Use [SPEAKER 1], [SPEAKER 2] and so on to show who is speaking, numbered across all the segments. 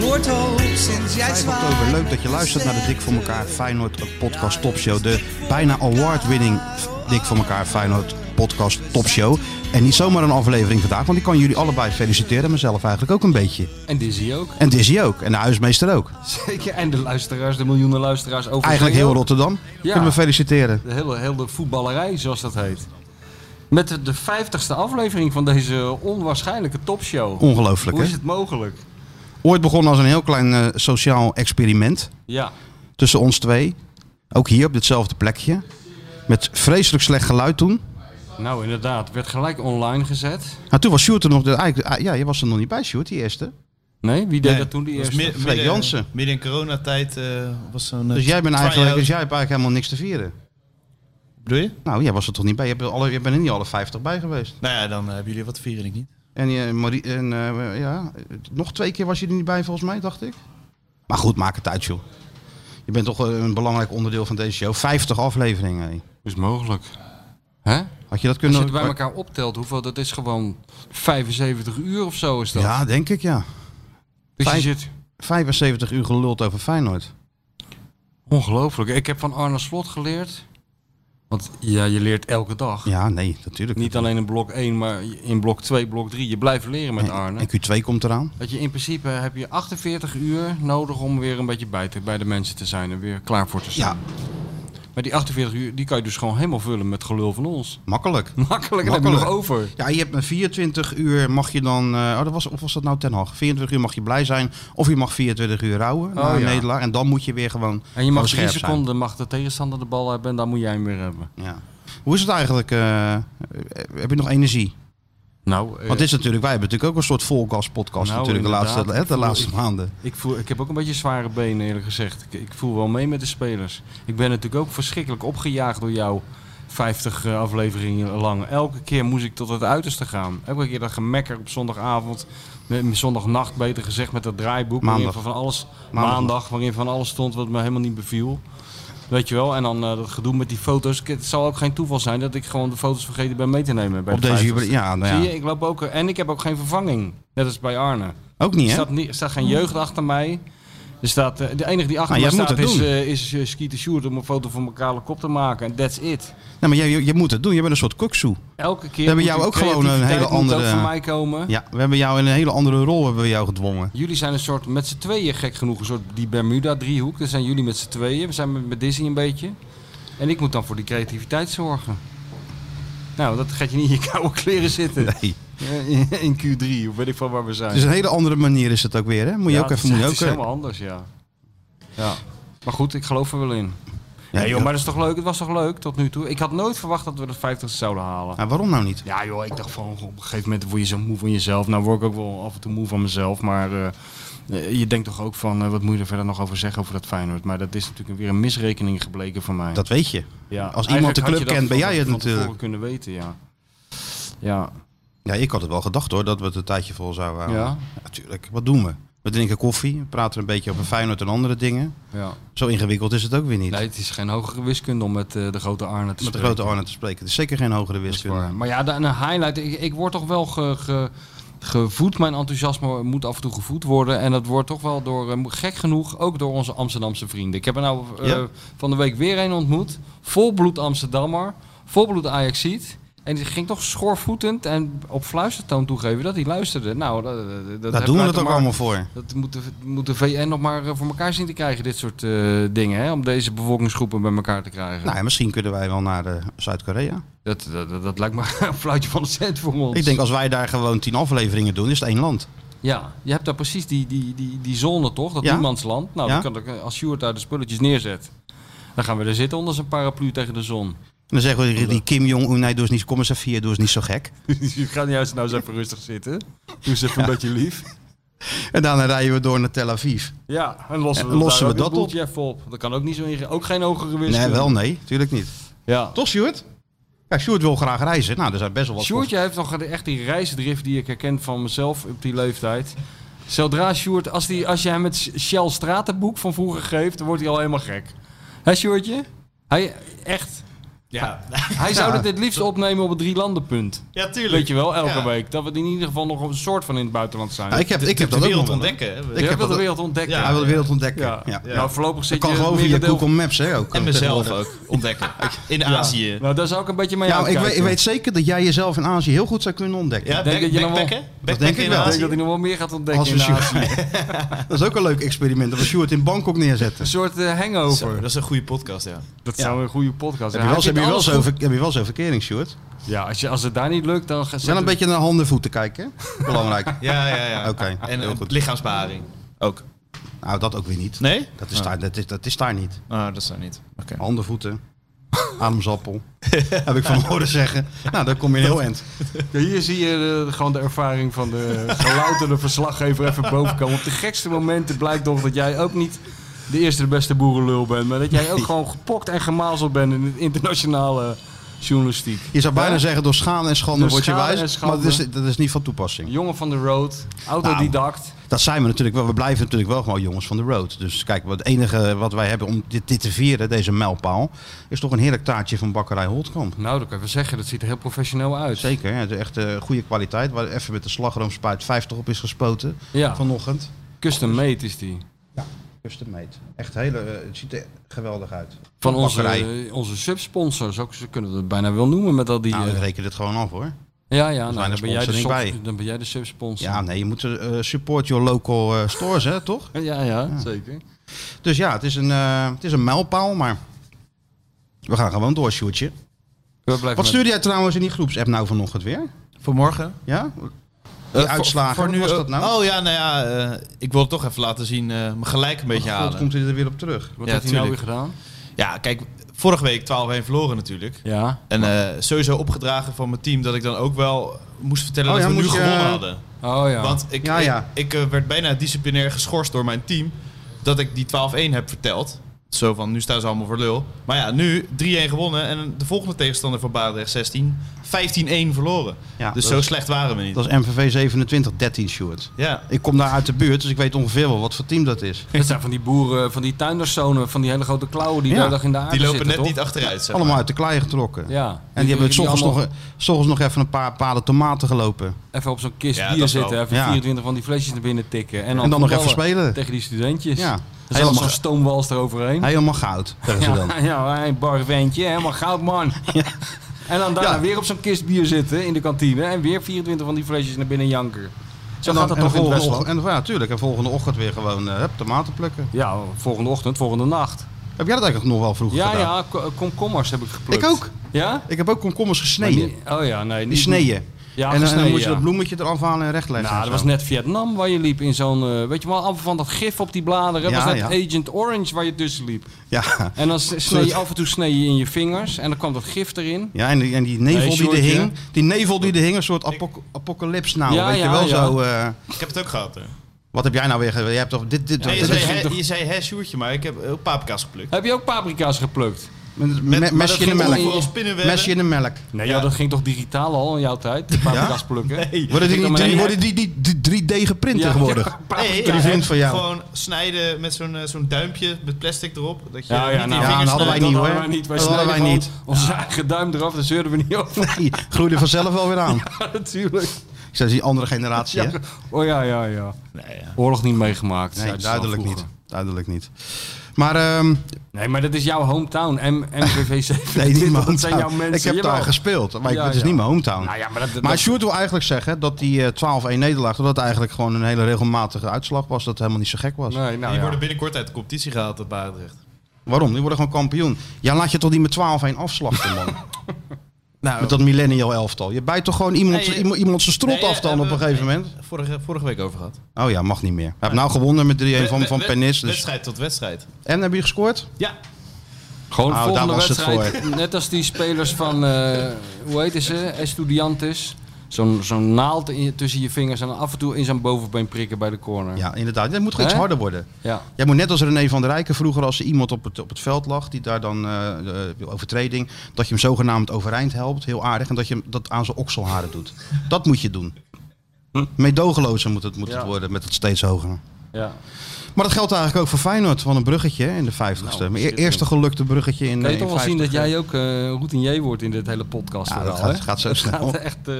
[SPEAKER 1] wordt hoop sinds jij
[SPEAKER 2] 5
[SPEAKER 1] zwaait.
[SPEAKER 2] oktober. Leuk dat je luistert naar de Dik voor elkaar Feyenoord podcast topshow. De bijna award-winning Dik voor elkaar Feyenoord podcast topshow. En niet zomaar een aflevering vandaag, want ik kan jullie allebei feliciteren. Mezelf eigenlijk ook een beetje.
[SPEAKER 3] En Dizzy ook.
[SPEAKER 2] En Dizzy ook. En de huismeester ook.
[SPEAKER 3] Zeker. En de luisteraars, de miljoenen luisteraars over
[SPEAKER 2] Eigenlijk
[SPEAKER 3] zee
[SPEAKER 2] heel
[SPEAKER 3] ook.
[SPEAKER 2] Rotterdam.
[SPEAKER 3] Ja.
[SPEAKER 2] Kunnen we feliciteren.
[SPEAKER 3] De hele, hele voetballerij, zoals dat heet. Met de- de vijftigste aflevering van deze onwaarschijnlijke topshow.
[SPEAKER 2] Ongelooflijk,
[SPEAKER 3] Hoe
[SPEAKER 2] hè?
[SPEAKER 3] is het mogelijk?
[SPEAKER 2] Ooit begonnen als een heel klein eh, sociaal experiment
[SPEAKER 3] Ja.
[SPEAKER 2] tussen ons twee. Ook hier op ditzelfde plekje. Met vreselijk slecht geluid toen.
[SPEAKER 3] Nou, inderdaad. Werd gelijk online gezet.
[SPEAKER 2] Nou, toen was Sjoerd er nog... De, eigenlijk- ah, ja, je was er nog niet bij, Sjoerd, die eerste.
[SPEAKER 3] Nee, wie deed
[SPEAKER 2] Nee.
[SPEAKER 3] dat toen die
[SPEAKER 4] Dat was
[SPEAKER 3] eerste?
[SPEAKER 4] mi-
[SPEAKER 2] Freek Jansen.
[SPEAKER 4] Midden in coronatijd eh, was zo'n... eh,
[SPEAKER 2] Dus jij bent eigenlijk,
[SPEAKER 4] try-out.
[SPEAKER 2] dus jij hebt eigenlijk helemaal niks te vieren.
[SPEAKER 4] Bedoel je?
[SPEAKER 2] Nou, jij was er toch niet bij? Je bent, alle, je bent er niet alle 50 bij geweest.
[SPEAKER 4] Nou ja, dan eh, hebben jullie wat vieren, ik niet.
[SPEAKER 2] En, je, Marie, en eh, ja, nog twee keer was je er niet bij volgens mij, dacht ik. Maar goed, maak het uit, joh. Je bent toch eh, een belangrijk onderdeel van deze show. 50 afleveringen. hé.
[SPEAKER 3] Hoe is het mogelijk? Hè?
[SPEAKER 2] Had je dat
[SPEAKER 3] Als
[SPEAKER 2] kunnen...
[SPEAKER 3] je het bij elkaar optelt, hoeveel, dat is gewoon 75 uur of zo is dat.
[SPEAKER 2] Ja, denk ik, ja.
[SPEAKER 3] dus je
[SPEAKER 2] vijf-
[SPEAKER 3] zit
[SPEAKER 2] 75 uur geluld over Feyenoord.
[SPEAKER 3] ongelooflijk. Ik heb van Arne Slot geleerd. Want ja, je leert elke dag.
[SPEAKER 2] Ja, nee, natuurlijk.
[SPEAKER 3] Niet alleen in blok 1, maar in blok 2, blok 3. Je blijft leren met Arne.
[SPEAKER 2] En Q2 komt eraan.
[SPEAKER 3] Dat je in principe heb je 48 uur nodig om weer een beetje bij, te, bij de mensen te zijn en weer klaar voor te zijn.
[SPEAKER 2] Ja,
[SPEAKER 3] Maar die 48 uur die kan je dus gewoon helemaal vullen met gelul van ons.
[SPEAKER 2] makkelijk.
[SPEAKER 3] Makkelijk, dat heb je nog
[SPEAKER 2] Makkelijk.
[SPEAKER 3] over.
[SPEAKER 2] Ja, je hebt een 24 uur mag je dan... eh, oh, dat was, of was dat nou ten Hag? 24 uur mag je blij zijn. Of je mag 24 uur rouwen na een
[SPEAKER 3] Oh, ja.
[SPEAKER 2] nederlaag. En dan moet je weer gewoon
[SPEAKER 3] En je mag
[SPEAKER 2] gewoon
[SPEAKER 3] 3
[SPEAKER 2] scherp
[SPEAKER 3] seconden mag de tegenstander de bal hebben en dan moet jij hem weer hebben.
[SPEAKER 2] zijn. Ja. Hoe is het eigenlijk? eh, eh, heb je nog energie?
[SPEAKER 3] Nou, eh,
[SPEAKER 2] Want dit is natuurlijk, wij hebben natuurlijk ook een soort volgas podcast
[SPEAKER 3] Nou,
[SPEAKER 2] natuurlijk de laatste,
[SPEAKER 3] inderdaad.
[SPEAKER 2] hè, de laatste maanden.
[SPEAKER 3] ik, voel, ik heb ook een beetje zware benen eerlijk gezegd. Ik, ik voel wel mee met de spelers. Ik ben natuurlijk ook verschrikkelijk opgejaagd door jou. 50 eh, afleveringen lang. Elke keer moest ik tot het uiterste gaan. Elke keer dat gemekker op zondagavond, eh, zondagnacht beter gezegd, met dat draaiboek. waarin
[SPEAKER 2] Maandag.
[SPEAKER 3] Van alles,
[SPEAKER 2] Maandag.
[SPEAKER 3] maandag. waarin van alles stond wat me helemaal niet beviel. Weet je wel, en dan eh, dat gedoe met die foto's. Ik- Het zal ook geen toeval zijn dat ik gewoon de foto's vergeten ben mee te nemen. Bij
[SPEAKER 2] Op
[SPEAKER 3] de
[SPEAKER 2] deze
[SPEAKER 3] 50ste.
[SPEAKER 2] jubile- ja, nou ja.
[SPEAKER 3] Zie je, ik loop ook. En ik heb ook geen vervanging. Net als bij Arne.
[SPEAKER 2] Ook niet,
[SPEAKER 3] Er
[SPEAKER 2] hè?
[SPEAKER 3] staat, niet- er staat geen jeugd achter mij. Er staat, eh, de enige die achter
[SPEAKER 2] Nou,
[SPEAKER 3] mij
[SPEAKER 2] Oh. jij moet
[SPEAKER 3] staat
[SPEAKER 2] het
[SPEAKER 3] is,
[SPEAKER 2] doen.
[SPEAKER 3] eh is eh, Skeeter Sjoerd om een foto van elkaar kale kop te maken. En that's it.
[SPEAKER 2] Nee, maar jij, je, je moet het doen. Je bent een soort koksoe.
[SPEAKER 3] Elke keer
[SPEAKER 2] We hebben
[SPEAKER 3] moet
[SPEAKER 2] jou
[SPEAKER 3] die
[SPEAKER 2] ook gewoon een
[SPEAKER 3] creativiteit
[SPEAKER 2] hele
[SPEAKER 3] moet
[SPEAKER 2] andere- eh,
[SPEAKER 3] ook van mij komen.
[SPEAKER 2] Ja, we hebben jou in een hele andere rol hebben we jou gedwongen.
[SPEAKER 3] Jullie zijn een soort, met z'n tweeën gek genoeg, een soort die Bermuda-driehoek. Dat zijn jullie met z'n tweeën. We zijn met, met Disney een beetje. En ik moet dan voor die creativiteit zorgen. Nou, dat gaat je niet in je koude kleren zitten.
[SPEAKER 2] Nee.
[SPEAKER 3] Eh, In Q3, of weet ik van waar we zijn.
[SPEAKER 2] Dus een hele andere manier is het ook weer, hè? Moet je
[SPEAKER 3] Ja,
[SPEAKER 2] ook
[SPEAKER 3] het
[SPEAKER 2] even...
[SPEAKER 3] is-
[SPEAKER 2] Moet je
[SPEAKER 3] het
[SPEAKER 2] ook, eh,
[SPEAKER 3] is helemaal anders, ja. ja. Maar goed, ik geloof er wel in.
[SPEAKER 2] Ja,
[SPEAKER 3] Ja,
[SPEAKER 2] ja.
[SPEAKER 3] joh, maar dat is toch leuk? Het was toch leuk tot nu toe? Ik had nooit verwacht dat we de 50 zouden halen.
[SPEAKER 2] Nou, waarom nou niet?
[SPEAKER 3] Ja joh, ik dacht van op een gegeven moment word je zo moe van jezelf. Nou word ik ook wel af en toe moe van mezelf. Maar eh, eh, je denkt toch ook van eh, wat moet je er verder nog over zeggen over dat Feyenoord. Maar dat is natuurlijk weer een misrekening gebleken van mij.
[SPEAKER 2] Dat weet je.
[SPEAKER 3] Ja,
[SPEAKER 2] als iemand
[SPEAKER 3] eigenlijk
[SPEAKER 2] de
[SPEAKER 3] had
[SPEAKER 2] club
[SPEAKER 3] je dat
[SPEAKER 2] kent, ben
[SPEAKER 3] van-
[SPEAKER 2] jij het
[SPEAKER 3] van
[SPEAKER 2] natuurlijk.
[SPEAKER 3] tevoren kunnen weten, ja. Ja,
[SPEAKER 2] Ja, ik had het wel gedacht hoor, dat we het een tijdje vol zouden houden.
[SPEAKER 3] Ja.
[SPEAKER 2] Natuurlijk. Wat doen we? We drinken koffie, we praten een beetje over Feyenoord en andere dingen.
[SPEAKER 3] ja.
[SPEAKER 2] Zo ingewikkeld is het ook weer niet.
[SPEAKER 3] Nee, het is geen hogere wiskunde om met eh, de grote Arne te
[SPEAKER 2] Met de
[SPEAKER 3] spreken.
[SPEAKER 2] grote Arne te spreken. Het is zeker geen hogere
[SPEAKER 3] Dat is
[SPEAKER 2] wiskunde.
[SPEAKER 3] waar. Maar ja, de- een highlight. Ik, ik word toch wel ge- ge- gevoed. Mijn enthousiasme moet af en toe gevoed worden. En dat wordt toch wel door, eh, gek genoeg, ook door onze Amsterdamse vrienden. Ik heb er nou eh,
[SPEAKER 2] Ja?
[SPEAKER 3] van de week weer een ontmoet. Volbloed Amsterdammer. Volbloed Ajaxiet. En die ging toch schoorvoetend en op fluistertoon toegeven dat hij luisterde. Nou, dat, dat-
[SPEAKER 2] Daar
[SPEAKER 3] dat, heb
[SPEAKER 2] doen we
[SPEAKER 3] ik
[SPEAKER 2] het
[SPEAKER 3] er
[SPEAKER 2] ook
[SPEAKER 3] maar-
[SPEAKER 2] allemaal voor.
[SPEAKER 3] Dat moet de, moet de VN nog maar eh, voor elkaar zien te krijgen, dit soort eh, dingen. Hè? Om deze bevolkingsgroepen bij elkaar te krijgen.
[SPEAKER 2] Nou, ja, misschien kunnen wij wel naar eh, Zuid-Korea.
[SPEAKER 3] Dat, dat, dat, dat lijkt me een fluitje van de cent voor ons.
[SPEAKER 2] Ik denk als wij daar gewoon tien afleveringen doen, is het één land.
[SPEAKER 3] Ja, je hebt daar precies die, die, die, die zone toch, dat
[SPEAKER 2] Ja.
[SPEAKER 3] niemandsland. Nou,
[SPEAKER 2] Ja.
[SPEAKER 3] dan kan ik, als Sjoerd daar de spulletjes neerzet, dan gaan we er zitten onder zijn paraplu tegen de zon.
[SPEAKER 2] En dan zeggen we tegen die Kim Jong-un, nee, doe eens niet, kom eens even hier, doe eens niet zo gek.
[SPEAKER 3] Je gaat juist nou eens even rustig zitten. Doe eens even een beetje lief.
[SPEAKER 2] En daarna rijden we door naar Tel Aviv.
[SPEAKER 3] Ja, en lossen we,
[SPEAKER 2] En lossen
[SPEAKER 3] daar
[SPEAKER 2] we
[SPEAKER 3] ook
[SPEAKER 2] dat
[SPEAKER 3] een boeltje even op. Dat kan ook niet zo inge- Ook geen hogere wiskunde.
[SPEAKER 2] Nee, wel nee, tuurlijk niet.
[SPEAKER 3] Ja.
[SPEAKER 2] Toch, Sjoerd? Ja, Sjoerd wil graag reizen. Nou, er zijn best wel wat...
[SPEAKER 3] Sjoerd, jij hebt nog echt die reisdrift die ik herken van mezelf op die leeftijd. Zodra Sjoerd, als, die, als je hem het Shell Stratenboek van vroeger geeft, dan wordt hij al helemaal gek. Hé Sjoerdje? Hij, echt. Ja. Hij zou het het liefst opnemen op het drielandenpunt.
[SPEAKER 4] Ja, tuurlijk.
[SPEAKER 3] Weet je wel, elke
[SPEAKER 4] Ja.
[SPEAKER 3] week. Dat we in ieder geval nog een soort van in het buitenland zijn.
[SPEAKER 2] Ja, Nou, ik heb, ik heb
[SPEAKER 4] de
[SPEAKER 2] dat ook
[SPEAKER 4] wereld
[SPEAKER 2] nog wel.
[SPEAKER 4] ontdekken. hè.
[SPEAKER 2] Ik heb
[SPEAKER 3] Jij wil de
[SPEAKER 2] dat-
[SPEAKER 3] wereld ontdekken.
[SPEAKER 4] Ja,
[SPEAKER 2] Hij wil de wereld ontdekken.
[SPEAKER 3] Ja.
[SPEAKER 2] Ja.
[SPEAKER 3] Ja. Nou, voorlopig
[SPEAKER 2] Dat
[SPEAKER 3] zit
[SPEAKER 2] kan
[SPEAKER 3] je
[SPEAKER 2] gewoon via
[SPEAKER 3] merendeel-
[SPEAKER 2] Google Maps, hè? Ook,
[SPEAKER 4] En mezelf
[SPEAKER 2] tegenwoordig.
[SPEAKER 4] ook ontdekken. In Azië.
[SPEAKER 3] Nou, daar zou ik een beetje mee
[SPEAKER 2] Ja, maar ik,
[SPEAKER 3] uitkijken.
[SPEAKER 2] weet, ik weet zeker dat jij jezelf in Azië heel goed zou kunnen ontdekken.
[SPEAKER 4] Ja,
[SPEAKER 3] denk
[SPEAKER 4] back-
[SPEAKER 3] dat je dan wel-
[SPEAKER 4] backpacken?
[SPEAKER 2] denk
[SPEAKER 4] Backpacken
[SPEAKER 2] ik
[SPEAKER 4] in
[SPEAKER 2] wel.
[SPEAKER 3] Ik denk
[SPEAKER 4] Azië?
[SPEAKER 3] dat hij nog wel meer gaat ontdekken
[SPEAKER 2] Als we
[SPEAKER 3] in
[SPEAKER 2] Sjoerd-
[SPEAKER 3] Azië.
[SPEAKER 2] Dat is ook een leuk experiment. Dat we Sjoerd in Bangkok neerzetten.
[SPEAKER 3] Een soort eh,
[SPEAKER 4] Zo,
[SPEAKER 3] hangover.
[SPEAKER 4] dat is een goede podcast, ja.
[SPEAKER 3] Dat zou een goede podcast
[SPEAKER 2] Heb
[SPEAKER 3] zijn.
[SPEAKER 2] je wel,
[SPEAKER 3] Hij
[SPEAKER 2] heb je
[SPEAKER 3] vindt
[SPEAKER 2] wel
[SPEAKER 3] alles
[SPEAKER 2] zo'n
[SPEAKER 3] goed.
[SPEAKER 2] ver- heb je wel zo'n verkering, Sjoerd?
[SPEAKER 3] Ja, als, je, als het daar niet lukt, dan ga
[SPEAKER 2] Wel een beetje naar handen en voeten kijken. hè? Belangrijk.
[SPEAKER 4] Ja, ja, ja.
[SPEAKER 2] Oké,
[SPEAKER 4] En
[SPEAKER 2] heel
[SPEAKER 4] eh,
[SPEAKER 2] goed.
[SPEAKER 4] lichaamsbeharing. Ook.
[SPEAKER 2] Nou, dat ook weer niet.
[SPEAKER 4] Nee?
[SPEAKER 2] Dat is, daar, dat, is, dat is daar niet.
[SPEAKER 4] Ah, dat is nou niet. Oké.
[SPEAKER 2] Handen, voeten, ademzappel. heb ik van horen zeggen. Nou, dan kom je in heel eind.
[SPEAKER 3] Hier zie je eh, gewoon de ervaring van de gelouterde verslaggever even bovenkomen. Op de gekste momenten blijkt toch dat jij ook niet de eerste de beste boerenlul bent. Maar dat jij ook gewoon gepokt en gemazeld bent in de internationale eh, journalistiek.
[SPEAKER 2] Je zou bijna
[SPEAKER 3] Ja?
[SPEAKER 2] zeggen, door schade en schande
[SPEAKER 3] Door
[SPEAKER 2] word je
[SPEAKER 3] schade en
[SPEAKER 2] wijs. Maar
[SPEAKER 3] schande.
[SPEAKER 2] dat is, dat is niet van toepassing.
[SPEAKER 3] Jongen van de road, autodidact.
[SPEAKER 2] Dat zijn we natuurlijk wel. We blijven natuurlijk wel gewoon jongens van de road. Dus kijk, wat- het enige wat wij hebben om dit, dit te vieren, deze mijlpaal, is toch een heerlijk taartje van bakkerij Holtkamp.
[SPEAKER 3] Nou, dat kan je wel zeggen. Dat ziet er heel professioneel uit.
[SPEAKER 2] Zeker, hè. Het is echt eh, goede kwaliteit. Waar even met de slagroomspuit 50 op is gespoten
[SPEAKER 3] Ja,
[SPEAKER 2] vanochtend.
[SPEAKER 3] custom made is die.
[SPEAKER 2] Custom made. Echt hele, eh, het ziet er geweldig uit.
[SPEAKER 3] Van onze,
[SPEAKER 2] Bakkerij.
[SPEAKER 3] eh, onze subsponsors, ook, ze kunnen we het bijna wel noemen met al die...
[SPEAKER 2] Nou,
[SPEAKER 3] eh,
[SPEAKER 2] ik reken dit gewoon af hoor.
[SPEAKER 3] ja, ja, nou,
[SPEAKER 2] zijn er
[SPEAKER 3] dan, ben jij de
[SPEAKER 2] sponsoring
[SPEAKER 3] sub-
[SPEAKER 2] bij.
[SPEAKER 3] dan ben jij de subsponsor.
[SPEAKER 2] Ja, nee, je moet eh, support your local eh, stores, hè, toch?
[SPEAKER 3] ja, ja, zeker.
[SPEAKER 2] Dus ja, het is een, eh, het is een mijlpaal, maar we gaan gewoon door, Sjoerdje.
[SPEAKER 3] We blijven
[SPEAKER 2] Wat
[SPEAKER 3] met-
[SPEAKER 2] stuurde jij trouwens in die groepsapp nou vanochtend weer?
[SPEAKER 4] Vanmorgen?
[SPEAKER 2] Ja?
[SPEAKER 4] Eh,
[SPEAKER 2] Die
[SPEAKER 4] voor-
[SPEAKER 2] uitslagen,
[SPEAKER 4] voor nu
[SPEAKER 2] wat was
[SPEAKER 4] ook-
[SPEAKER 2] dat nou?
[SPEAKER 4] Oh ja, nou ja, eh, ik wil het toch even laten zien, eh, me gelijk een beetje
[SPEAKER 2] God,
[SPEAKER 4] halen.
[SPEAKER 2] komt hij er weer op terug?
[SPEAKER 3] Wat
[SPEAKER 4] Ja,
[SPEAKER 3] heeft hij nou weer
[SPEAKER 4] tuurlijk.
[SPEAKER 3] gedaan?
[SPEAKER 4] Ja, kijk, vorige week 12-1 verloren natuurlijk.
[SPEAKER 3] Ja.
[SPEAKER 4] En eh, sowieso opgedragen van mijn team dat ik dan ook wel moest vertellen
[SPEAKER 2] Oh
[SPEAKER 4] dat
[SPEAKER 2] ja,
[SPEAKER 4] we nu
[SPEAKER 2] moet je-
[SPEAKER 4] gewonnen hadden.
[SPEAKER 3] Oh ja.
[SPEAKER 4] Want ik,
[SPEAKER 2] Ja, ja.
[SPEAKER 4] ik, ik, eh, werd bijna disciplinair geschorst door mijn team dat ik die 12-1 heb verteld. Zo van, nu staan ze allemaal voor lul. Maar ja, nu 3-1 gewonnen en de volgende tegenstander van Barendrecht 16, 15-1 verloren.
[SPEAKER 2] Ja,
[SPEAKER 4] dus
[SPEAKER 2] dat
[SPEAKER 4] zo
[SPEAKER 2] is-
[SPEAKER 4] slecht waren we niet.
[SPEAKER 2] Dat is MVV 27 13 Sjoerd.
[SPEAKER 4] Ja,
[SPEAKER 2] Ik kom daar uit de buurt, dus ik weet ongeveer wel wat voor team dat is.
[SPEAKER 3] dat zijn van die boeren, van die tuinderszonen, van die hele grote klauwen die
[SPEAKER 2] Ja.
[SPEAKER 3] de hele dag in de aarde
[SPEAKER 4] die lopen
[SPEAKER 3] zitten, toch?
[SPEAKER 4] net niet achteruit, zeg
[SPEAKER 2] Allemaal
[SPEAKER 4] maar.
[SPEAKER 2] uit de klei getrokken.
[SPEAKER 3] Ja.
[SPEAKER 2] En die hebben het ochtends
[SPEAKER 3] allemaal
[SPEAKER 2] nog, ochtends nog even een paar palen tomaten gelopen.
[SPEAKER 3] Even op zo'n kist
[SPEAKER 4] Ja,
[SPEAKER 3] bier
[SPEAKER 4] dat wel.
[SPEAKER 3] zitten, even
[SPEAKER 2] Ja.
[SPEAKER 3] 24 van die flesjes naar binnen tikken. En dan,
[SPEAKER 2] En dan nog even
[SPEAKER 3] voetballen
[SPEAKER 2] spelen.
[SPEAKER 3] Tegen die studentjes.
[SPEAKER 2] Ja.
[SPEAKER 3] Ja. Er
[SPEAKER 2] Helemaal
[SPEAKER 3] zat zo'n
[SPEAKER 2] ge-
[SPEAKER 3] stoomwals eroverheen.
[SPEAKER 2] Helemaal goud, zeggen ze dan.
[SPEAKER 3] ja, ja, een bar ventje, helemaal goud man. En dan daarna
[SPEAKER 2] Ja.
[SPEAKER 3] weer op zo'n kist bier zitten in de kantine. En weer 24 van die flesjes naar binnen janken. Zo
[SPEAKER 2] En dan-
[SPEAKER 3] gaat dat
[SPEAKER 2] en
[SPEAKER 3] toch in het
[SPEAKER 2] volgende
[SPEAKER 3] Westland?
[SPEAKER 2] ochtend, en, ja, tuurlijk. En volgende ochtend weer gewoon eh, hup, tomaten plukken.
[SPEAKER 3] Ja, volgende ochtend, volgende nacht.
[SPEAKER 2] Heb jij dat eigenlijk nog wel vroeger
[SPEAKER 3] Ja,
[SPEAKER 2] gedaan?
[SPEAKER 3] ja, ko- komkommers heb ik geplukt.
[SPEAKER 2] Ik ook.
[SPEAKER 3] Ja?
[SPEAKER 2] Ik heb ook komkommers gesneden.
[SPEAKER 3] Maar niet- Oh ja, nee.
[SPEAKER 2] Die
[SPEAKER 3] niet-
[SPEAKER 2] sneeën. en,
[SPEAKER 3] Ja,
[SPEAKER 2] dan- en dan
[SPEAKER 3] gesneden,
[SPEAKER 2] moet je
[SPEAKER 3] ja.
[SPEAKER 2] dat bloemetje eraf halen en recht leggen.
[SPEAKER 3] Nou,
[SPEAKER 2] en
[SPEAKER 3] dat
[SPEAKER 2] zo.
[SPEAKER 3] was net Vietnam waar je liep in zo'n, eh, weet je wel, af van dat gif op die bladeren. Dat
[SPEAKER 2] Ja,
[SPEAKER 3] was net
[SPEAKER 2] ja.
[SPEAKER 3] Agent Orange waar je tussen liep.
[SPEAKER 2] Ja,
[SPEAKER 3] En dan s- snee je af en toe snee je in je vingers en dan kwam dat gif erin.
[SPEAKER 2] ja en, die, en die nevel
[SPEAKER 3] Nee,
[SPEAKER 2] die er
[SPEAKER 3] Sjoerd,
[SPEAKER 2] hing. Die nevel die er hing, een soort apoc apocalyps nou.
[SPEAKER 3] Ja,
[SPEAKER 2] weet je
[SPEAKER 3] ja,
[SPEAKER 2] wel
[SPEAKER 3] ja.
[SPEAKER 2] zo. eh,
[SPEAKER 4] Ik heb het ook gehad, hè.
[SPEAKER 2] wat heb jij nou weer? ge- Je hebt toch dit, dit,
[SPEAKER 4] Ja,
[SPEAKER 2] dit-
[SPEAKER 4] je,
[SPEAKER 2] dit-
[SPEAKER 4] zei,
[SPEAKER 3] is-
[SPEAKER 4] hè- je zei hè, Sjoerdje, maar ik heb ook paprika's geplukt.
[SPEAKER 3] Heb je ook paprika's geplukt?
[SPEAKER 2] met,
[SPEAKER 4] Met-
[SPEAKER 2] met,
[SPEAKER 4] maar dat
[SPEAKER 2] mesje in de
[SPEAKER 4] ging
[SPEAKER 2] melk.
[SPEAKER 4] overal spinnenwebben.
[SPEAKER 2] Mesje in de melk.
[SPEAKER 3] Nee,
[SPEAKER 4] Ja.
[SPEAKER 3] joh, dat ging toch digitaal al in jouw tijd? de Paprika's plukken?
[SPEAKER 4] Nee.
[SPEAKER 2] Worden die,
[SPEAKER 3] Ik
[SPEAKER 2] niet
[SPEAKER 3] heb
[SPEAKER 2] drie-
[SPEAKER 3] maar
[SPEAKER 2] worden die, die, die 3D geprint
[SPEAKER 3] Ja.
[SPEAKER 2] tegenwoordig?
[SPEAKER 4] Nee,
[SPEAKER 2] die vriend van jou.
[SPEAKER 4] Gewoon snijden met zo'n eh, zo'n duimpje met plastic erop. Dat je
[SPEAKER 3] Ja, ja,
[SPEAKER 4] niet
[SPEAKER 3] nou,
[SPEAKER 4] die
[SPEAKER 2] Ja,
[SPEAKER 4] vingers
[SPEAKER 2] dat hadden wij
[SPEAKER 4] snijdt.
[SPEAKER 2] niet,
[SPEAKER 3] dat
[SPEAKER 2] hoor.
[SPEAKER 3] hadden wij niet. Wij
[SPEAKER 2] Dat hadden
[SPEAKER 3] snijden
[SPEAKER 2] wij
[SPEAKER 3] gewoon onze eigen duim eraf, daar zeuren we niet over.
[SPEAKER 2] Die groeide vanzelf wel weer aan.
[SPEAKER 3] Ja, natuurlijk.
[SPEAKER 2] Ik zei, die andere generatie, hè?
[SPEAKER 3] Oh ja, ja, ja.
[SPEAKER 4] Nee, ja.
[SPEAKER 3] Oorlog niet meegemaakt.
[SPEAKER 2] Nee,
[SPEAKER 3] zeiden ze dan
[SPEAKER 2] duidelijk
[SPEAKER 3] vroeger.
[SPEAKER 2] niet. Duidelijk niet. Maar ehm,
[SPEAKER 3] Nee, maar dat is jouw hometown, M MVV 7.
[SPEAKER 2] nee, niet mijn
[SPEAKER 3] Dat zijn jouw
[SPEAKER 2] hometown.
[SPEAKER 3] mensen.
[SPEAKER 2] Ik heb
[SPEAKER 3] jawel.
[SPEAKER 2] daar gespeeld, maar ik-
[SPEAKER 3] Ja,
[SPEAKER 2] het is
[SPEAKER 3] ja.
[SPEAKER 2] niet mijn hometown.
[SPEAKER 3] Nou ja, maar dat, dat-
[SPEAKER 2] Maar Sjoerd wil eigenlijk zeggen dat die eh, 12-1 nederlaag, dat dat eigenlijk gewoon een hele regelmatige uitslag was, dat het helemaal niet zo gek was.
[SPEAKER 3] Nee, nou
[SPEAKER 4] die
[SPEAKER 3] ja.
[SPEAKER 4] worden binnenkort uit de competitie gehaald op Barendrecht.
[SPEAKER 2] Waarom? Die worden gewoon kampioen. Ja, laat je toch niet met 12-1 afslachten, man.
[SPEAKER 4] Nou,
[SPEAKER 2] met dat millennial elftal. Je bijt toch gewoon iemand,
[SPEAKER 4] Nee, je-
[SPEAKER 2] iemand, iemand zijn strot
[SPEAKER 4] Nee,
[SPEAKER 2] af dan op
[SPEAKER 4] hebben
[SPEAKER 2] een
[SPEAKER 4] we-
[SPEAKER 2] gegeven moment?
[SPEAKER 4] vorige, vorige week over gehad.
[SPEAKER 2] Oh ja, mag niet meer. Hij heeft nou gewonnen met 3-1 van, van
[SPEAKER 4] Wed-
[SPEAKER 2] Pernis. Dus.
[SPEAKER 4] Wedstrijd tot wedstrijd.
[SPEAKER 2] En heb je gescoord?
[SPEAKER 4] Ja.
[SPEAKER 3] Gewoon
[SPEAKER 2] Nou,
[SPEAKER 3] volgende
[SPEAKER 2] daar was het
[SPEAKER 3] wedstrijd. Net als die spelers van, eh, hoe heet ze? Estudiantes. Zo'n zo'n naald in je- tussen je vingers en af en toe in zijn bovenbeen prikken bij de corner.
[SPEAKER 2] Ja, inderdaad. Het moet gewoon iets
[SPEAKER 3] Hè?
[SPEAKER 2] harder worden.
[SPEAKER 3] Ja.
[SPEAKER 2] Jij moet net als René van der Rijken vroeger, als er iemand op het, op het veld lag die daar dan eh, eh, overtreding, dat je hem zogenaamd overeind helpt, heel aardig, en dat je hem dat aan zijn okselharen doet. Dat moet je doen. Meedogenlozer moet het, moet
[SPEAKER 3] Ja.
[SPEAKER 2] het worden met het steeds hoger.
[SPEAKER 3] ja. Ja.
[SPEAKER 2] Maar dat geldt eigenlijk ook voor Feyenoord. Van een bruggetje hè, in de 50ste.
[SPEAKER 3] Nou,
[SPEAKER 2] Mijn
[SPEAKER 3] zit
[SPEAKER 2] e- eerste gelukte bruggetje in
[SPEAKER 3] Kan je
[SPEAKER 2] eh, in
[SPEAKER 3] toch wel zien dat
[SPEAKER 2] 50.
[SPEAKER 3] jij ook eh routinier wordt in dit hele podcast?
[SPEAKER 2] Ja,
[SPEAKER 3] wel,
[SPEAKER 2] dat gaat,
[SPEAKER 3] hè?
[SPEAKER 2] gaat zo snel.
[SPEAKER 3] gaat echt. eh,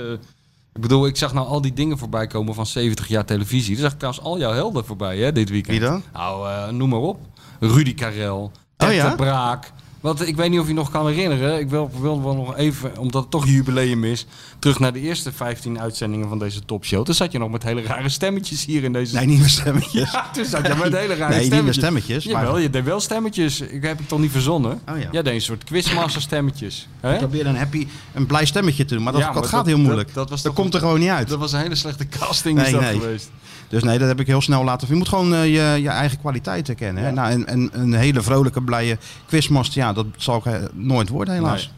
[SPEAKER 3] ik bedoel, ik zag nou al die dingen voorbij komen van 70 jaar televisie. Dan zag ik trouwens al jouw helden voorbij hè, dit weekend.
[SPEAKER 2] Wie dan? Oh
[SPEAKER 3] Nou, eh, noem maar op. Rudy Karel, Ted
[SPEAKER 2] ja?
[SPEAKER 3] de Braak. Wat, ik weet niet of je nog kan herinneren. Ik wil, wil wel nog even, omdat het toch een jubileum is, terug naar de eerste 15 uitzendingen van deze topshow. Toen zat je nog met hele rare stemmetjes hier in deze...
[SPEAKER 2] Nee, niet mijn stemmetjes.
[SPEAKER 3] Ja, toen zat je met hele rare
[SPEAKER 2] Nee, niet
[SPEAKER 3] stemmetjes.
[SPEAKER 2] meer stemmetjes.
[SPEAKER 3] Jawel,
[SPEAKER 2] maar...
[SPEAKER 3] je deed wel stemmetjes. Ik heb het toch niet verzonnen?
[SPEAKER 2] Oh ja.
[SPEAKER 3] Jij deed een soort quizmaster stemmetjes.
[SPEAKER 2] Ik
[SPEAKER 3] Hè?
[SPEAKER 2] probeer een happy, een blij stemmetje te doen. Maar dat,
[SPEAKER 3] Ja, maar
[SPEAKER 2] dat gaat
[SPEAKER 3] dat-
[SPEAKER 2] heel moeilijk.
[SPEAKER 3] dat-
[SPEAKER 2] Dat,
[SPEAKER 3] dat was toch
[SPEAKER 2] komt er gewoon niet uit.
[SPEAKER 3] Dat was een hele slechte casting is
[SPEAKER 2] Nee,
[SPEAKER 3] dat
[SPEAKER 2] nee.
[SPEAKER 3] geweest.
[SPEAKER 2] Dus nee, dat heb ik heel snel laten. Je moet gewoon eh, je, je eigen kwaliteiten kennen. Hè?
[SPEAKER 3] Ja.
[SPEAKER 2] Nou, en, en een hele vrolijke, blije quizmaster. Ja, dat zal ik eh, nooit worden helaas.
[SPEAKER 3] Nee.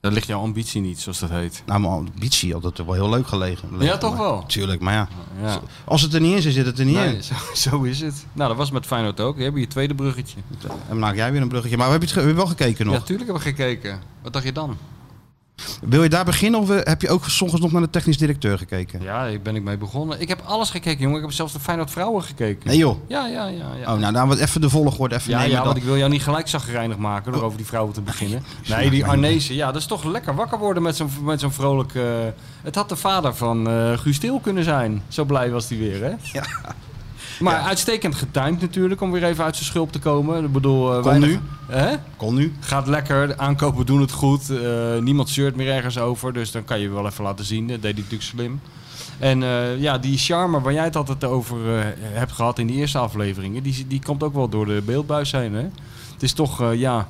[SPEAKER 3] Dat ligt jouw ambitie niet, zoals dat heet.
[SPEAKER 2] Nou, mijn ambitie had het wel heel leuk gelegen.
[SPEAKER 3] Ja, toch wel?
[SPEAKER 2] Tuurlijk, maar ja.
[SPEAKER 3] Ja.
[SPEAKER 2] Als het er niet in zit, zit het er niet
[SPEAKER 3] Nee,
[SPEAKER 2] in.
[SPEAKER 3] zo, zo is het. Nou, dat was met Feyenoord ook. Je hebt je tweede bruggetje.
[SPEAKER 2] En maak jij weer een bruggetje. Maar we hebben het ge- we hebben wel gekeken nog.
[SPEAKER 3] Ja, tuurlijk hebben we gekeken. Wat dacht je dan?
[SPEAKER 2] Wil je daar beginnen of eh, heb je ook soms nog naar de technisch directeur gekeken?
[SPEAKER 3] Ja, daar ben ik mee begonnen. Ik heb alles gekeken, jongen. Ik heb zelfs de Feyenoord vrouwen gekeken.
[SPEAKER 2] Nee joh.
[SPEAKER 3] Ja, ja, ja. ja.
[SPEAKER 2] Oh, nou, dan wat even de volgorde even
[SPEAKER 3] Ja,
[SPEAKER 2] nemen.
[SPEAKER 3] ja,
[SPEAKER 2] dan. Oh.
[SPEAKER 3] want ik wil jou niet gelijk zagrijnig maken door over die vrouwen te beginnen. Nee, die Arnezen, ja, dat is toch lekker wakker worden met zo'n met zo'n vrolijk... eh, het had de vader van eh Guus Til kunnen zijn. Zo blij was hij weer, hè?
[SPEAKER 2] Ja.
[SPEAKER 3] Maar uitstekend getimed natuurlijk, om weer even uit zijn schulp te komen. Ik bedoel, eh,
[SPEAKER 2] Kon
[SPEAKER 3] weinig- Hè?
[SPEAKER 2] Kon nu.
[SPEAKER 3] Gaat lekker, de aankopen doen het goed. eh, niemand zeurt meer ergens over, dus dan kan je wel even laten zien. Dat deed hij natuurlijk slim. En eh, ja, die charme waar jij het altijd over eh, hebt gehad in de eerste afleveringen, die, die komt ook wel door de beeldbuis heen. Hè? Het is toch, eh, ja,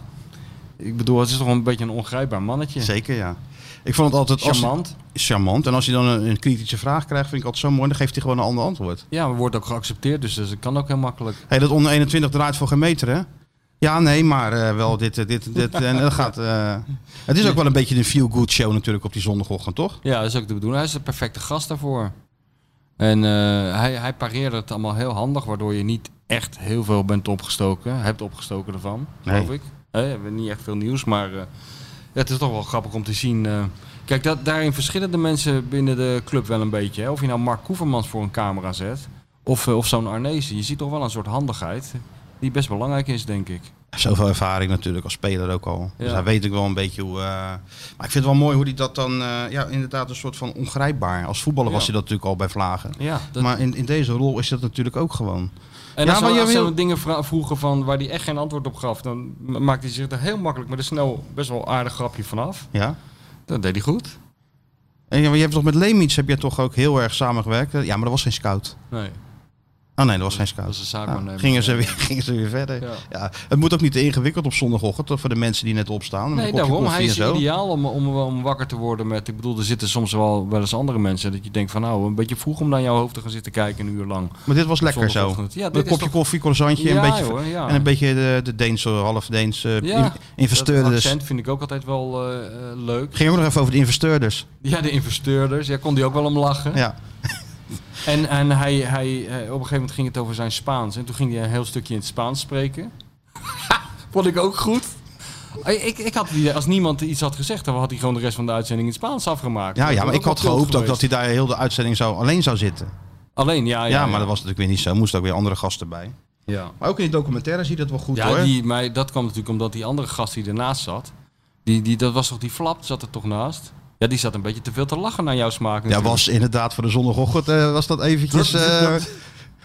[SPEAKER 3] ik bedoel, het is toch een beetje een ongrijpbaar mannetje.
[SPEAKER 2] Zeker, ja. Ik vond het altijd als-
[SPEAKER 3] Charmant.
[SPEAKER 2] charmant. En als hij dan een, een kritische vraag krijgt, vind ik altijd zo mooi. Dan geeft hij gewoon een ander antwoord.
[SPEAKER 3] Ja, maar wordt ook geaccepteerd, dus dat kan ook heel makkelijk.
[SPEAKER 2] Hé, dat onder 21 draait voor geen meter, hè? Ja, nee, maar eh, wel dit, eh, dit, dit. En dat gaat. eh, Het is ook wel een beetje een feel-good show natuurlijk op die zondagochtend, toch?
[SPEAKER 3] Ja, dat is ook de bedoeling. Hij is de perfecte gast daarvoor. En eh, hij, hij pareerde het allemaal heel handig, waardoor je niet echt heel veel bent opgestoken. Hebt opgestoken ervan,
[SPEAKER 2] Nee.
[SPEAKER 3] geloof ik. Eh, we hebben niet echt veel nieuws, maar eh, het is toch wel grappig om te zien. eh. kijk, dat, daarin verschillen de mensen binnen de club wel een beetje. Hè. Of je nou Mark Koevermans voor een camera zet, of, eh, of zo'n Arnezen. Je ziet toch wel een soort handigheid, die best belangrijk is, denk ik.
[SPEAKER 2] Zoveel ervaring natuurlijk als speler ook al. Dus
[SPEAKER 3] Ja.
[SPEAKER 2] daar weet ik wel een beetje hoe. eh, Maar ik vind het wel mooi hoe hij dat dan. eh, ja, inderdaad, een soort van ongrijpbaar. Als voetballer was
[SPEAKER 3] Ja.
[SPEAKER 2] hij dat natuurlijk al bij Vlagen.
[SPEAKER 3] Ja, dat,
[SPEAKER 2] Maar in, in deze rol is dat natuurlijk ook gewoon.
[SPEAKER 3] En
[SPEAKER 2] Ja,
[SPEAKER 3] als
[SPEAKER 2] maar
[SPEAKER 3] we
[SPEAKER 2] je
[SPEAKER 3] als
[SPEAKER 2] wil-
[SPEAKER 3] we dingen vra- vroegen van waar hij echt geen antwoord op gaf, dan ma- maakte hij zich er heel makkelijk met een snel best wel aardig grapje vanaf.
[SPEAKER 2] Ja.
[SPEAKER 3] Dat deed hij goed.
[SPEAKER 2] En ja, maar je hebt toch met Lemits heb je toch ook heel erg samengewerkt? Ja, maar dat was geen scout.
[SPEAKER 3] Nee,
[SPEAKER 2] Oh nee, dat was geen
[SPEAKER 3] dat
[SPEAKER 2] scout.
[SPEAKER 3] is een zaak.
[SPEAKER 2] Nou,
[SPEAKER 3] maar nee,
[SPEAKER 2] gingen,
[SPEAKER 3] maar-
[SPEAKER 2] ze weer, gingen ze weer verder.
[SPEAKER 3] Ja.
[SPEAKER 2] Ja, het moet ook niet te ingewikkeld op zondagochtend toch, voor de mensen die net opstaan. Met
[SPEAKER 3] Nee,
[SPEAKER 2] een kopje
[SPEAKER 3] daarom.
[SPEAKER 2] koffie
[SPEAKER 3] Hij
[SPEAKER 2] en
[SPEAKER 3] is
[SPEAKER 2] zo.
[SPEAKER 3] ideaal om, om, om wakker te worden met... Ik bedoel, er zitten soms wel, wel eens andere mensen... dat je denkt van nou, een beetje vroeg om naar jouw hoofd te gaan zitten kijken een uur lang.
[SPEAKER 2] Maar dit was lekker zo.
[SPEAKER 3] Zondagochtend. Ja,
[SPEAKER 2] Met
[SPEAKER 3] dit
[SPEAKER 2] een
[SPEAKER 3] is
[SPEAKER 2] kopje
[SPEAKER 3] toch-
[SPEAKER 2] koffie, croissantje en
[SPEAKER 3] Ja,
[SPEAKER 2] een beetje,
[SPEAKER 3] hoor, ja.
[SPEAKER 2] en een beetje de, de Deense, half Deense
[SPEAKER 3] Ja,
[SPEAKER 2] in- investeerders.
[SPEAKER 3] Dat accent vind ik ook altijd wel eh, eh, leuk.
[SPEAKER 2] Ging ook nog even over de investeerders.
[SPEAKER 3] Ja, de investeerders. Ja, kon die ook wel om lachen.
[SPEAKER 2] Ja.
[SPEAKER 3] En, en hij, hij, eh, op een gegeven moment ging het over zijn Spaans. En toen ging hij een heel stukje in het Spaans spreken. Vond ik ook goed. Ik, ik, ik had het idee, als niemand iets had gezegd, dan had hij gewoon de rest van de uitzending in het Spaans afgemaakt.
[SPEAKER 2] Ja,
[SPEAKER 3] Dat
[SPEAKER 2] ja,
[SPEAKER 3] was
[SPEAKER 2] maar ik had
[SPEAKER 3] wel
[SPEAKER 2] gehoopt
[SPEAKER 3] cult
[SPEAKER 2] ook dat hij daar heel de uitzending zou, alleen zou zitten.
[SPEAKER 3] geweest. Alleen, ja.
[SPEAKER 2] Ja,
[SPEAKER 3] Ja,
[SPEAKER 2] maar dat was natuurlijk weer niet zo. Er moesten ook weer andere gasten bij.
[SPEAKER 3] Ja,
[SPEAKER 2] Maar ook in die documentaire zie je dat wel goed
[SPEAKER 3] ja
[SPEAKER 2] hoor.
[SPEAKER 3] die, maar dat kwam natuurlijk omdat die andere gast die ernaast zat, die, die, dat was toch die flap, zat er toch naast? Ja, die zat een beetje te veel te lachen naar jouw smaak.
[SPEAKER 2] Ja,
[SPEAKER 3] natuurlijk.
[SPEAKER 2] was inderdaad voor de zondagochtend eh, was dat eventjes... eh,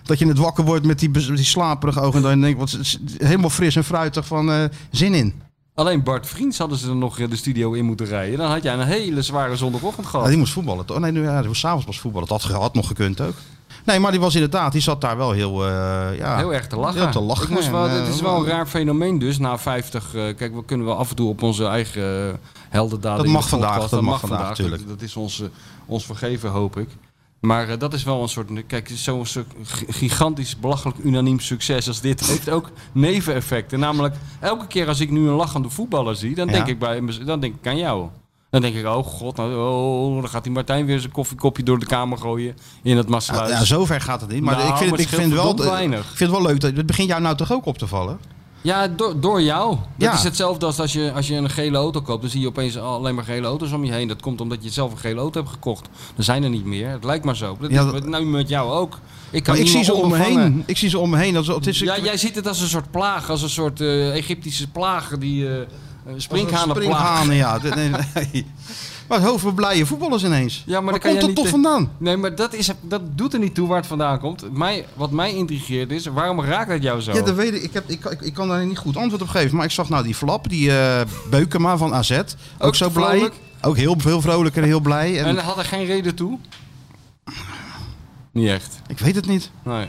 [SPEAKER 2] dat, je net wakker wordt met die, bez- die slaperige ogen en dan denk je, wat, is- is helemaal fris en fruitig van eh, zin in.
[SPEAKER 3] Alleen Bart Vriends hadden ze er nog eh, de studio in moeten rijden. Dan had jij een hele zware zondagochtend
[SPEAKER 2] Ja,
[SPEAKER 3] gehad.
[SPEAKER 2] die moest voetballen toch? Nee, nu, ja, die moest s'avonds pas voetballen. Dat had, had nog gekund ook. Nee, maar die was inderdaad, die zat daar wel heel... eh, ja,
[SPEAKER 3] Heel erg te lachen.
[SPEAKER 2] Heel te lachen.
[SPEAKER 3] Ik moest wel,
[SPEAKER 2] En, eh,
[SPEAKER 3] het is wel een raar fenomeen dus, na 50. eh, kijk, we kunnen wel af en toe op onze eigen eh, heldendaden...
[SPEAKER 2] Dat
[SPEAKER 3] in de
[SPEAKER 2] mag vandaag,
[SPEAKER 3] podcast.
[SPEAKER 2] dat mag vandaag, tuurlijk.
[SPEAKER 3] Dat, dat is ons, eh, ons vergeven, hoop ik. Maar eh, dat is wel een soort... Kijk, zo'n soort gi- gigantisch, belachelijk, unaniem succes als dit... heeft ook neveneffecten. Namelijk, elke keer als ik nu een lachende voetballer zie... dan, denk,
[SPEAKER 2] Ja.
[SPEAKER 3] ik, bij, mez- dan denk ik aan jou. Dan denk ik, oh god, nou, oh, dan gaat die Martijn weer zijn koffiekopje door de kamer gooien... in het
[SPEAKER 2] Ja,
[SPEAKER 3] massluis.
[SPEAKER 2] ja, zover gaat het niet. Maar
[SPEAKER 3] Nou,
[SPEAKER 2] ik vind,
[SPEAKER 3] maar
[SPEAKER 2] het, ik
[SPEAKER 3] het
[SPEAKER 2] vind
[SPEAKER 3] scheelt
[SPEAKER 2] wel,
[SPEAKER 3] verdomd
[SPEAKER 2] ik
[SPEAKER 3] weinig.
[SPEAKER 2] vind het wel leuk. Dat, het begint jou nou toch ook op te vallen?
[SPEAKER 3] Ja, door, door jou. Dat
[SPEAKER 2] Ja.
[SPEAKER 3] is hetzelfde als als je, als je een gele auto koopt. Dan zie je opeens alleen maar gele auto's om je heen. Dat komt omdat je zelf een gele auto hebt gekocht. Er zijn er niet meer. Het lijkt maar zo. Dat
[SPEAKER 2] Ja,
[SPEAKER 3] is
[SPEAKER 2] dat-
[SPEAKER 3] nou met jou ook. Ik, kan
[SPEAKER 2] Maar ik zie
[SPEAKER 3] niemand
[SPEAKER 2] ze om me
[SPEAKER 3] ondervangen.
[SPEAKER 2] heen. Dus Ik zie ze om me heen. Dat is, het is,
[SPEAKER 3] Ja, jij ziet het als een soort plaag. Als een soort eh, Egyptische plaag. Die eh, eh, sprinkhanenplaag.
[SPEAKER 2] Sprinkhanen, ja. Nee, nee, nee. Maar het hoofd van blije voetballers ineens.
[SPEAKER 3] Ja,
[SPEAKER 2] Waar
[SPEAKER 3] maar dan kan
[SPEAKER 2] komt
[SPEAKER 3] jij
[SPEAKER 2] dat
[SPEAKER 3] niet
[SPEAKER 2] toch
[SPEAKER 3] te-
[SPEAKER 2] vandaan?
[SPEAKER 3] Nee, maar dat, is, dat doet er niet toe waar het vandaan komt. Mij, wat mij intrigeert is, waarom raakt dat jou zo?
[SPEAKER 2] Ja, dat weet ik. Ik, heb, ik, kan- ik, ik kan daar niet goed antwoord op geven. Maar ik zag nou die flap, die eh Beukema van AZ. Ook,
[SPEAKER 3] Ook
[SPEAKER 2] zo blij.
[SPEAKER 3] vrolijk.
[SPEAKER 2] Ook heel veel vrolijker en heel blij. En,
[SPEAKER 3] En had er geen reden toe? Niet echt.
[SPEAKER 2] ik weet het niet.
[SPEAKER 3] Nee.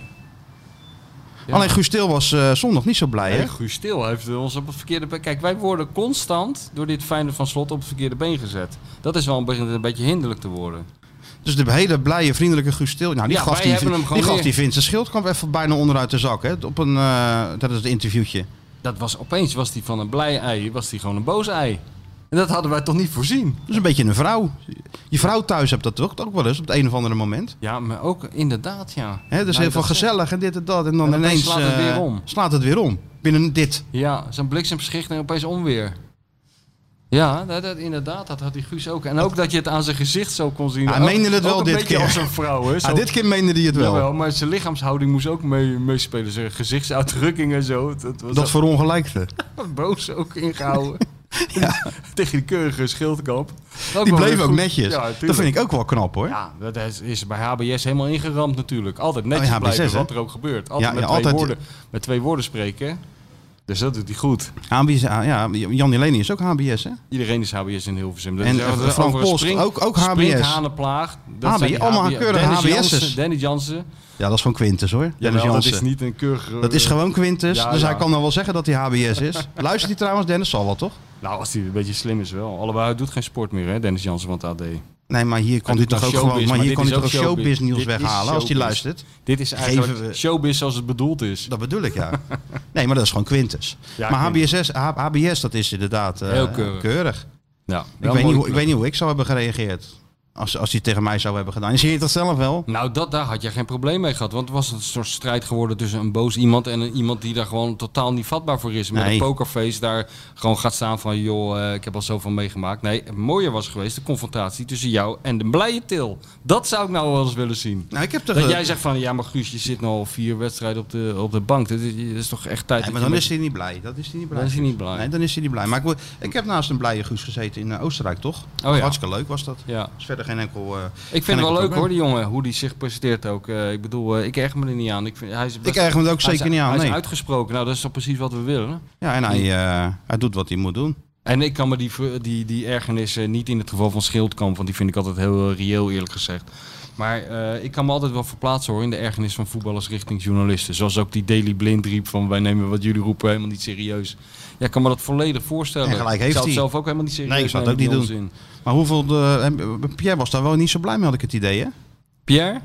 [SPEAKER 3] Ja.
[SPEAKER 2] Alleen Gustil was eh, zondag niet zo blij, hè?
[SPEAKER 3] Hey, Guus Stil heeft ons op het verkeerde been. Kijk, wij worden constant door dit fijne van slot op het verkeerde been gezet. Dat is wel een, begint een beetje hinderlijk te worden.
[SPEAKER 2] Dus de hele blije, vriendelijke Gustil. Nou, die
[SPEAKER 3] Ja,
[SPEAKER 2] gast
[SPEAKER 3] wij
[SPEAKER 2] die,
[SPEAKER 3] hebben hem
[SPEAKER 2] die,
[SPEAKER 3] gewoon
[SPEAKER 2] gast
[SPEAKER 3] weer.
[SPEAKER 2] die Vincent Schildkamp even bijna onderuit de zak, hè? Op een, eh, dat is het interviewtje.
[SPEAKER 3] Dat was opeens was die van een blij ei, was die gewoon een boos ei. En dat hadden wij toch niet voorzien.
[SPEAKER 2] Dat is een beetje een vrouw. Je vrouw thuis hebt dat toch ook wel eens op het een of andere moment.
[SPEAKER 3] Ja, maar ook inderdaad, ja.
[SPEAKER 2] Hè, dus
[SPEAKER 3] Nou,
[SPEAKER 2] heel veel
[SPEAKER 3] dat-
[SPEAKER 2] gezellig en dit en dat. En dan
[SPEAKER 3] En opeens
[SPEAKER 2] ineens
[SPEAKER 3] slaat het
[SPEAKER 2] eh,
[SPEAKER 3] weer om.
[SPEAKER 2] slaat het weer om. Binnen dit.
[SPEAKER 3] Ja, zo'n bliksemschicht en opeens onweer. Ja, dat, dat- inderdaad, dat had die Guus ook. En ook dat je het aan zijn gezicht zo kon zien.
[SPEAKER 2] Hij
[SPEAKER 3] Ook-
[SPEAKER 2] meende het wel
[SPEAKER 3] ook een
[SPEAKER 2] dit
[SPEAKER 3] beetje
[SPEAKER 2] keer.
[SPEAKER 3] als een vrouw, hè. Zo-
[SPEAKER 2] Ah, dit keer meende hij het wel.
[SPEAKER 3] Jawel, maar zijn lichaamshouding moest ook mee- meespelen. zijn gezichtsuitdrukking en zo. Het, het was
[SPEAKER 2] Dat verongelijkte.
[SPEAKER 3] boos ook ingehouden. Tegen die keurige schildkamp.
[SPEAKER 2] Die bleef ook netjes.
[SPEAKER 3] Ja,
[SPEAKER 2] dat vind ik ook wel knap hoor. Ja,
[SPEAKER 3] Ja, dat is, is bij HBS helemaal ingeramd natuurlijk. Altijd netjes
[SPEAKER 2] Oh ja, HBS,
[SPEAKER 3] blijven,
[SPEAKER 2] hè?
[SPEAKER 3] wat er ook gebeurt. Altijd,
[SPEAKER 2] Ja,
[SPEAKER 3] met,
[SPEAKER 2] ja,
[SPEAKER 3] twee
[SPEAKER 2] altijd.
[SPEAKER 3] Woorden, met twee woorden spreken. hè. Dus dat doet hij goed.
[SPEAKER 2] HBS, ah, ja Jan Jeleni is ook HBS hè?
[SPEAKER 3] Iedereen is HBS in Hilversum.
[SPEAKER 2] En,
[SPEAKER 3] is
[SPEAKER 2] eh,
[SPEAKER 3] over-
[SPEAKER 2] Frank
[SPEAKER 3] over een
[SPEAKER 2] Post, ook- ook HBS.
[SPEAKER 3] sprinkhanenplaag. Dat
[SPEAKER 2] HBS,
[SPEAKER 3] zijn die
[SPEAKER 2] allemaal keurige
[SPEAKER 3] Dennis
[SPEAKER 2] HBS'ers.
[SPEAKER 3] Jansen, Dennis Jansen.
[SPEAKER 2] Ja, dat is gewoon Quintus hoor. Dennis
[SPEAKER 3] Jawel, dat
[SPEAKER 2] Jansen.
[SPEAKER 3] is niet een keurige...
[SPEAKER 2] gewoon Quintus.
[SPEAKER 3] Ja,
[SPEAKER 2] dus
[SPEAKER 3] ja.
[SPEAKER 2] hij kan dan wel zeggen dat hij HBS is. Luistert hij trouwens Dennis? Zal wel toch?
[SPEAKER 3] Nou, als hij een beetje slim is wel. Alhoewel, hij doet geen sport meer hè, Dennis Jansen van het AD.
[SPEAKER 2] Nee, maar hier kan hij
[SPEAKER 3] doet
[SPEAKER 2] toch ook
[SPEAKER 3] dan
[SPEAKER 2] gewoon.
[SPEAKER 3] showbiz,
[SPEAKER 2] Maar
[SPEAKER 3] maar
[SPEAKER 2] hier
[SPEAKER 3] dit
[SPEAKER 2] kan hij
[SPEAKER 3] is
[SPEAKER 2] toch ook
[SPEAKER 3] ook showbiz.
[SPEAKER 2] showbiznieuws
[SPEAKER 3] Dit is
[SPEAKER 2] weghalen als hij
[SPEAKER 3] showbiz.
[SPEAKER 2] luistert.
[SPEAKER 3] Dit is eigenlijk
[SPEAKER 2] Geven we-
[SPEAKER 3] showbiz zoals het bedoeld is.
[SPEAKER 2] Dat bedoel ik ja. Nee, maar dat is gewoon Quintus.
[SPEAKER 3] Ja,
[SPEAKER 2] maar
[SPEAKER 3] Quintus.
[SPEAKER 2] HBSS, H- HBS, dat is inderdaad eh,
[SPEAKER 3] Heel
[SPEAKER 2] keurig.
[SPEAKER 3] keurig. Ja,
[SPEAKER 2] Ik, weet niet, hoe- ik weet niet hoe ik zou hebben gereageerd. Als, als hij het tegen mij zou hebben gedaan. En zie je dat zelf wel?
[SPEAKER 3] Nou, dat, daar had je geen probleem mee gehad. Want het was een soort strijd geworden tussen een boos iemand en een, iemand die daar gewoon totaal niet vatbaar voor is. Met
[SPEAKER 2] Nee.
[SPEAKER 3] een pokerface daar gewoon gaat staan van, joh, eh, ik heb al zoveel meegemaakt. Nee, mooier was geweest de confrontatie tussen jou en de blije Til. Dat zou ik nou wel eens willen zien.
[SPEAKER 2] Nou, ik heb toch.
[SPEAKER 3] Dat
[SPEAKER 2] eh,
[SPEAKER 3] jij zegt van, ja maar Guus, je zit nu al vier wedstrijden op de, op de bank. Dat is, dat is toch echt tijd.
[SPEAKER 2] Nee, maar
[SPEAKER 3] dat je
[SPEAKER 2] dan
[SPEAKER 3] met-
[SPEAKER 2] is hij niet blij. Dat is hij niet blij.
[SPEAKER 3] Dan is hij niet blij.
[SPEAKER 2] Nee, dan is hij niet blij. Maar ik, wo- ik heb naast een blije Guus gezeten in eh, Oostenrijk, toch?
[SPEAKER 3] Oh, ja.
[SPEAKER 2] Hartstikke leuk was dat.
[SPEAKER 3] Ja.
[SPEAKER 2] Is verder geen enkel. eh,
[SPEAKER 3] Ik
[SPEAKER 2] geen
[SPEAKER 3] vind het
[SPEAKER 2] enkel
[SPEAKER 3] wel leuk
[SPEAKER 2] probleem.
[SPEAKER 3] hoor, die jongen, hoe die zich presenteert ook. Eh, ik bedoel, eh, ik erg me er niet aan. Ik, vind, hij is best-
[SPEAKER 2] Ik erg me er ook
[SPEAKER 3] hij is-
[SPEAKER 2] zeker niet aan.
[SPEAKER 3] Nou, Hij is
[SPEAKER 2] Nee.
[SPEAKER 3] uitgesproken, nou dat is toch precies wat we willen.
[SPEAKER 2] Ja, en hij, eh, hij doet wat hij moet doen.
[SPEAKER 3] En ik kan me die, ver- die, die ergernis eh, niet in het geval van Schildkamp, want die vind ik altijd heel eh, reëel eerlijk gezegd. Maar eh, ik kan me altijd wel verplaatsen hoor in de ergernis van voetballers richting journalisten. Zoals ook die Daily Blind riep van wij nemen wat jullie roepen helemaal niet serieus. Ja, ik kan me dat volledig voorstellen.
[SPEAKER 2] En gelijk heeft
[SPEAKER 3] ik zou het
[SPEAKER 2] hij.
[SPEAKER 3] zelf ook helemaal niet serieus
[SPEAKER 2] Nee, ik zou het
[SPEAKER 3] nemen,
[SPEAKER 2] ook niet
[SPEAKER 3] die onzin.
[SPEAKER 2] Maar hoeveel. De, en eh, Pierre was daar wel niet zo blij mee, had ik het idee. Hè?
[SPEAKER 3] Pierre?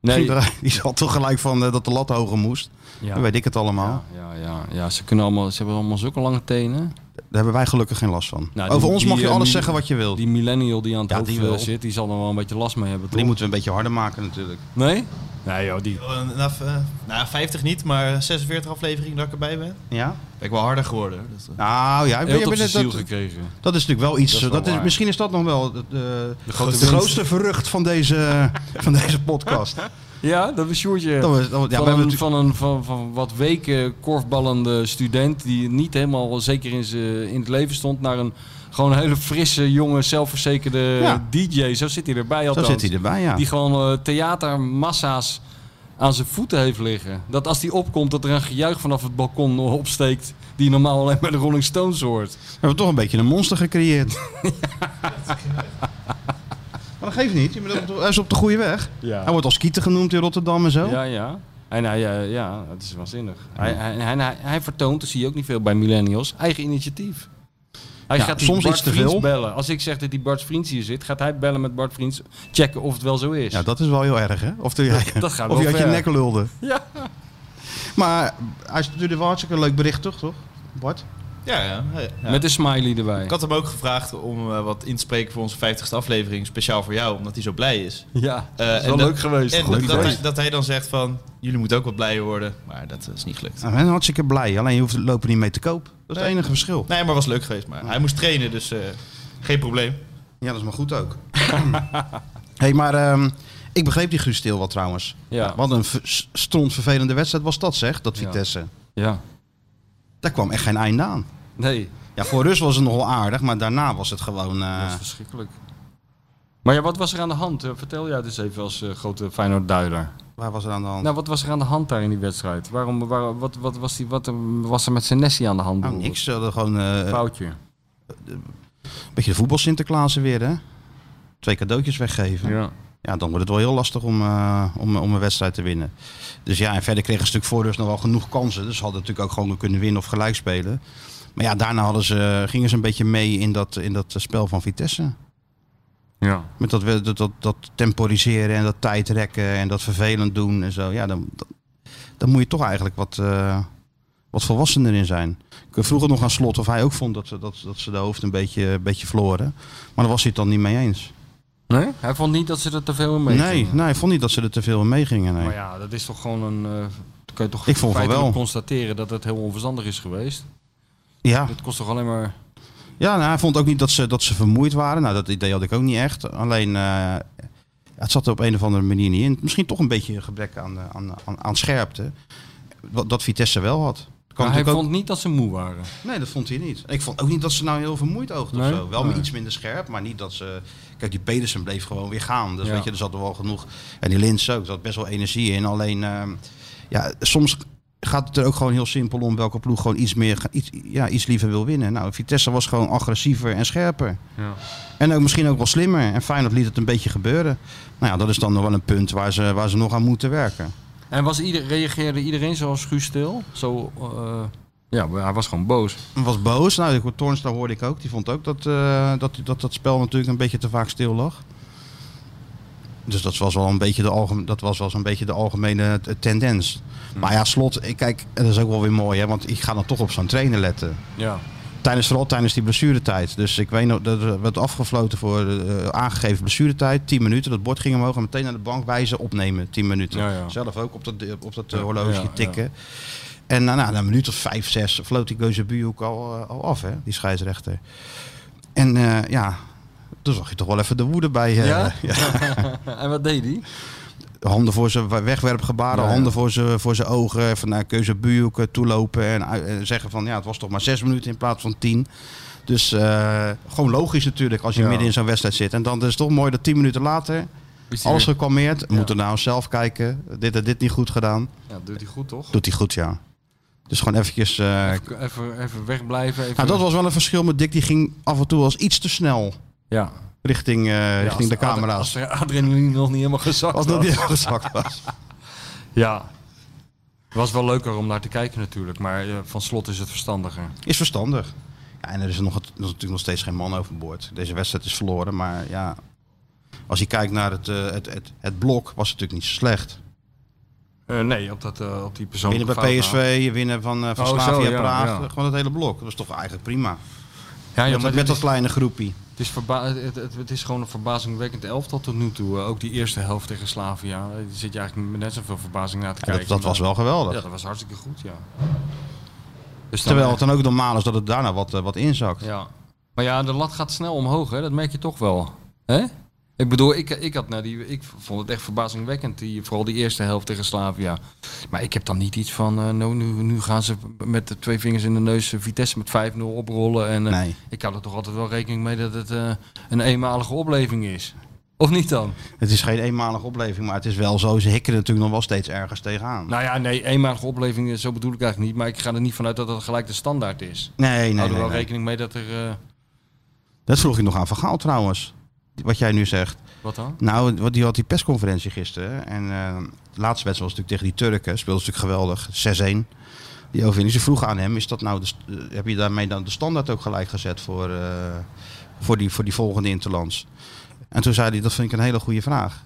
[SPEAKER 3] Nee.
[SPEAKER 2] Die- Die zat toch gelijk van eh, dat de lat hoger moest.
[SPEAKER 3] Ja.
[SPEAKER 2] Dan weet ik het allemaal.
[SPEAKER 3] Ja, ja, ja, ja, ze, kunnen allemaal, ze hebben allemaal zulke lange tenen.
[SPEAKER 2] Daar hebben wij gelukkig geen last van.
[SPEAKER 3] Nou, die-
[SPEAKER 2] Over ons
[SPEAKER 3] die,
[SPEAKER 2] mag je
[SPEAKER 3] eh,
[SPEAKER 2] alles
[SPEAKER 3] die-
[SPEAKER 2] zeggen wat je wilt. Die,
[SPEAKER 3] Die millennial die aan het
[SPEAKER 2] Ja,
[SPEAKER 3] hoofd
[SPEAKER 2] die
[SPEAKER 3] eh,
[SPEAKER 2] wel.
[SPEAKER 3] zit, die zal er wel een beetje last mee hebben. toch?
[SPEAKER 2] moeten we een beetje harder maken, natuurlijk.
[SPEAKER 3] Nee? Nee joh, die...
[SPEAKER 4] Eh, Na, eh, nou, 50 niet, maar 46 afleveringen dat ik erbij ben.
[SPEAKER 2] Ja?
[SPEAKER 4] Ben ik wel harder geworden. Dus, eh,
[SPEAKER 2] Nou ja,
[SPEAKER 3] Heel
[SPEAKER 2] je
[SPEAKER 3] op
[SPEAKER 2] bent
[SPEAKER 3] zijn
[SPEAKER 2] het- dat,
[SPEAKER 3] ziel gekregen.
[SPEAKER 2] dat is natuurlijk wel iets.
[SPEAKER 3] Dat
[SPEAKER 2] Dat
[SPEAKER 3] is
[SPEAKER 2] is
[SPEAKER 3] wel waar.
[SPEAKER 2] misschien is dat nog wel de, de,
[SPEAKER 3] De
[SPEAKER 2] de
[SPEAKER 3] grote
[SPEAKER 2] grootste,
[SPEAKER 3] winst.
[SPEAKER 2] verrucht van deze, eh, van deze podcast. Dat
[SPEAKER 3] Ja, dat was Sjoerdje.
[SPEAKER 2] we, dat we- ja, we
[SPEAKER 3] van,
[SPEAKER 2] hebben
[SPEAKER 3] een,
[SPEAKER 2] natuurlijk-
[SPEAKER 3] van, een, van, van wat weken korfballende student die niet helemaal zeker in, z'n- in het leven stond, naar een gewoon een hele frisse, jonge, zelfverzekerde
[SPEAKER 2] Ja.
[SPEAKER 3] DJ. Zo zit hij erbij
[SPEAKER 2] zo
[SPEAKER 3] althans.
[SPEAKER 2] zit hij erbij, ja.
[SPEAKER 3] Die gewoon eh, theatermassa's aan zijn voeten heeft liggen. Dat als die opkomt, dat er een gejuich vanaf het balkon opsteekt die je normaal alleen bij de Rolling Stones hoort.
[SPEAKER 2] We hebben toch een beetje een monster gecreëerd. Maar dat geeft niet. je bent op de- Hij is op de goede weg. Hij wordt als Kieter genoemd in Rotterdam en zo.
[SPEAKER 3] Ja, ja. En hij, eh, ja, het is waanzinnig. Hij, hij, hij, hij- hij vertoont, dat zie je ook niet veel bij millennials, eigen initiatief. Hij
[SPEAKER 2] Ja,
[SPEAKER 3] gaat die
[SPEAKER 2] soms
[SPEAKER 3] Bart
[SPEAKER 2] iets te
[SPEAKER 3] Vriends
[SPEAKER 2] veel.
[SPEAKER 3] bellen. Als ik zeg dat die Bart Vriends hier zit, gaat hij bellen met Bart Vriends, checken of het wel zo is.
[SPEAKER 2] Ja, dat is wel heel erg, hè? Of, die-
[SPEAKER 3] dat gaat
[SPEAKER 2] of
[SPEAKER 3] wel
[SPEAKER 2] je uit je
[SPEAKER 3] ver.
[SPEAKER 2] nek lulde.
[SPEAKER 3] Ja.
[SPEAKER 2] Maar hij is natuurlijk wel hartstikke leuk bericht, toch? toch? Bart?
[SPEAKER 4] Ja, ja. ja.
[SPEAKER 3] Met een smiley erbij.
[SPEAKER 4] Ik had hem ook gevraagd om eh, wat in te spreken voor onze 50ste aflevering. Speciaal voor jou, omdat hij zo blij is.
[SPEAKER 3] Ja,
[SPEAKER 4] Eh,
[SPEAKER 3] dat is wel
[SPEAKER 4] en dat-
[SPEAKER 3] leuk geweest.
[SPEAKER 4] En
[SPEAKER 3] Leuk
[SPEAKER 4] dat, dat,
[SPEAKER 3] geweest.
[SPEAKER 4] hij, dat hij dan zegt van, jullie moeten ook wat blijer worden. Maar dat is niet gelukt.
[SPEAKER 2] Nou, we zijn hartstikke blij. Alleen je hoeft het lopen niet mee te koop. Dat is
[SPEAKER 4] Nee.
[SPEAKER 2] het enige verschil.
[SPEAKER 4] Nee, maar was leuk geweest. Maar hij moest trainen, dus eh, geen probleem.
[SPEAKER 2] Ja, dat is maar goed ook.
[SPEAKER 4] Hmm.
[SPEAKER 2] hey, maar ehm, ik begreep die Guus Stil wel trouwens.
[SPEAKER 3] Ja.
[SPEAKER 2] Wat een stront vervelende wedstrijd was dat zeg, dat
[SPEAKER 3] Ja.
[SPEAKER 2] Vitesse.
[SPEAKER 3] Ja.
[SPEAKER 2] Daar kwam echt geen einde aan.
[SPEAKER 3] Nee,
[SPEAKER 2] Ja, voor Rus was het nog wel aardig, maar daarna was het gewoon... eh,
[SPEAKER 3] dat is verschrikkelijk. Maar ja, wat was er aan de hand? Eh, Vertel jij dus even als eh, grote Feyenoord-duider.
[SPEAKER 2] waar was er aan de hand?
[SPEAKER 3] Nou, wat was er aan de hand daar in die wedstrijd? Waarom, waar, wat, wat, was die, wat eh, was er met Senesi aan de hand?
[SPEAKER 2] Nou, niks. Ze hadden gewoon eh,
[SPEAKER 3] Foutje.
[SPEAKER 2] een beetje de voetbal Sinterklaas weer, hè? Twee cadeautjes weggeven. Ja.
[SPEAKER 3] Ja.
[SPEAKER 2] dan wordt het wel heel lastig om, eh, om, om een wedstrijd te winnen. Dus ja, en verder kreeg een stuk voor Rus nog wel genoeg kansen. Dus ze hadden natuurlijk ook gewoon kunnen winnen of gelijk spelen. Maar ja, daarna hadden ze, gingen ze een beetje mee in dat, in dat eh, spel van Vitesse.
[SPEAKER 3] ja.
[SPEAKER 2] Met dat, we- dat, dat, dat temporiseren en dat tijdrekken en dat vervelend doen en zo. Ja, dan, dan, dan moet je toch eigenlijk wat, eh, wat volwassener in zijn. Ik vroeg het nog aan Slot of hij ook vond dat ze, dat, dat ze de hoofd een beetje, een beetje verloren. Maar daar was hij het dan niet mee eens.
[SPEAKER 3] Nee? Hij vond niet dat ze er te veel mee
[SPEAKER 2] Nee,
[SPEAKER 3] gingen.
[SPEAKER 2] nee, hij vond niet dat ze er te veel in meegingen. Nee.
[SPEAKER 3] Maar ja, dat is toch gewoon een... eh, dat kun je toch
[SPEAKER 2] Ik vond van
[SPEAKER 3] feitelijk
[SPEAKER 2] wel.
[SPEAKER 3] constateren dat het heel onverstandig is geweest.
[SPEAKER 2] Ja,
[SPEAKER 3] Het kost toch alleen maar...
[SPEAKER 2] ja nou, hij vond ook niet dat ze, dat ze vermoeid waren. Nou, dat idee had ik ook niet echt. Alleen, eh, ja, het zat er op een of andere manier niet in. Misschien toch een beetje een gebrek aan, eh, aan, aan, aan scherpte. Wat dat Vitesse wel had. Dat
[SPEAKER 3] Maar hij
[SPEAKER 2] natuurlijk ook-
[SPEAKER 3] vond niet dat ze moe waren.
[SPEAKER 2] Nee, dat vond hij niet. Ik vond ook niet dat ze nou heel vermoeid oogden
[SPEAKER 3] Nee?
[SPEAKER 2] of zo. Wel
[SPEAKER 3] Nee.
[SPEAKER 2] iets minder scherp, maar niet dat ze... Kijk, die Pedersen bleef gewoon weer gaan. Dus
[SPEAKER 3] Ja.
[SPEAKER 2] weet je, er zat er wel genoeg... En die Lins ook, er zat best wel energie in. Alleen, ehm, ja, soms gaat het er ook gewoon heel simpel om... welke ploeg gewoon iets meer, iets, ja, iets liever wil winnen. Nou, Vitesse was gewoon agressiever en scherper.
[SPEAKER 3] Ja.
[SPEAKER 2] En ook misschien ook wel slimmer. En Feyenoord liet het een beetje gebeuren. Nou ja, dat is dan nog wel een punt waar ze, waar ze nog aan moeten werken.
[SPEAKER 3] En was ieder, reageerde iedereen zoals Guus Stil? Zo, eh, ja, maar hij was gewoon boos.
[SPEAKER 2] was boos. Nou, ik- Toornstra hoorde ik ook. Die vond ook dat, eh, dat, dat dat spel natuurlijk een beetje te vaak stil lag. Dus dat was wel een beetje de, algemeen, dat was wel zo'n beetje de algemene t- tendens. Maar ja, slot, ik kijk, dat is ook wel weer mooi, hè, want ik ga dan toch op zo'n trainer letten.
[SPEAKER 3] Ja.
[SPEAKER 2] Tijdens, vooral tijdens die blessuretijd. Dus ik weet nog, dat er werd afgefloten voor eh, aangegeven blessuretijd. 10 minuten, dat bord ging omhoog en meteen naar de bank wijzen, opnemen. 10 minuten.
[SPEAKER 3] Ja, ja.
[SPEAKER 2] Zelf ook op dat, op dat eh,
[SPEAKER 3] Ja,
[SPEAKER 2] horloge
[SPEAKER 3] ja, ja.
[SPEAKER 2] tikken. En nou, nou, na een minuut of vijf, zes floot die Geuzebu ook al, eh, al af, hè, die scheidsrechter. En eh, ja, toen zag je toch wel even de woede bij. eh,
[SPEAKER 3] Ja? en wat deed hij?
[SPEAKER 2] handen voor zijn wegwerpgebaren,
[SPEAKER 3] Ja, ja.
[SPEAKER 2] handen voor zijn, voor zijn ogen, van naar keuze buurken toelopen en, uit- en zeggen van ja, het was toch maar zes minuten in plaats van tien. Dus eh, gewoon logisch natuurlijk als je
[SPEAKER 3] Ja.
[SPEAKER 2] midden in zo'n wedstrijd zit. En dan is het toch mooi dat tien minuten later
[SPEAKER 3] Is hij
[SPEAKER 2] alles
[SPEAKER 3] weer-
[SPEAKER 2] gekalmeerd. We
[SPEAKER 3] Ja.
[SPEAKER 2] moeten nou zelf kijken. Dit en dit niet goed gedaan.
[SPEAKER 3] Ja, doet hij goed toch?
[SPEAKER 2] Doet hij goed, ja. Dus gewoon eventjes... eh,
[SPEAKER 3] Even, even, even wegblijven. Even...
[SPEAKER 2] nou, dat was wel een verschil met Dick. Die ging af en toe als iets te snel
[SPEAKER 3] Ja.
[SPEAKER 2] richting, eh,
[SPEAKER 3] Ja, als
[SPEAKER 2] richting de
[SPEAKER 3] adre-
[SPEAKER 2] camera's.
[SPEAKER 3] Als de adrenaline nog niet helemaal gezakt
[SPEAKER 2] Als
[SPEAKER 3] was.
[SPEAKER 2] dat niet gezakt was.
[SPEAKER 3] Ja. Was wel leuker om naar te kijken natuurlijk, maar eh, van slot is het verstandiger.
[SPEAKER 2] Is verstandig. Ja, en er is, nog, er is natuurlijk nog steeds geen man overboord. Deze wedstrijd is verloren, maar ja. Als je kijkt naar het, eh, het, het, het blok, was het natuurlijk niet zo slecht.
[SPEAKER 3] Eh, nee, op, dat, eh, op die persoon.
[SPEAKER 2] Winnen bij PSV, winnen van, eh, van
[SPEAKER 3] Oh, zo,
[SPEAKER 2] Slavia
[SPEAKER 3] ja,
[SPEAKER 2] Praag,
[SPEAKER 3] ja.
[SPEAKER 2] gewoon het hele blok. Dat is toch eigenlijk prima.
[SPEAKER 3] Ah, Ja, ja,
[SPEAKER 2] met,
[SPEAKER 3] maar
[SPEAKER 2] met
[SPEAKER 3] dit
[SPEAKER 2] dat
[SPEAKER 3] is,
[SPEAKER 2] kleine groepie.
[SPEAKER 3] het, is verba- het, het, het is gewoon een verbazingwekkend elftal tot nu toe. Eh, ook die eerste helft tegen Slavia. eh, Daar zit je eigenlijk met net zoveel verbazing naar te
[SPEAKER 2] Ja,
[SPEAKER 3] kijken.
[SPEAKER 2] dat, dat
[SPEAKER 3] maar-
[SPEAKER 2] was wel geweldig.
[SPEAKER 3] Ja, dat was hartstikke goed, ja. Dus dan-
[SPEAKER 2] Terwijl het dan ook normaal is dat het daarna wat, eh, wat inzakt.
[SPEAKER 3] Ja. Maar ja, de lat gaat snel omhoog, hè? dat merk je toch wel. Hè? Ik bedoel, ik, ik, had nou die, ik vond het echt verbazingwekkend, die, vooral die eerste helft tegen Slavia. Maar ik heb dan niet iets van, eh, nou, nu, nu gaan ze met de twee vingers in de neus eh, Vitesse met 5-0 oprollen. En, eh,
[SPEAKER 2] Nee,
[SPEAKER 3] Ik hou er toch altijd wel rekening mee dat het eh, een eenmalige opleving is. Of niet dan?
[SPEAKER 2] het is geen eenmalige opleving, maar het is wel zo. Ze hikken er natuurlijk nog wel steeds ergens tegenaan.
[SPEAKER 3] Nou ja, nee, eenmalige opleving, eh, zo bedoel ik eigenlijk niet. Maar ik ga er niet vanuit dat dat gelijk de standaard is. Ik
[SPEAKER 2] nee, nee,
[SPEAKER 3] hou er
[SPEAKER 2] nee,
[SPEAKER 3] wel
[SPEAKER 2] nee.
[SPEAKER 3] rekening mee dat er... eh,
[SPEAKER 2] Dat vroeg ik nog aan Van Gaal trouwens. Wat jij nu zegt.
[SPEAKER 3] wat dan?
[SPEAKER 2] Nou, wat- die had die persconferentie gisteren. En eh, de laatste wedstrijd was natuurlijk tegen die Turken. Speelde ze natuurlijk geweldig. 6-1. Die overwinning. Ze vroegen aan hem, is dat nou de, st- eh, heb je daarmee dan de standaard ook gelijk gezet voor, eh, voor, die, voor die volgende Interlands? En toen zei hij, dat vind ik een hele goede vraag.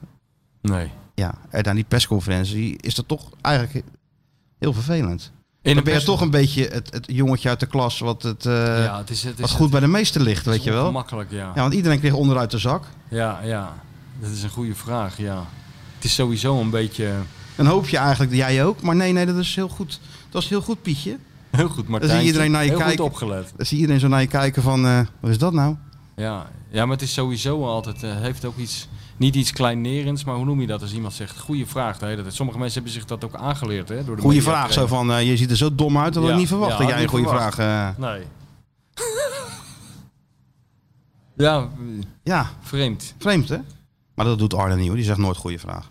[SPEAKER 3] Nee.
[SPEAKER 2] Ja, en aan die persconferentie is dat toch eigenlijk heel vervelend.
[SPEAKER 3] In
[SPEAKER 2] Dan ben je
[SPEAKER 3] pers-
[SPEAKER 2] toch een beetje het, het jongetje uit de klas wat, het, eh,
[SPEAKER 3] ja, het is, het is,
[SPEAKER 2] wat goed bij de meesten ligt, weet je wel.
[SPEAKER 3] Makkelijk, ja.
[SPEAKER 2] Ja, want iedereen kreeg onderuit de zak.
[SPEAKER 3] Ja, ja. Dat is een goede vraag, ja. Het is sowieso een beetje... eh,
[SPEAKER 2] Dan hoop je eigenlijk, jij ook. Maar nee, nee, dat is heel goed. Dat is heel goed, Pietje.
[SPEAKER 3] Heel goed, Martijn.
[SPEAKER 2] iedereen naar je
[SPEAKER 3] Heel
[SPEAKER 2] kijken.
[SPEAKER 3] goed opgelet.
[SPEAKER 2] Dan zie iedereen zo naar je kijken van, eh, wat is dat nou?
[SPEAKER 3] Ja. ja, maar het is sowieso altijd... eh, heeft ook iets... Niet iets kleinerends, maar hoe noem je dat als iemand zegt... Goeie vraag de hele tijd. Sommige mensen hebben zich dat ook aangeleerd, hè? Door de
[SPEAKER 2] Goeie
[SPEAKER 3] mediatraining.
[SPEAKER 2] vraag. Zo van, eh, je ziet er zo dom uit, dat had ik
[SPEAKER 3] Ja,
[SPEAKER 2] niet verwacht
[SPEAKER 3] ja,
[SPEAKER 2] dat
[SPEAKER 3] had
[SPEAKER 2] jij een
[SPEAKER 3] niet
[SPEAKER 2] goede
[SPEAKER 3] verwacht.
[SPEAKER 2] vraag... eh,
[SPEAKER 3] Nee. ja,
[SPEAKER 2] ja,
[SPEAKER 3] vreemd.
[SPEAKER 2] vreemd hè? Maar dat doet Arne niet hoor, die zegt nooit goede vraag.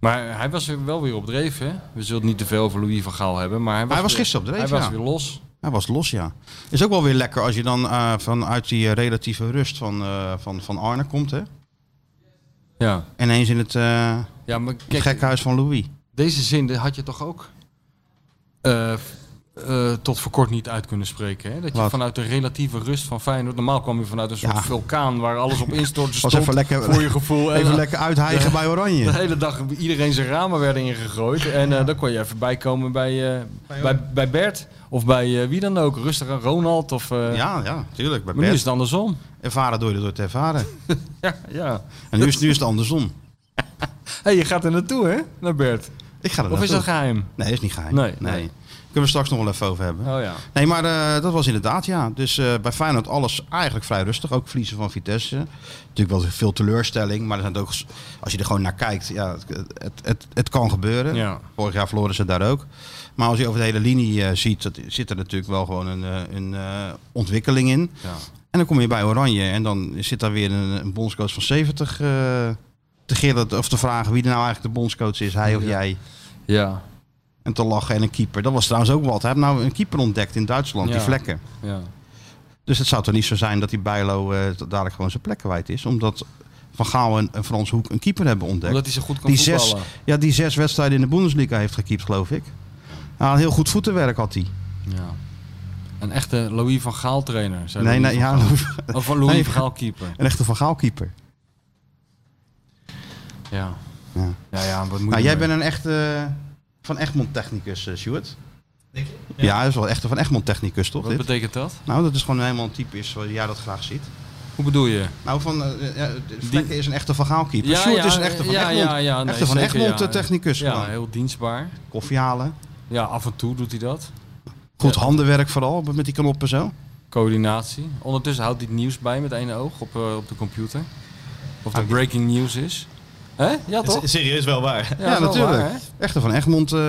[SPEAKER 3] Maar hij was er wel weer op dreef, hè? We zullen het niet te veel over Louis van Gaal hebben, maar hij was,
[SPEAKER 2] Hij was
[SPEAKER 3] weer-
[SPEAKER 2] gisteren op dreef,
[SPEAKER 3] Hij
[SPEAKER 2] ja.
[SPEAKER 3] was weer los.
[SPEAKER 2] Hij was los, ja. Is ook wel weer lekker als je dan eh, vanuit die eh, relatieve rust van, eh, van, van Arne komt hè?
[SPEAKER 3] Ja,
[SPEAKER 2] En eens in het, eh,
[SPEAKER 3] ja maar
[SPEAKER 2] het
[SPEAKER 3] kijk,
[SPEAKER 2] gekhuis van Louis.
[SPEAKER 3] deze zin die had je toch ook eh, f- eh, tot voor kort niet uit kunnen spreken, hè? Dat je
[SPEAKER 2] Wat?
[SPEAKER 3] vanuit de relatieve rust van Feyenoord... Normaal kwam je vanuit een soort
[SPEAKER 2] Ja.
[SPEAKER 3] vulkaan waar alles op instortte
[SPEAKER 2] Was
[SPEAKER 3] stond
[SPEAKER 2] even lekker-
[SPEAKER 3] voor je gevoel. En,
[SPEAKER 2] Even
[SPEAKER 3] eh,
[SPEAKER 2] lekker uithijgen bij Oranje.
[SPEAKER 3] De hele dag iedereen zijn ramen werden ingegooid. En eh, dan kon je even bijkomen bij, eh, bij, bij Bert. Of bij eh, wie dan ook. Rustig aan Ronald. Of, eh,
[SPEAKER 2] Ja, ja, tuurlijk. Bij
[SPEAKER 3] Maar nu
[SPEAKER 2] Bert.
[SPEAKER 3] is het andersom.
[SPEAKER 2] Ervaren doe je dat door te ervaren.
[SPEAKER 3] Ja, ja.
[SPEAKER 2] En nu is, nu is het andersom.
[SPEAKER 3] hey, je gaat er naartoe, hè? Naar Bert.
[SPEAKER 2] Ik ga er
[SPEAKER 3] Of is
[SPEAKER 2] naartoe.
[SPEAKER 3] dat geheim?
[SPEAKER 2] Nee, is niet geheim.
[SPEAKER 3] Nee,
[SPEAKER 2] nee.
[SPEAKER 3] nee.
[SPEAKER 2] Kunnen we straks nog wel even over hebben.
[SPEAKER 3] Oh ja.
[SPEAKER 2] Nee, maar eh, dat was inderdaad, ja. Dus eh, bij Feyenoord alles eigenlijk vrij rustig. Ook verliezen van Vitesse. Natuurlijk wel veel teleurstelling. Maar er zijn ook, als je er gewoon naar kijkt, ja, het, het, het, het kan gebeuren.
[SPEAKER 3] Ja.
[SPEAKER 2] Vorig jaar verloren ze daar ook. Maar als je over de hele linie eh, ziet, dat, zit er natuurlijk wel gewoon een, eh, een eh, ontwikkeling in.
[SPEAKER 3] ja.
[SPEAKER 2] En dan kom je bij Oranje en dan zit daar weer een, een bondscoach van 70 eh, te gillen of te vragen wie er nou eigenlijk de bondscoach is, hij of
[SPEAKER 3] Ja.
[SPEAKER 2] jij.
[SPEAKER 3] Ja.
[SPEAKER 2] En te lachen en een keeper. Dat was trouwens ook wat. Hij heeft nou een keeper ontdekt in Duitsland, die
[SPEAKER 3] Ja.
[SPEAKER 2] vlekken.
[SPEAKER 3] Ja.
[SPEAKER 2] Dus het zou toch niet zo zijn dat die Bijlo eh, tot dadelijk gewoon zijn plek kwijt is. Omdat Van Gaal en, en Frans Hoek een keeper hebben ontdekt.
[SPEAKER 3] Omdat hij zo goed kan
[SPEAKER 2] die, zes,
[SPEAKER 3] voetballen.
[SPEAKER 2] ja, die zes wedstrijden in de Bundesliga heeft gekiept, geloof ik. Ja, een heel goed voetenwerk had hij.
[SPEAKER 3] Ja. Een echte Louis van Gaal trainer. zei
[SPEAKER 2] Nee, nee,
[SPEAKER 3] Louis
[SPEAKER 2] ja,
[SPEAKER 3] van
[SPEAKER 2] een
[SPEAKER 3] Gaal. Of van Louis
[SPEAKER 2] Nee.
[SPEAKER 3] van Gaal keeper.
[SPEAKER 2] echte Van Gaal keeper.
[SPEAKER 3] Ja.
[SPEAKER 2] Ja.
[SPEAKER 3] Ja, ja, wat moet
[SPEAKER 2] Nou,
[SPEAKER 3] je
[SPEAKER 2] jij
[SPEAKER 3] mee?
[SPEAKER 2] bent een echte eh, Van Egmond technicus, eh, Stuart.
[SPEAKER 4] Denk
[SPEAKER 2] Ja, dat is wel echt een Van Egmond technicus, toch?
[SPEAKER 3] Wat
[SPEAKER 2] Dit?
[SPEAKER 3] betekent dat?
[SPEAKER 2] Nou, dat is gewoon helemaal een type is wat jij dat graag ziet.
[SPEAKER 3] Hoe bedoel je?
[SPEAKER 2] Nou, van, eh, eh, ja, de Vlekken is een echte Van Gaal keeper.
[SPEAKER 3] Ja,
[SPEAKER 2] Stuart
[SPEAKER 3] ja,
[SPEAKER 2] is een echte Van
[SPEAKER 3] ja,
[SPEAKER 2] Egmond,
[SPEAKER 3] ja, ja, nee,
[SPEAKER 2] echte van
[SPEAKER 3] zeker,
[SPEAKER 2] Egmond
[SPEAKER 3] ja.
[SPEAKER 2] eh, technicus.
[SPEAKER 3] Ja,
[SPEAKER 2] gewoon.
[SPEAKER 3] heel dienstbaar.
[SPEAKER 2] Koffie halen.
[SPEAKER 3] Ja, af en toe doet hij dat.
[SPEAKER 2] Goed
[SPEAKER 3] Ja.
[SPEAKER 2] handenwerk vooral, met die knop en zo.
[SPEAKER 3] Coördinatie. Ondertussen houdt hij het nieuws bij met één oog op, eh, op de computer. Of
[SPEAKER 2] Ah,
[SPEAKER 3] er breaking news is. Hè? Ja,
[SPEAKER 4] Het is
[SPEAKER 3] toch?
[SPEAKER 4] Serieus wel waar.
[SPEAKER 2] Ja,
[SPEAKER 3] is wel
[SPEAKER 2] natuurlijk.
[SPEAKER 3] waar, hè?
[SPEAKER 2] Echte Van Egmond eh,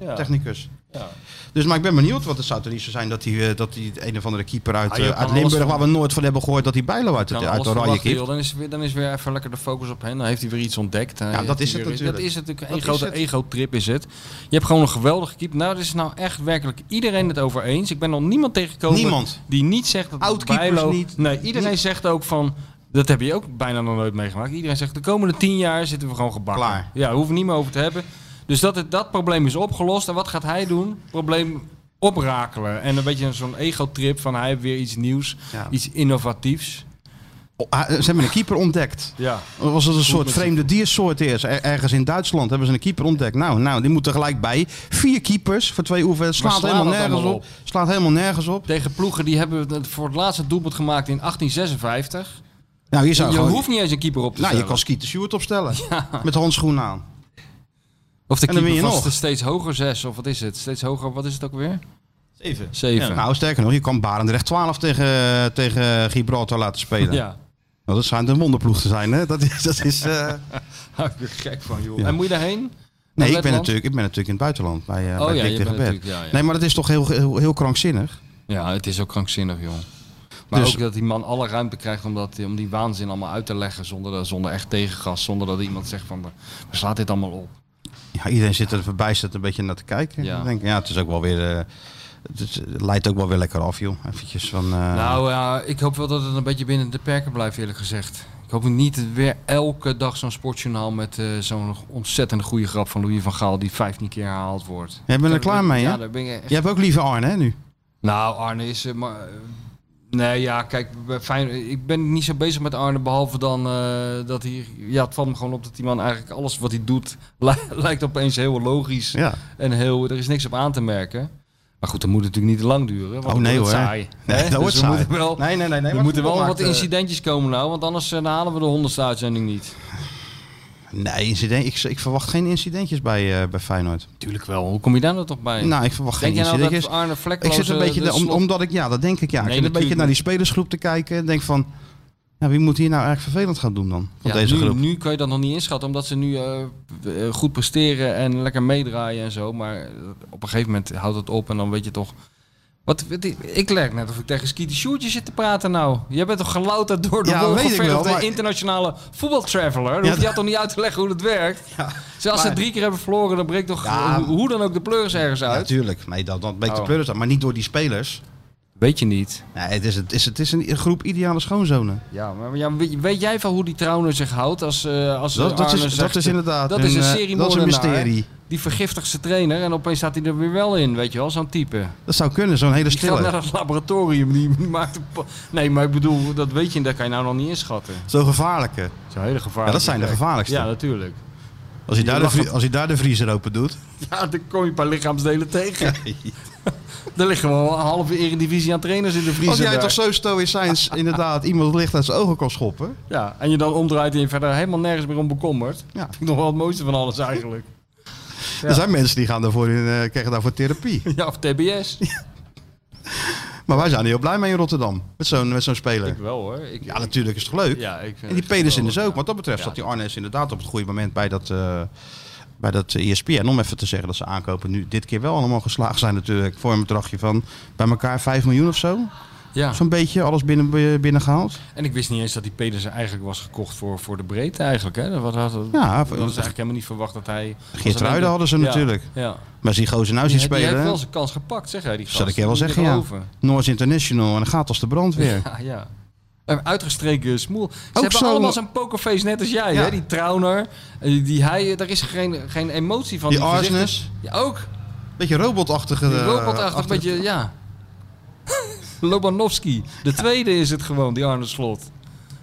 [SPEAKER 3] Ja.
[SPEAKER 2] technicus.
[SPEAKER 3] Ja.
[SPEAKER 2] Dus, maar ik ben benieuwd, want het zou toch niet zo zijn dat die, eh, dat die een of andere keeper uit,
[SPEAKER 3] Ah, je
[SPEAKER 2] eh,
[SPEAKER 3] kan
[SPEAKER 2] uit
[SPEAKER 3] alles
[SPEAKER 2] Limburg,
[SPEAKER 3] van-
[SPEAKER 2] waar we nooit van hebben gehoord, dat die Bijlo uit,
[SPEAKER 3] Kan
[SPEAKER 2] het-
[SPEAKER 3] alles
[SPEAKER 2] uit Oranje
[SPEAKER 3] verwachten,
[SPEAKER 2] keept.
[SPEAKER 3] joh. Dan is, weer, dan is weer even lekker de focus op hen. Dan heeft hij weer iets ontdekt. Dan
[SPEAKER 2] Ja, dat
[SPEAKER 3] heeft hij
[SPEAKER 2] is het
[SPEAKER 3] weer-
[SPEAKER 2] natuurlijk.
[SPEAKER 3] Dat is natuurlijk
[SPEAKER 2] Dat
[SPEAKER 3] een
[SPEAKER 2] is
[SPEAKER 3] grote
[SPEAKER 2] het.
[SPEAKER 3] ego-trip is het. Je hebt gewoon een geweldige keeper. Nou, daar is nou echt werkelijk iedereen het over eens. Ik ben nog niemand tegengekomen
[SPEAKER 2] Niemand.
[SPEAKER 3] die niet zegt dat
[SPEAKER 2] Oud-keepers
[SPEAKER 3] Bijlo...
[SPEAKER 2] niet.
[SPEAKER 3] Nee, iedereen
[SPEAKER 2] Niet.
[SPEAKER 3] zegt ook van... Dat heb je ook bijna nog nooit meegemaakt. Iedereen zegt, de komende tien jaar zitten we gewoon gebakken.
[SPEAKER 2] Klaar.
[SPEAKER 3] Ja, daar hoeven we niet meer over te hebben. Dus dat, het, dat probleem is opgelost. En wat gaat hij doen? Probleem oprakelen. En een beetje zo'n ego-trip van hij heeft weer iets nieuws.
[SPEAKER 2] Ja.
[SPEAKER 3] Iets innovatiefs.
[SPEAKER 2] Oh, ah, Ze hebben een keeper ontdekt.
[SPEAKER 3] Ja.
[SPEAKER 2] Was het een soort
[SPEAKER 3] met-
[SPEAKER 2] vreemde diersoort eerst? Er- ergens in Duitsland hebben ze een keeper ontdekt. Nou, nou die moet er gelijk bij. Vier keepers voor twee oefeningen. Slaat
[SPEAKER 3] slaat
[SPEAKER 2] helemaal
[SPEAKER 3] dat
[SPEAKER 2] nergens op.
[SPEAKER 3] allemaal
[SPEAKER 2] Slaat helemaal nergens op.
[SPEAKER 3] Tegen ploegen die hebben het voor het laatste doelpunt gemaakt in 1856.
[SPEAKER 2] Nou, hier
[SPEAKER 3] Je
[SPEAKER 2] zou gewoon...
[SPEAKER 3] hoeft niet eens een keeper op te
[SPEAKER 2] nou, je
[SPEAKER 3] stellen.
[SPEAKER 2] kan Skeeter Stewart opstellen. Met handschoenen aan.
[SPEAKER 3] Of de
[SPEAKER 2] En dan win
[SPEAKER 3] keeper
[SPEAKER 2] je
[SPEAKER 3] van
[SPEAKER 2] nog.
[SPEAKER 3] de steeds hoger zes, of wat is het? Steeds hoger, wat is het ook weer?
[SPEAKER 4] Zeven.
[SPEAKER 3] Zeven.
[SPEAKER 2] Nou, sterker nog, je kan Barendrecht 12 tegen, tegen Gibraltar laten spelen.
[SPEAKER 3] Ja,
[SPEAKER 2] Nou, dat schijnt een wonderploeg te zijn, hè? Dat is... Dat is eh,
[SPEAKER 3] daar ben ik gek van, joh.
[SPEAKER 2] Ja.
[SPEAKER 3] En moet je daarheen?
[SPEAKER 2] Nee, ik ben,
[SPEAKER 3] Letland?
[SPEAKER 2] natuurlijk, ik ben natuurlijk in het buitenland. Bij, eh,
[SPEAKER 3] Oh
[SPEAKER 2] bij
[SPEAKER 3] ja,
[SPEAKER 2] Dick
[SPEAKER 3] je
[SPEAKER 2] tegen
[SPEAKER 3] bent
[SPEAKER 2] Bert.
[SPEAKER 3] natuurlijk- ja, ja.
[SPEAKER 2] Nee, maar dat is toch heel, heel, heel krankzinnig.
[SPEAKER 3] Ja, het is ook krankzinnig, joh. Maar
[SPEAKER 2] Dus-
[SPEAKER 3] ook dat die man alle ruimte krijgt om, dat, om die waanzin allemaal uit te leggen zonder, dat- zonder echt tegengas. Zonder dat iemand zegt van, eh, waar slaat dit allemaal op?
[SPEAKER 2] Ja, iedereen zit er verbijsterd een beetje naar te kijken.
[SPEAKER 3] Ja.
[SPEAKER 2] Ik denk, ja, het is ook wel weer. eh, het, is- het leidt ook wel weer lekker af, joh. Eventjes van. eh,
[SPEAKER 3] Nou ja, ik hoop wel dat het een beetje binnen de perken blijft, eerlijk gezegd. Ik hoop niet weer elke dag zo'n sportjournaal met eh, zo'n ontzettend goede grap van Louis van Gaal die 15 keer herhaald wordt.
[SPEAKER 2] jij bent er klaar mee, hè?
[SPEAKER 3] Ja, daar ben ik echt-
[SPEAKER 2] Je hebt ook liever Arne, hè, nu?
[SPEAKER 3] Nou, Arne is... eh, maar, eh, nee, ja, kijk, bij Feyenoord- eh, ik ben niet zo bezig met Arne, behalve dan eh, dat hij... Ja, het valt me gewoon op dat die man eigenlijk alles wat hij doet li- lijkt opeens heel logisch.
[SPEAKER 2] Ja.
[SPEAKER 3] En heel, er is niks op aan te merken. Maar goed, dat moet natuurlijk niet te lang duren. Want
[SPEAKER 2] Oh,
[SPEAKER 3] dan
[SPEAKER 2] nee,
[SPEAKER 3] wordt het
[SPEAKER 2] hoor.
[SPEAKER 3] Saai,
[SPEAKER 2] Nee,
[SPEAKER 3] Hè?
[SPEAKER 2] dat wordt
[SPEAKER 3] dus
[SPEAKER 2] saai.
[SPEAKER 3] We moeten wel,
[SPEAKER 2] Nee, nee, nee. nee
[SPEAKER 3] er moeten wel wat
[SPEAKER 2] incidenten.
[SPEAKER 3] incidentjes komen nou, want anders eh, dan halen we de honderdste uitzending niet.
[SPEAKER 2] Nee, incident, ik, ik verwacht geen incidentjes bij, eh, bij Feyenoord.
[SPEAKER 3] Tuurlijk wel. Hoe kom je daar nou toch bij?
[SPEAKER 2] Nou, ik verwacht
[SPEAKER 3] Denk
[SPEAKER 2] geen
[SPEAKER 3] jij nou
[SPEAKER 2] incidentjes.
[SPEAKER 3] dat Arne
[SPEAKER 2] Ik
[SPEAKER 3] Vlekkeloos...
[SPEAKER 2] zit een
[SPEAKER 3] eh,
[SPEAKER 2] beetje,
[SPEAKER 3] de
[SPEAKER 2] de- om-
[SPEAKER 3] slot-
[SPEAKER 2] omdat ik, ja, dat denk ik ja.
[SPEAKER 3] Nee,
[SPEAKER 2] ik zit een beetje
[SPEAKER 3] natuurlijk
[SPEAKER 2] naar die
[SPEAKER 3] niet.
[SPEAKER 2] spelersgroep te kijken en denk van, ja, wie moet hier nou eigenlijk vervelend gaan doen dan? Van
[SPEAKER 3] Ja,
[SPEAKER 2] deze
[SPEAKER 3] nu,
[SPEAKER 2] groep.
[SPEAKER 3] nu kan je dat nog niet inschatten, omdat ze nu eh, eh, goed presteren en lekker meedraaien en zo. Maar eh, op een gegeven moment houdt het op en dan weet je toch... Wat, wat- ik lijk net of ik tegen Skeeter Sjoertje zit te praten nou. Jij bent toch gelouterd door de
[SPEAKER 2] Ja,
[SPEAKER 3] ja,
[SPEAKER 2] weet ik wel,
[SPEAKER 3] de
[SPEAKER 2] maar-
[SPEAKER 3] internationale voetbaltraveler? Die
[SPEAKER 2] Ja,
[SPEAKER 3] had toch niet uit te leggen hoe dat werkt?
[SPEAKER 2] Ja,
[SPEAKER 3] Dus als ze
[SPEAKER 2] maar-
[SPEAKER 3] drie keer hebben verloren, dan breekt toch
[SPEAKER 2] Ja.
[SPEAKER 3] eh, hoe, hoe dan ook de pleurs ergens
[SPEAKER 2] Ja,
[SPEAKER 3] uit?
[SPEAKER 2] natuurlijk. Nee, dat, dat beetje
[SPEAKER 3] Oh.
[SPEAKER 2] pleuris dan. Maar niet door die spelers.
[SPEAKER 3] weet je niet.
[SPEAKER 2] Nee, het, is, het, is, het is een groep ideale schoonzonen.
[SPEAKER 3] Ja, maar ja, weet, weet jij van hoe die Trouwner zich houdt als, eh als
[SPEAKER 2] Dat, dat,
[SPEAKER 3] Arne
[SPEAKER 2] is,
[SPEAKER 3] zegt,
[SPEAKER 2] dat is inderdaad
[SPEAKER 3] dat is een
[SPEAKER 2] eh, Dat is een
[SPEAKER 3] seriemoordenaar.
[SPEAKER 2] mysterie.
[SPEAKER 3] die vergiftigste trainer en opeens staat hij er weer wel in, weet je wel, zo'n type.
[SPEAKER 2] Dat zou kunnen, zo'n hele
[SPEAKER 3] Die gaat naar
[SPEAKER 2] stille.
[SPEAKER 3] het laboratorium, die maakt... een pa- Nee, maar ik bedoel, dat weet je, en dat kan je nou nog niet inschatten.
[SPEAKER 2] Zo'n gevaarlijke.
[SPEAKER 3] Dat is een hele gevaarlijk.
[SPEAKER 2] Ja, dat zijn de gevaarlijkste.
[SPEAKER 3] Ja, natuurlijk.
[SPEAKER 2] Als hij, daar de,
[SPEAKER 3] lacht
[SPEAKER 2] vrie- als hij daar de vriezer open doet.
[SPEAKER 3] Ja, dan kom je een paar lichaamsdelen tegen. Er liggen wel een halve eredivisie aan trainers in de
[SPEAKER 2] Als
[SPEAKER 3] vriezer.
[SPEAKER 2] jij
[SPEAKER 3] daar.
[SPEAKER 2] toch zo stoïcijns inderdaad iemand het licht uit zijn ogen kan schoppen.
[SPEAKER 3] Ja, en je dan omdraait en je verder helemaal nergens meer om bekommert.
[SPEAKER 2] Ja.
[SPEAKER 3] Vind ik nog wel het mooiste van alles eigenlijk. Ja.
[SPEAKER 2] Er zijn mensen die gaan daarvoor in, eh, krijgen daarvoor therapie.
[SPEAKER 3] Ja, of TBS.
[SPEAKER 2] Maar wij zijn er heel blij mee in Rotterdam. Met zo'n met zo'n
[SPEAKER 3] Ik
[SPEAKER 2] speler.
[SPEAKER 3] wel hoor. Ik,
[SPEAKER 2] Ja, natuurlijk is het leuk.
[SPEAKER 3] ja, ik vind
[SPEAKER 2] En die
[SPEAKER 3] het
[SPEAKER 2] Pedersen
[SPEAKER 3] geweldig,
[SPEAKER 2] dus ook.
[SPEAKER 3] ja.
[SPEAKER 2] Wat dat betreft
[SPEAKER 3] Ja.
[SPEAKER 2] zat die Arnes inderdaad op het goede moment bij dat, eh bij dat eh, ESPN. Om even te zeggen dat ze aankopen nu dit keer wel allemaal geslaagd zijn natuurlijk. Voor een bedragje van bij elkaar 5 miljoen of zo.
[SPEAKER 3] Ja.
[SPEAKER 2] Zo'n beetje alles binnen, eh, binnengehaald.
[SPEAKER 3] En ik wist niet eens dat die Pedersen eigenlijk was gekocht voor, voor de breedte eigenlijk. Hè? Dat, was- dat, dat, dat
[SPEAKER 2] Ja,
[SPEAKER 3] is eigenlijk helemaal niet verwacht dat hij...
[SPEAKER 2] Geert Ruiden hadden ze
[SPEAKER 3] Ja.
[SPEAKER 2] natuurlijk.
[SPEAKER 3] Ja.
[SPEAKER 2] Maar zie gozer nou zien
[SPEAKER 3] Die, die heeft
[SPEAKER 2] spelen.
[SPEAKER 3] wel zijn kans gepakt, zeg hij. Die
[SPEAKER 2] Zal
[SPEAKER 3] gast.
[SPEAKER 2] ik je wel
[SPEAKER 3] Moet
[SPEAKER 2] zeggen, ja.
[SPEAKER 3] geloven.
[SPEAKER 2] Noords International en dan gaat als de brandweer.
[SPEAKER 3] Ja, ja. Een Uitgestreken smoel. Ze
[SPEAKER 2] Ook
[SPEAKER 3] hebben
[SPEAKER 2] zo'n-
[SPEAKER 3] allemaal zo'n pokerface, net als jij.
[SPEAKER 2] Ja.
[SPEAKER 3] Hè? Die Trauner, eh, die, hij, daar is geen, geen emotie van.
[SPEAKER 2] Die
[SPEAKER 3] gezichten-
[SPEAKER 2] Arsenis.
[SPEAKER 3] Ja, ook.
[SPEAKER 2] Beetje robotachtige...
[SPEAKER 3] Die
[SPEAKER 2] eh,
[SPEAKER 3] robotachtig, een
[SPEAKER 2] achtige-
[SPEAKER 3] beetje, ja. Lobanovski. De tweede is het gewoon, die Arne Slot.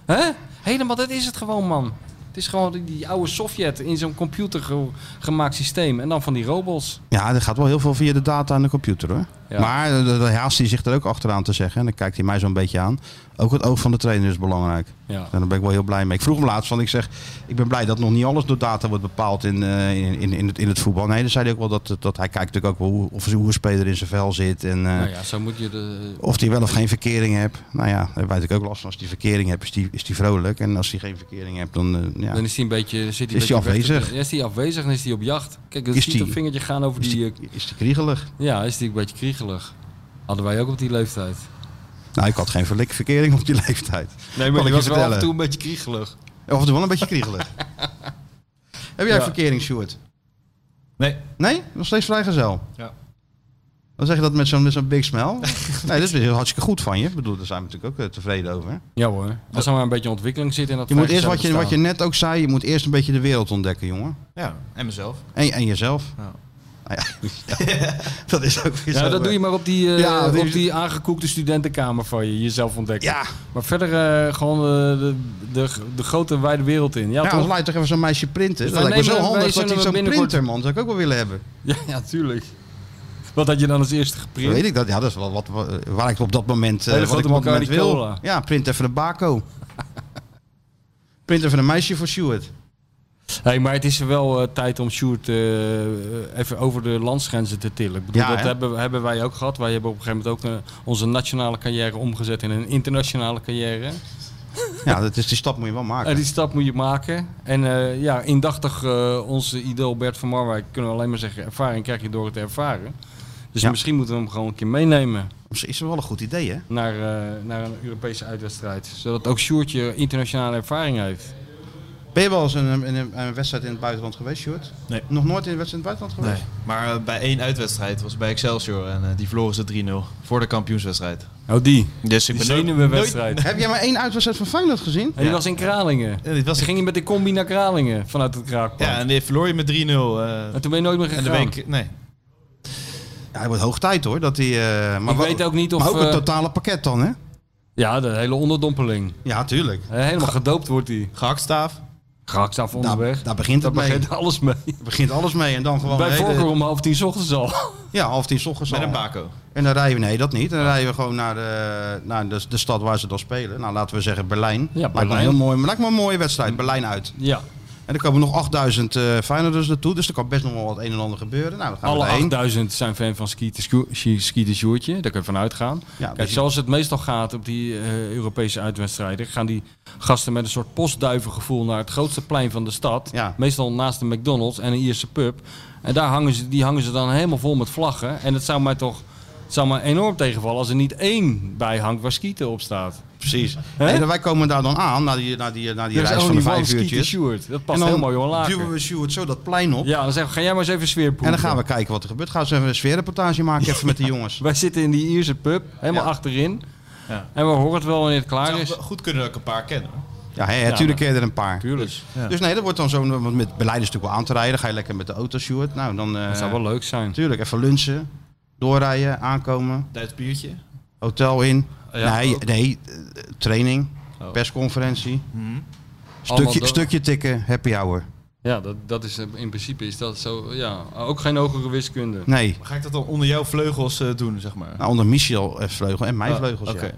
[SPEAKER 3] Hè? Helemaal, dat is het gewoon, man. Het is gewoon die, die oude Sovjet in zo'n computer ge- gemaakt systeem. En dan van die robots.
[SPEAKER 2] Ja, er gaat wel heel veel via de data en de computer hoor.
[SPEAKER 3] Ja.
[SPEAKER 2] Maar eh, daar haast hij zich er ook achteraan te zeggen. En dan kijkt hij mij zo'n beetje aan. Ook het oog van de trainer is belangrijk.
[SPEAKER 3] Ja.
[SPEAKER 2] En daar ben ik wel heel blij mee. Ik vroeg hem laatst van, ik zeg, ik ben blij dat nog niet alles door data wordt bepaald in, eh, in, in, in, het, in het voetbal. Nee, dan zei hij ook wel dat, dat hij kijkt natuurlijk ook wel hoe, of hoe een speler in zijn vel zit. En, eh,
[SPEAKER 3] Nou ja, zo moet je de...
[SPEAKER 2] Of die wel of geen verkering hebt. Nou ja, daar heb ik natuurlijk ook last van. Als die verkering hebt, is die, is die vrolijk. En als die geen verkering hebt, dan eh, ja,
[SPEAKER 3] Dan is hij een beetje... Zit hij
[SPEAKER 2] Is hij
[SPEAKER 3] een beetje weg te-
[SPEAKER 2] afwezig?
[SPEAKER 3] Ja, is hij afwezig en is hij op jacht. Kijk, dat
[SPEAKER 2] Is
[SPEAKER 3] ziet
[SPEAKER 2] die-
[SPEAKER 3] een vingertje gaan over
[SPEAKER 2] is,
[SPEAKER 3] die...
[SPEAKER 2] die, is die kriegelig.
[SPEAKER 3] eh, Ja, is hij een beetje kriegelig. Hadden wij ook op die leeftijd.
[SPEAKER 2] Nou, ik had geen verlik verkering op die leeftijd. maar
[SPEAKER 3] Nee, maar
[SPEAKER 2] ik
[SPEAKER 3] ik
[SPEAKER 2] je
[SPEAKER 3] was wel af
[SPEAKER 2] vertellen.
[SPEAKER 3] en toe een beetje kriegelig.
[SPEAKER 2] Of het wel een beetje kriegelig. Heb jij
[SPEAKER 3] Ja.
[SPEAKER 2] verkering, Sjoerd?
[SPEAKER 4] Nee.
[SPEAKER 2] Nee? Nog steeds vrijgezel?
[SPEAKER 4] Ja.
[SPEAKER 2] Dan zeg je dat met zo'n met zo'n big smell. nee, dat is weer hartstikke goed van je. Ik bedoel, daar zijn we natuurlijk ook eh, tevreden over.
[SPEAKER 3] Ja hoor. Als er maar een beetje ontwikkeling zit in dat
[SPEAKER 2] Je moet eerst wat
[SPEAKER 3] vrijgezel
[SPEAKER 2] je, wat je
[SPEAKER 3] bestaan.
[SPEAKER 2] net ook zei, je moet eerst een beetje de wereld ontdekken, jongen.
[SPEAKER 4] Ja, en mezelf.
[SPEAKER 2] En, en jezelf.
[SPEAKER 4] Ja.
[SPEAKER 2] Nou ja, ja, dat is ook weer
[SPEAKER 3] Ja,
[SPEAKER 2] zo.
[SPEAKER 3] dat doe je maar op die, eh,
[SPEAKER 2] Ja, die-
[SPEAKER 3] op die aangekoekte studentenkamer van je, jezelf ontdekken.
[SPEAKER 2] Ja,
[SPEAKER 3] Maar verder eh, gewoon eh, de, de, de grote wijde wereld in. Ja,
[SPEAKER 2] ja, als
[SPEAKER 3] toch?
[SPEAKER 2] Nou, laat je toch even zo'n meisje printen.
[SPEAKER 3] Dus
[SPEAKER 2] dat
[SPEAKER 3] wij
[SPEAKER 2] lijkt me zo
[SPEAKER 3] nemen- wij
[SPEAKER 2] handig dat
[SPEAKER 3] zullen
[SPEAKER 2] hij zo'n
[SPEAKER 3] binnenkort-
[SPEAKER 2] printer, man, zou ik ook wel willen hebben.
[SPEAKER 3] Ja, ja, tuurlijk. Wat had je dan als eerste geprint?
[SPEAKER 2] Weet ik dat? Ja, dat is wel wat, wat- waar ik op dat moment, eh wat
[SPEAKER 3] Hele
[SPEAKER 2] ik
[SPEAKER 3] grote
[SPEAKER 2] op dat moment
[SPEAKER 3] Bacardi
[SPEAKER 2] wil.
[SPEAKER 3] Cola.
[SPEAKER 2] Ja, print even een bako. print even een meisje voor Stuart.
[SPEAKER 3] Hey, maar het is wel eh, tijd om Sjoerd eh, even over de landsgrenzen te tillen. Ik bedoel,
[SPEAKER 2] Ja,
[SPEAKER 3] dat
[SPEAKER 2] hè?
[SPEAKER 3] hebben, hebben wij ook gehad. Wij hebben op een gegeven moment ook eh, onze nationale carrière omgezet in een internationale carrière.
[SPEAKER 2] Ja, dat is, die stap moet je wel maken.
[SPEAKER 3] Eh, die stap moet je maken. En eh, ja, indachtig eh, onze idool Bert van Marwijk kunnen we alleen maar zeggen... ervaring krijg je door het ervaren. Dus
[SPEAKER 2] Ja.
[SPEAKER 3] misschien moeten we hem gewoon een keer meenemen
[SPEAKER 2] Is is wel een goed idee, hè?
[SPEAKER 3] naar, eh, naar een Europese uitwedstrijd. Zodat ook Sjoerdje internationale ervaring heeft.
[SPEAKER 2] Ben je wel eens in een, in een, een wedstrijd in het buitenland geweest, Sjoerd?
[SPEAKER 4] Nee.
[SPEAKER 2] Nog nooit in een wedstrijd in het buitenland geweest?
[SPEAKER 4] Maar eh, bij één uitwedstrijd was bij Excelsior en eh, die verloren ze 3-0 voor de kampioenswedstrijd.
[SPEAKER 3] Oh, die.
[SPEAKER 4] Dus ik
[SPEAKER 3] Die
[SPEAKER 4] ben nooit-
[SPEAKER 3] zenuwenwedstrijd.
[SPEAKER 2] Heb jij maar één uitwedstrijd van Feyenoord gezien?
[SPEAKER 3] En die
[SPEAKER 4] Ja.
[SPEAKER 3] was in Kralingen.
[SPEAKER 4] Ja, dit was
[SPEAKER 3] Ze gingen met de combi naar Kralingen vanuit het kraakpand.
[SPEAKER 4] Ja, en die verloor je met 3-0. eh,
[SPEAKER 3] En toen ben je nooit meer
[SPEAKER 4] en
[SPEAKER 3] gegaan.
[SPEAKER 4] de week. Nee.
[SPEAKER 2] Ja, het wordt hoog tijd, hoor. Dat die, eh, maar
[SPEAKER 3] ik
[SPEAKER 2] wel-
[SPEAKER 3] weet ook niet of...
[SPEAKER 2] maar ook het
[SPEAKER 3] eh,
[SPEAKER 2] totale pakket dan, hè?
[SPEAKER 3] ja, de hele onderdompeling.
[SPEAKER 2] Ja, tuurlijk.
[SPEAKER 3] Eh, Helemaal gedoopt wordt hij.
[SPEAKER 4] Gehaktstaaf.
[SPEAKER 3] Gehakt af
[SPEAKER 4] Nou,
[SPEAKER 3] onderweg.
[SPEAKER 2] Daar, daar begint
[SPEAKER 3] Daar
[SPEAKER 2] het mee.
[SPEAKER 3] begint alles mee.
[SPEAKER 2] Daar begint alles mee. En dan gewoon
[SPEAKER 3] Bij
[SPEAKER 2] een hele-
[SPEAKER 3] voorkeur om half tien 's ochtends al.
[SPEAKER 2] ja, half tien 's ochtends
[SPEAKER 4] Met
[SPEAKER 2] al.
[SPEAKER 4] een bako.
[SPEAKER 2] En dan rijden we, nee, dat niet. En dan rijden we gewoon naar de, naar de, de stad waar ze dan spelen. Nou, laten we zeggen Berlijn. Lijkt me een
[SPEAKER 3] Berlijn. Mm.
[SPEAKER 2] heel mooi, lijkt me een mooie wedstrijd, Berlijn uit.
[SPEAKER 3] Ja,
[SPEAKER 2] En er komen nog 8000 eh Feyenoorders naartoe, dus er kan best nog wel wat een en ander gebeuren. Nou, dan gaan
[SPEAKER 3] alle
[SPEAKER 2] we daarheen.
[SPEAKER 3] 8000 zijn fan van Ski de Sjoe- Ski- Ski de Sjoertje. Daar kun je van uitgaan.
[SPEAKER 2] Ja,
[SPEAKER 3] Kijk,
[SPEAKER 2] dus
[SPEAKER 3] zoals het meestal gaat op die eh, Europese uitwedstrijden, gaan die gasten met een soort postduivengevoel naar het grootste plein van de stad.
[SPEAKER 2] Ja.
[SPEAKER 3] Meestal naast de McDonald's en een Ierse pub. En daar hangen ze, die hangen ze dan helemaal vol met vlaggen. En het zou mij toch het zou mij enorm tegenvallen als er niet één bij hangt waar skieten op staat.
[SPEAKER 2] precies.
[SPEAKER 3] Hè?
[SPEAKER 2] En wij komen daar dan aan, naar die, naar die, naar die
[SPEAKER 3] Er is
[SPEAKER 2] reis van
[SPEAKER 3] only
[SPEAKER 2] de
[SPEAKER 3] one
[SPEAKER 2] vijf
[SPEAKER 3] Dus Ski de
[SPEAKER 2] uurtjes.
[SPEAKER 3] Sjoerd. Dat
[SPEAKER 2] En
[SPEAKER 3] past
[SPEAKER 2] dan
[SPEAKER 3] helemaal Johan
[SPEAKER 2] duwen
[SPEAKER 3] Laker.
[SPEAKER 2] we Stuart zo dat plein op.
[SPEAKER 3] Ja, dan zeggen we, ga jij maar eens even sfeerproeven.
[SPEAKER 2] En dan gaan we kijken wat er gebeurt. Gaan ze even een sfeerreportage maken even met de jongens.
[SPEAKER 3] Wij zitten in die Ierse pub, helemaal
[SPEAKER 4] Ja.
[SPEAKER 3] achterin.
[SPEAKER 4] Ja.
[SPEAKER 3] En we horen het wel wanneer het klaar
[SPEAKER 4] Het
[SPEAKER 3] is.
[SPEAKER 4] zou goed kunnen dat ik een paar ken. hoor.
[SPEAKER 2] Ja, hè, natuurlijk ken je er een paar.
[SPEAKER 3] Tuurlijk.
[SPEAKER 4] Ja.
[SPEAKER 2] Dus nee, dat wordt dan zo'n... Want met Berlijn is natuurlijk wel aan te rijden. Ga je lekker met de auto, Stuart. Nou, dan... eh,
[SPEAKER 3] Dat zou wel leuk zijn.
[SPEAKER 2] Tuurlijk, even lunchen, doorrijden, aankomen,
[SPEAKER 4] Duits biertje.
[SPEAKER 2] hotel in.
[SPEAKER 4] Ja,
[SPEAKER 2] nee,
[SPEAKER 4] ook.
[SPEAKER 2] nee, eh, training,
[SPEAKER 3] Oh.
[SPEAKER 2] persconferentie,
[SPEAKER 3] Allemaal
[SPEAKER 2] stukje,
[SPEAKER 3] door.
[SPEAKER 2] stukje tikken, happy hour.
[SPEAKER 3] Ja, dat, dat is eh, in principe is dat zo. Ja, ook geen hogere wiskunde.
[SPEAKER 2] Nee,
[SPEAKER 4] Maar ga ik dat dan onder jouw vleugels eh, doen, zeg maar?
[SPEAKER 2] nou, onder Michel eh, vleugel en mijn
[SPEAKER 4] Oh,
[SPEAKER 2] vleugels. ja.
[SPEAKER 4] oké.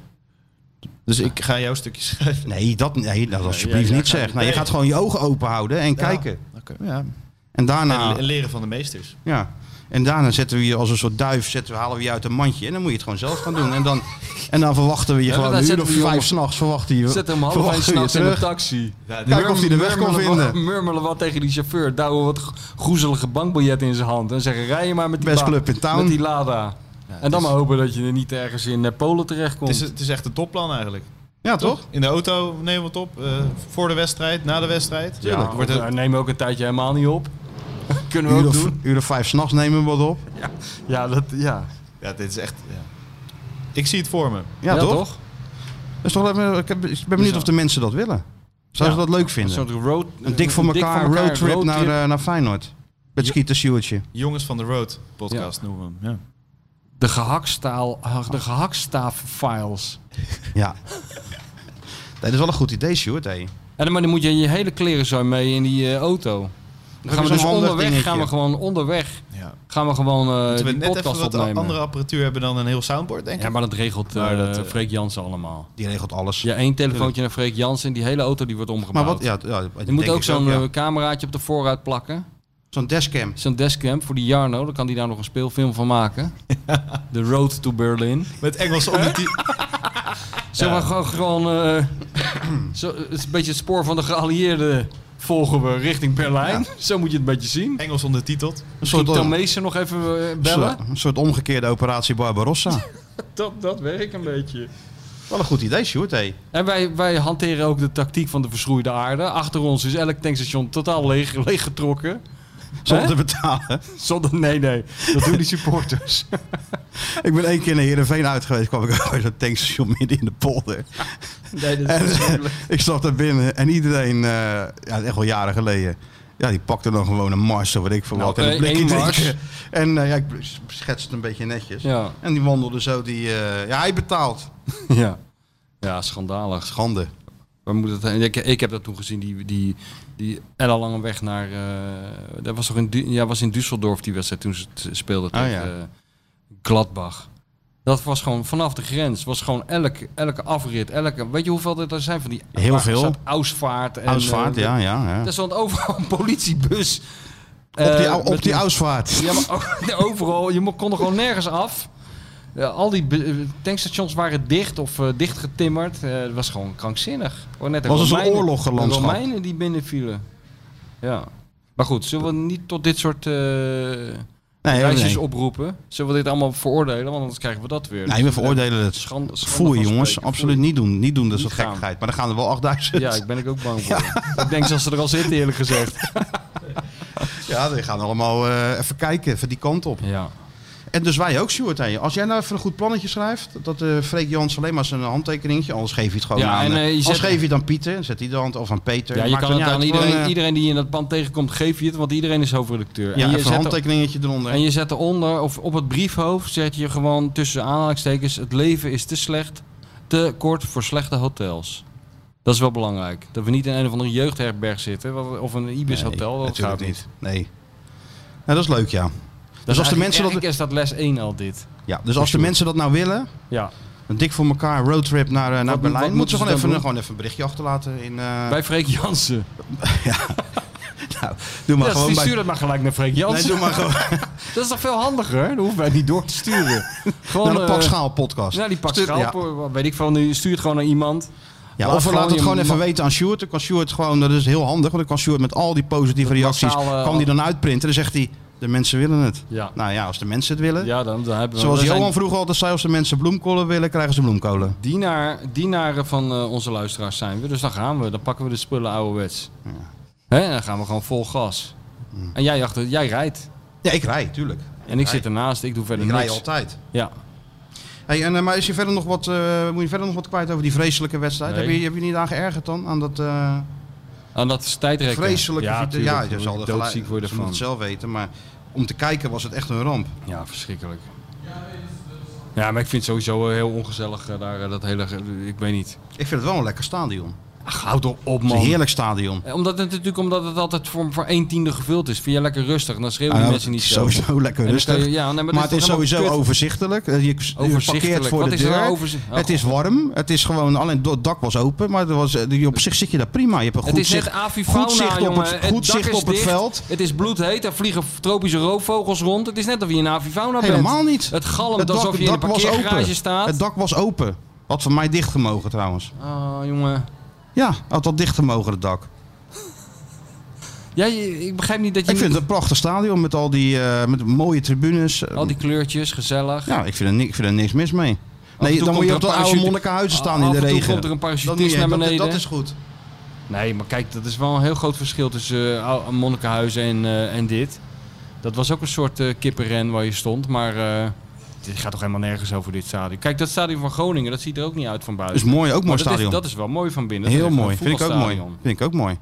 [SPEAKER 4] Dus ik ga jouw stukje schrijven.
[SPEAKER 2] Nee, dat, nee, dat alsjeblieft
[SPEAKER 3] jij
[SPEAKER 2] niet
[SPEAKER 3] gaat
[SPEAKER 2] zeg.
[SPEAKER 3] niet
[SPEAKER 2] Nee, je
[SPEAKER 4] mee.
[SPEAKER 2] gaat gewoon je ogen open houden en kijken.
[SPEAKER 4] Oké. Ja.
[SPEAKER 2] En daarna,
[SPEAKER 3] Ah.
[SPEAKER 4] En le- leren van de meesters.
[SPEAKER 2] ja. En daarna zetten we je als een soort duif, zetten we, halen we je uit een mandje. En dan moet je het gewoon zelf gaan doen. En dan, en dan verwachten we je
[SPEAKER 3] Ja,
[SPEAKER 2] gewoon
[SPEAKER 3] dan
[SPEAKER 2] een uur
[SPEAKER 3] zetten
[SPEAKER 2] of
[SPEAKER 3] we je om-
[SPEAKER 2] vijf s'nachts. Verwachten je,
[SPEAKER 3] Zet hem half
[SPEAKER 2] verwachten
[SPEAKER 3] één
[SPEAKER 2] we je
[SPEAKER 3] s'nachts in een
[SPEAKER 2] terug.
[SPEAKER 3] taxi.
[SPEAKER 4] Ja,
[SPEAKER 2] Kijk of hij de weg kon
[SPEAKER 3] Murmelen wat-
[SPEAKER 2] vinden.
[SPEAKER 3] Murmelen wat tegen die chauffeur. Douwen wat g- groezelige bankbiljetten in zijn hand. En zeggen, rij je maar met die,
[SPEAKER 2] Best
[SPEAKER 3] ba-
[SPEAKER 2] club in town.
[SPEAKER 3] Met die Lada. en dan
[SPEAKER 4] is-
[SPEAKER 3] maar hopen dat je er niet ergens in eh, Polen
[SPEAKER 4] Het, is,
[SPEAKER 3] terechtkomt.
[SPEAKER 4] het is echt een topplan eigenlijk.
[SPEAKER 2] Ja, toch?
[SPEAKER 4] In de auto nemen we het op. eh, voor de wedstrijd, na de wedstrijd.
[SPEAKER 3] Ja,
[SPEAKER 4] Wordt
[SPEAKER 3] wordt
[SPEAKER 4] het-
[SPEAKER 3] neem ook een tijdje helemaal niet op. Kunnen we
[SPEAKER 2] Uur
[SPEAKER 3] ook
[SPEAKER 2] of,
[SPEAKER 3] doen.
[SPEAKER 2] uur of vijf s'nachts nemen we wat op.
[SPEAKER 3] Ja, dat, ja.
[SPEAKER 4] ja, dit is echt... Ja. Ik zie het voor me.
[SPEAKER 2] Ja, toch? Dus toch even, ik, heb, ik ben benieuwd
[SPEAKER 4] Zo.
[SPEAKER 2] of de mensen dat willen. Zouden
[SPEAKER 3] Ja.
[SPEAKER 2] ze dat leuk
[SPEAKER 3] Een
[SPEAKER 2] vinden?
[SPEAKER 3] soort road...
[SPEAKER 2] een dik voor elkaar roadtrip naar,
[SPEAKER 3] roadtrip.
[SPEAKER 2] eh, naar Feyenoord. Met Skeeter Sjoertje.
[SPEAKER 4] Jongens van de Road podcast noemen we hem. Ja.
[SPEAKER 3] De gehaktstaal... De gehaktstaaf-files.
[SPEAKER 2] Ja. Nee, dat is wel een goed idee, Sjoerd. Hey.
[SPEAKER 3] En dan, maar dan moet je je hele kleren zo mee in die eh, auto. Dan gaan we
[SPEAKER 2] zo'n
[SPEAKER 3] dus
[SPEAKER 2] handig
[SPEAKER 3] onderweg,
[SPEAKER 2] dingetje.
[SPEAKER 3] gaan we gewoon onderweg,
[SPEAKER 4] Ja.
[SPEAKER 3] gaan we gewoon eh,
[SPEAKER 4] Moeten we
[SPEAKER 3] die
[SPEAKER 4] net even
[SPEAKER 3] podcast
[SPEAKER 4] wat
[SPEAKER 3] opnemen.
[SPEAKER 4] andere apparatuur hebben dan een heel soundboard, denk ik.
[SPEAKER 3] Ja, maar dat regelt eh,
[SPEAKER 4] Maar dat, eh,
[SPEAKER 3] Freek Jansen allemaal.
[SPEAKER 2] Die regelt alles.
[SPEAKER 3] Ja, één telefoontje naar Freek Jansen en die hele auto die wordt
[SPEAKER 2] maar
[SPEAKER 3] omgebouwd.
[SPEAKER 2] wat, ja, ja, ik
[SPEAKER 3] je moet
[SPEAKER 2] denk
[SPEAKER 3] ook
[SPEAKER 2] het
[SPEAKER 3] zo'n
[SPEAKER 2] ja.
[SPEAKER 3] eh, cameraatje op de voorruit plakken.
[SPEAKER 2] Zo'n dashcam.
[SPEAKER 3] Zo'n dashcam voor die Jarno, dan kan hij daar nog een speelfilm van maken. The Road to Berlin.
[SPEAKER 4] Met Engelse ondertiteling.
[SPEAKER 3] Zo maar gewoon, gewoon eh, zo, het is een beetje het spoor van de geallieerden volgen we richting Berlijn. Zo moet je het een beetje zien.
[SPEAKER 4] Engels ondertiteld.
[SPEAKER 2] Een
[SPEAKER 3] Misschien
[SPEAKER 2] soort, eh,
[SPEAKER 3] Tom
[SPEAKER 2] een,
[SPEAKER 3] Meester nog even eh, bellen.
[SPEAKER 2] een soort omgekeerde operatie Barbarossa.
[SPEAKER 3] Dat, dat werkt een beetje.
[SPEAKER 2] wel een goed idee, Sjoerd. Hey.
[SPEAKER 3] En wij, wij hanteren ook de tactiek van de verschroeide aarde. Achter ons is elk tankstation totaal leeg, leeggetrokken.
[SPEAKER 2] Zonder
[SPEAKER 3] Hè?
[SPEAKER 2] te betalen.
[SPEAKER 3] Zonder, nee, nee. Dat doen die supporters.
[SPEAKER 2] ik ben één keer naar Heerenveen uit geweest. kwam ik uit zo'n tankstation midden in de polder.
[SPEAKER 3] Nee, dat
[SPEAKER 2] En ik stap daar binnen en iedereen, eh, ja, echt wel jaren geleden. Ja, die pakte dan gewoon een mars of weet ik veel
[SPEAKER 3] Nou,
[SPEAKER 2] wat. En
[SPEAKER 3] eh,
[SPEAKER 2] een blikje
[SPEAKER 3] één Mars.
[SPEAKER 2] drinken. En eh, ja, ik schets het een beetje netjes.
[SPEAKER 3] Ja,
[SPEAKER 2] En die wandelde zo, die, eh, ja, hij betaalt.
[SPEAKER 3] ja. Ja, schandalig.
[SPEAKER 2] Schande.
[SPEAKER 3] Waar moet het heen? Ik, ik heb dat toen gezien, die, die, die ellenlange weg naar... eh, dat was toch in, Du- ja, was in Düsseldorf die wedstrijd toen ze het speelden
[SPEAKER 2] Ah,
[SPEAKER 3] tegen
[SPEAKER 2] ja.
[SPEAKER 3] eh, Gladbach. Dat was gewoon vanaf de grens. was gewoon elke, elke afrit, elke... Weet je hoeveel er zijn van die...
[SPEAKER 2] Heel
[SPEAKER 3] waar
[SPEAKER 2] veel.
[SPEAKER 3] staat Ausvaart. En,
[SPEAKER 2] Ausvaart,
[SPEAKER 3] eh,
[SPEAKER 2] ja, ja. ja.
[SPEAKER 3] Er stond overal een politiebus.
[SPEAKER 2] op die,
[SPEAKER 3] Eh,
[SPEAKER 2] au-
[SPEAKER 3] met
[SPEAKER 2] op die Ausvaart.
[SPEAKER 3] Ja, maar o- overal. Je mo- kon er gewoon nergens af. Ja, al die be- eh, tankstations waren dicht of eh, dichtgetimmerd. Eh, Het was gewoon krankzinnig. Gewoon net de
[SPEAKER 2] Was er zo'n
[SPEAKER 3] Romeinen-
[SPEAKER 2] oorloggelandschap?
[SPEAKER 3] De Romeinen die binnenvielen. Ja. Maar goed, zullen we niet tot dit soort eh
[SPEAKER 2] Nee, nee,
[SPEAKER 3] reisjes
[SPEAKER 2] nee.
[SPEAKER 3] oproepen? Zullen we dit allemaal veroordelen? Want anders krijgen we dat weer.
[SPEAKER 2] nee, we veroordelen het.
[SPEAKER 3] Schande, schande
[SPEAKER 2] Voer
[SPEAKER 3] van
[SPEAKER 2] jongens,
[SPEAKER 3] spreken.
[SPEAKER 2] absoluut niet doen. Niet doen, dat is wat
[SPEAKER 3] Niet gaan.
[SPEAKER 2] gekkigheid. Maar dan gaan er wel 8000.
[SPEAKER 3] Ja, ik ben ik ook bang voor. Ik denk dat ze er al zitten, eerlijk gezegd.
[SPEAKER 2] Ja, die gaan allemaal eh, even kijken, van die kant op.
[SPEAKER 3] Ja.
[SPEAKER 2] En dus wij ook, Stuart. hè. Als jij nou even een goed plannetje schrijft, dat eh Freek Jans alleen maar zijn handtekeningetje, anders geef je het gewoon
[SPEAKER 3] Ja,
[SPEAKER 2] aan.
[SPEAKER 3] en,
[SPEAKER 2] eh,
[SPEAKER 3] eh, je
[SPEAKER 2] anders
[SPEAKER 3] zet-
[SPEAKER 2] geef je het aan Pieter, zet hij de hand of aan Peter.
[SPEAKER 3] Ja, je
[SPEAKER 2] Maakt
[SPEAKER 3] kan
[SPEAKER 2] er
[SPEAKER 3] het
[SPEAKER 2] niet
[SPEAKER 3] aan
[SPEAKER 2] uit,
[SPEAKER 3] iedereen,
[SPEAKER 2] gewoon, eh,
[SPEAKER 3] iedereen die je in dat pand tegenkomt, geef je het, want iedereen is hoofdredacteur.
[SPEAKER 2] Ja,
[SPEAKER 3] en, je
[SPEAKER 2] even een
[SPEAKER 3] zet er,
[SPEAKER 2] handtekeningetje eronder.
[SPEAKER 3] en je zet eronder, of op het briefhoofd, zet je gewoon tussen aanhalingstekens: het leven is te slecht, te kort voor slechte hotels. Dat is wel belangrijk. Dat we niet in een of andere jeugdherberg zitten wat- of een Ibis hotel. Dat
[SPEAKER 2] natuurlijk
[SPEAKER 3] gaat niet.
[SPEAKER 2] Nee. Nou, dat is leuk, ja.
[SPEAKER 3] Dus
[SPEAKER 2] als de mensen dat-
[SPEAKER 3] is dat les 1 al dit.
[SPEAKER 2] ja dus als de mensen dat nou willen,
[SPEAKER 3] Ja.
[SPEAKER 2] een dik voor elkaar roadtrip naar, eh, naar
[SPEAKER 3] wat
[SPEAKER 2] Berlijn,
[SPEAKER 3] moeten
[SPEAKER 2] moeten ze
[SPEAKER 3] ze
[SPEAKER 2] gewoon
[SPEAKER 3] dan
[SPEAKER 2] even,
[SPEAKER 3] doen?
[SPEAKER 2] gewoon even een berichtje achterlaten. In, eh,
[SPEAKER 3] Bij Freek Jansen.
[SPEAKER 2] nou, doe maar
[SPEAKER 3] Ja, dus
[SPEAKER 2] gewoon
[SPEAKER 3] die
[SPEAKER 2] bij...
[SPEAKER 3] stuur dat maar gelijk naar Freek Jansen.
[SPEAKER 2] Nee, doe maar gewoon
[SPEAKER 3] Dat is toch veel handiger? Dan hoeven wij niet door te sturen. Gewoon
[SPEAKER 2] naar de
[SPEAKER 3] eh,
[SPEAKER 2] Pak Schaal podcast.
[SPEAKER 3] Ja, die pak
[SPEAKER 2] Stuur-
[SPEAKER 3] schaal.
[SPEAKER 2] ja.
[SPEAKER 3] eh, Weet ik veel. Die stuurt gewoon naar iemand.
[SPEAKER 2] Ja,
[SPEAKER 3] Laat
[SPEAKER 2] of we
[SPEAKER 3] gewoon
[SPEAKER 2] laten het
[SPEAKER 3] je
[SPEAKER 2] gewoon even
[SPEAKER 3] ma-
[SPEAKER 2] weten aan Sjoerd. Dan kan Sjoerd gewoon, dat is heel handig, want dan kan Sjoerd met al die positieve reacties,
[SPEAKER 3] massale-
[SPEAKER 2] kan die dan uitprinten. Dan zegt hij, de mensen willen het.
[SPEAKER 3] Ja.
[SPEAKER 2] Nou ja, als de mensen het willen.
[SPEAKER 3] Ja, dan, dan hebben we...
[SPEAKER 2] Zoals
[SPEAKER 3] we zijn
[SPEAKER 2] Johan vroeger altijd zei, als de mensen bloemkolen willen, krijgen ze bloemkolen.
[SPEAKER 3] dienaar, dienaren van eh, onze luisteraars zijn we. Dus dan gaan we. Dan pakken we de spullen ouderwets. Hè, en dan gaan we gewoon vol gas. En jij, achter, jij rijdt.
[SPEAKER 2] Ja, Mm. ik rij, tuurlijk.
[SPEAKER 3] En ik zit ernaast. Ik doe verder
[SPEAKER 2] Ik rij
[SPEAKER 3] niks.
[SPEAKER 2] altijd.
[SPEAKER 3] Ja.
[SPEAKER 2] Hey, en, eh, maar is je verder nog wat, eh, moet je verder nog wat kwijt over die vreselijke wedstrijd?
[SPEAKER 3] Nee.
[SPEAKER 2] Heb, je, heb je niet aan geërgerd dan? Aan dat eh,
[SPEAKER 3] En dat is tijdrekken.
[SPEAKER 2] vreselijke...
[SPEAKER 3] Ja,
[SPEAKER 2] vite-
[SPEAKER 3] tuurlijk.
[SPEAKER 2] je zal er
[SPEAKER 3] doodziek
[SPEAKER 2] gelijk,
[SPEAKER 3] worden
[SPEAKER 2] ze moeten
[SPEAKER 3] van.
[SPEAKER 2] het zelf weten, maar om te kijken was het echt een ramp.
[SPEAKER 3] Ja, verschrikkelijk. Ja, maar ik vind het sowieso eh, heel ongezellig eh, daar. eh, Dat hele... ge- Ik weet niet.
[SPEAKER 2] Ik vind het wel een lekker stadion.
[SPEAKER 3] Ach, houd toch op,
[SPEAKER 2] Het is
[SPEAKER 3] man.
[SPEAKER 2] een heerlijk stadion.
[SPEAKER 3] Eh, Omdat het natuurlijk omdat het altijd voor, voor 1 tiende gevuld is. Vind je lekker rustig. Dan schreeuwen
[SPEAKER 2] Ah,
[SPEAKER 3] die
[SPEAKER 2] nou,
[SPEAKER 3] mensen niet
[SPEAKER 2] het is
[SPEAKER 3] zo.
[SPEAKER 2] Sowieso lekker
[SPEAKER 3] En dan
[SPEAKER 2] rustig.
[SPEAKER 3] kan je- ja, nee, maar
[SPEAKER 2] maar,
[SPEAKER 3] dat
[SPEAKER 2] het
[SPEAKER 3] is
[SPEAKER 2] is
[SPEAKER 3] toch helemaal
[SPEAKER 2] sowieso
[SPEAKER 3] kut?
[SPEAKER 2] overzichtelijk. Eh, Je, je parkeert
[SPEAKER 3] Overzichtelijk.
[SPEAKER 2] voor
[SPEAKER 3] Wat
[SPEAKER 2] de
[SPEAKER 3] is er nou
[SPEAKER 2] deur.
[SPEAKER 3] overzi- Oh,
[SPEAKER 2] het is warm. Het is gewoon, alleen het dak was open. Maar er was, eh, op zich zit je daar prima. Je hebt een
[SPEAKER 3] het
[SPEAKER 2] goed
[SPEAKER 3] is
[SPEAKER 2] zicht,
[SPEAKER 3] net avifauna,
[SPEAKER 2] goed zicht op
[SPEAKER 3] jongen.
[SPEAKER 2] het, goed
[SPEAKER 3] dak
[SPEAKER 2] zicht
[SPEAKER 3] is
[SPEAKER 2] op het
[SPEAKER 3] dicht.
[SPEAKER 2] veld.
[SPEAKER 3] Het is bloedheet. Daar vliegen f- tropische roofvogels rond. Het is net of je in een avifauna bent.
[SPEAKER 2] Helemaal niet.
[SPEAKER 3] Het galmt
[SPEAKER 2] dak-
[SPEAKER 3] alsof je in een
[SPEAKER 2] dak was
[SPEAKER 3] parkeergarage
[SPEAKER 2] open.
[SPEAKER 3] staat.
[SPEAKER 2] Het dak was open. Had van mij dicht gemogen trouwens.
[SPEAKER 3] Ah, jongen.
[SPEAKER 2] Ja, had dat dicht gemogen het dak.
[SPEAKER 3] Ja, je- ik begrijp niet dat je
[SPEAKER 2] Ik vind
[SPEAKER 3] niet-
[SPEAKER 2] het een prachtig stadion met al die eh, met mooie tribunes.
[SPEAKER 3] al die kleurtjes, gezellig.
[SPEAKER 2] Ja, ik vind, er, ni- ik vind er niks mis mee.
[SPEAKER 3] en
[SPEAKER 2] Nee,
[SPEAKER 3] toe
[SPEAKER 2] dan moet
[SPEAKER 3] komt
[SPEAKER 2] je
[SPEAKER 3] er
[SPEAKER 2] op
[SPEAKER 3] een
[SPEAKER 2] dat oude
[SPEAKER 3] parachute-
[SPEAKER 2] monnikenhuizen staan
[SPEAKER 3] Af
[SPEAKER 2] in de
[SPEAKER 3] en toe
[SPEAKER 2] regen.
[SPEAKER 3] komt er een
[SPEAKER 2] Dat moet
[SPEAKER 3] parachutist
[SPEAKER 2] je-
[SPEAKER 3] naar
[SPEAKER 2] dat-
[SPEAKER 3] beneden.
[SPEAKER 2] dat is goed.
[SPEAKER 3] Nee, maar kijk, dat is wel een heel groot verschil tussen eh, ou- Monnikenhuizen en, eh, en dit. Dat was ook een soort eh, kippenren waar je stond, maar eh dit gaat toch helemaal nergens over dit stadion. Kijk, dat stadion van Groningen, dat ziet er ook niet uit van
[SPEAKER 2] Dat is
[SPEAKER 3] buiten.
[SPEAKER 2] mooi, ook mooi
[SPEAKER 3] Maar dat,
[SPEAKER 2] stadion.
[SPEAKER 3] Is, dat is wel mooi van binnen. Dat
[SPEAKER 2] Heel
[SPEAKER 3] is echt
[SPEAKER 2] mooi.
[SPEAKER 3] een
[SPEAKER 2] Vind ik ook mooi.
[SPEAKER 3] voetbalstadion.
[SPEAKER 2] Vind ik ook mooi.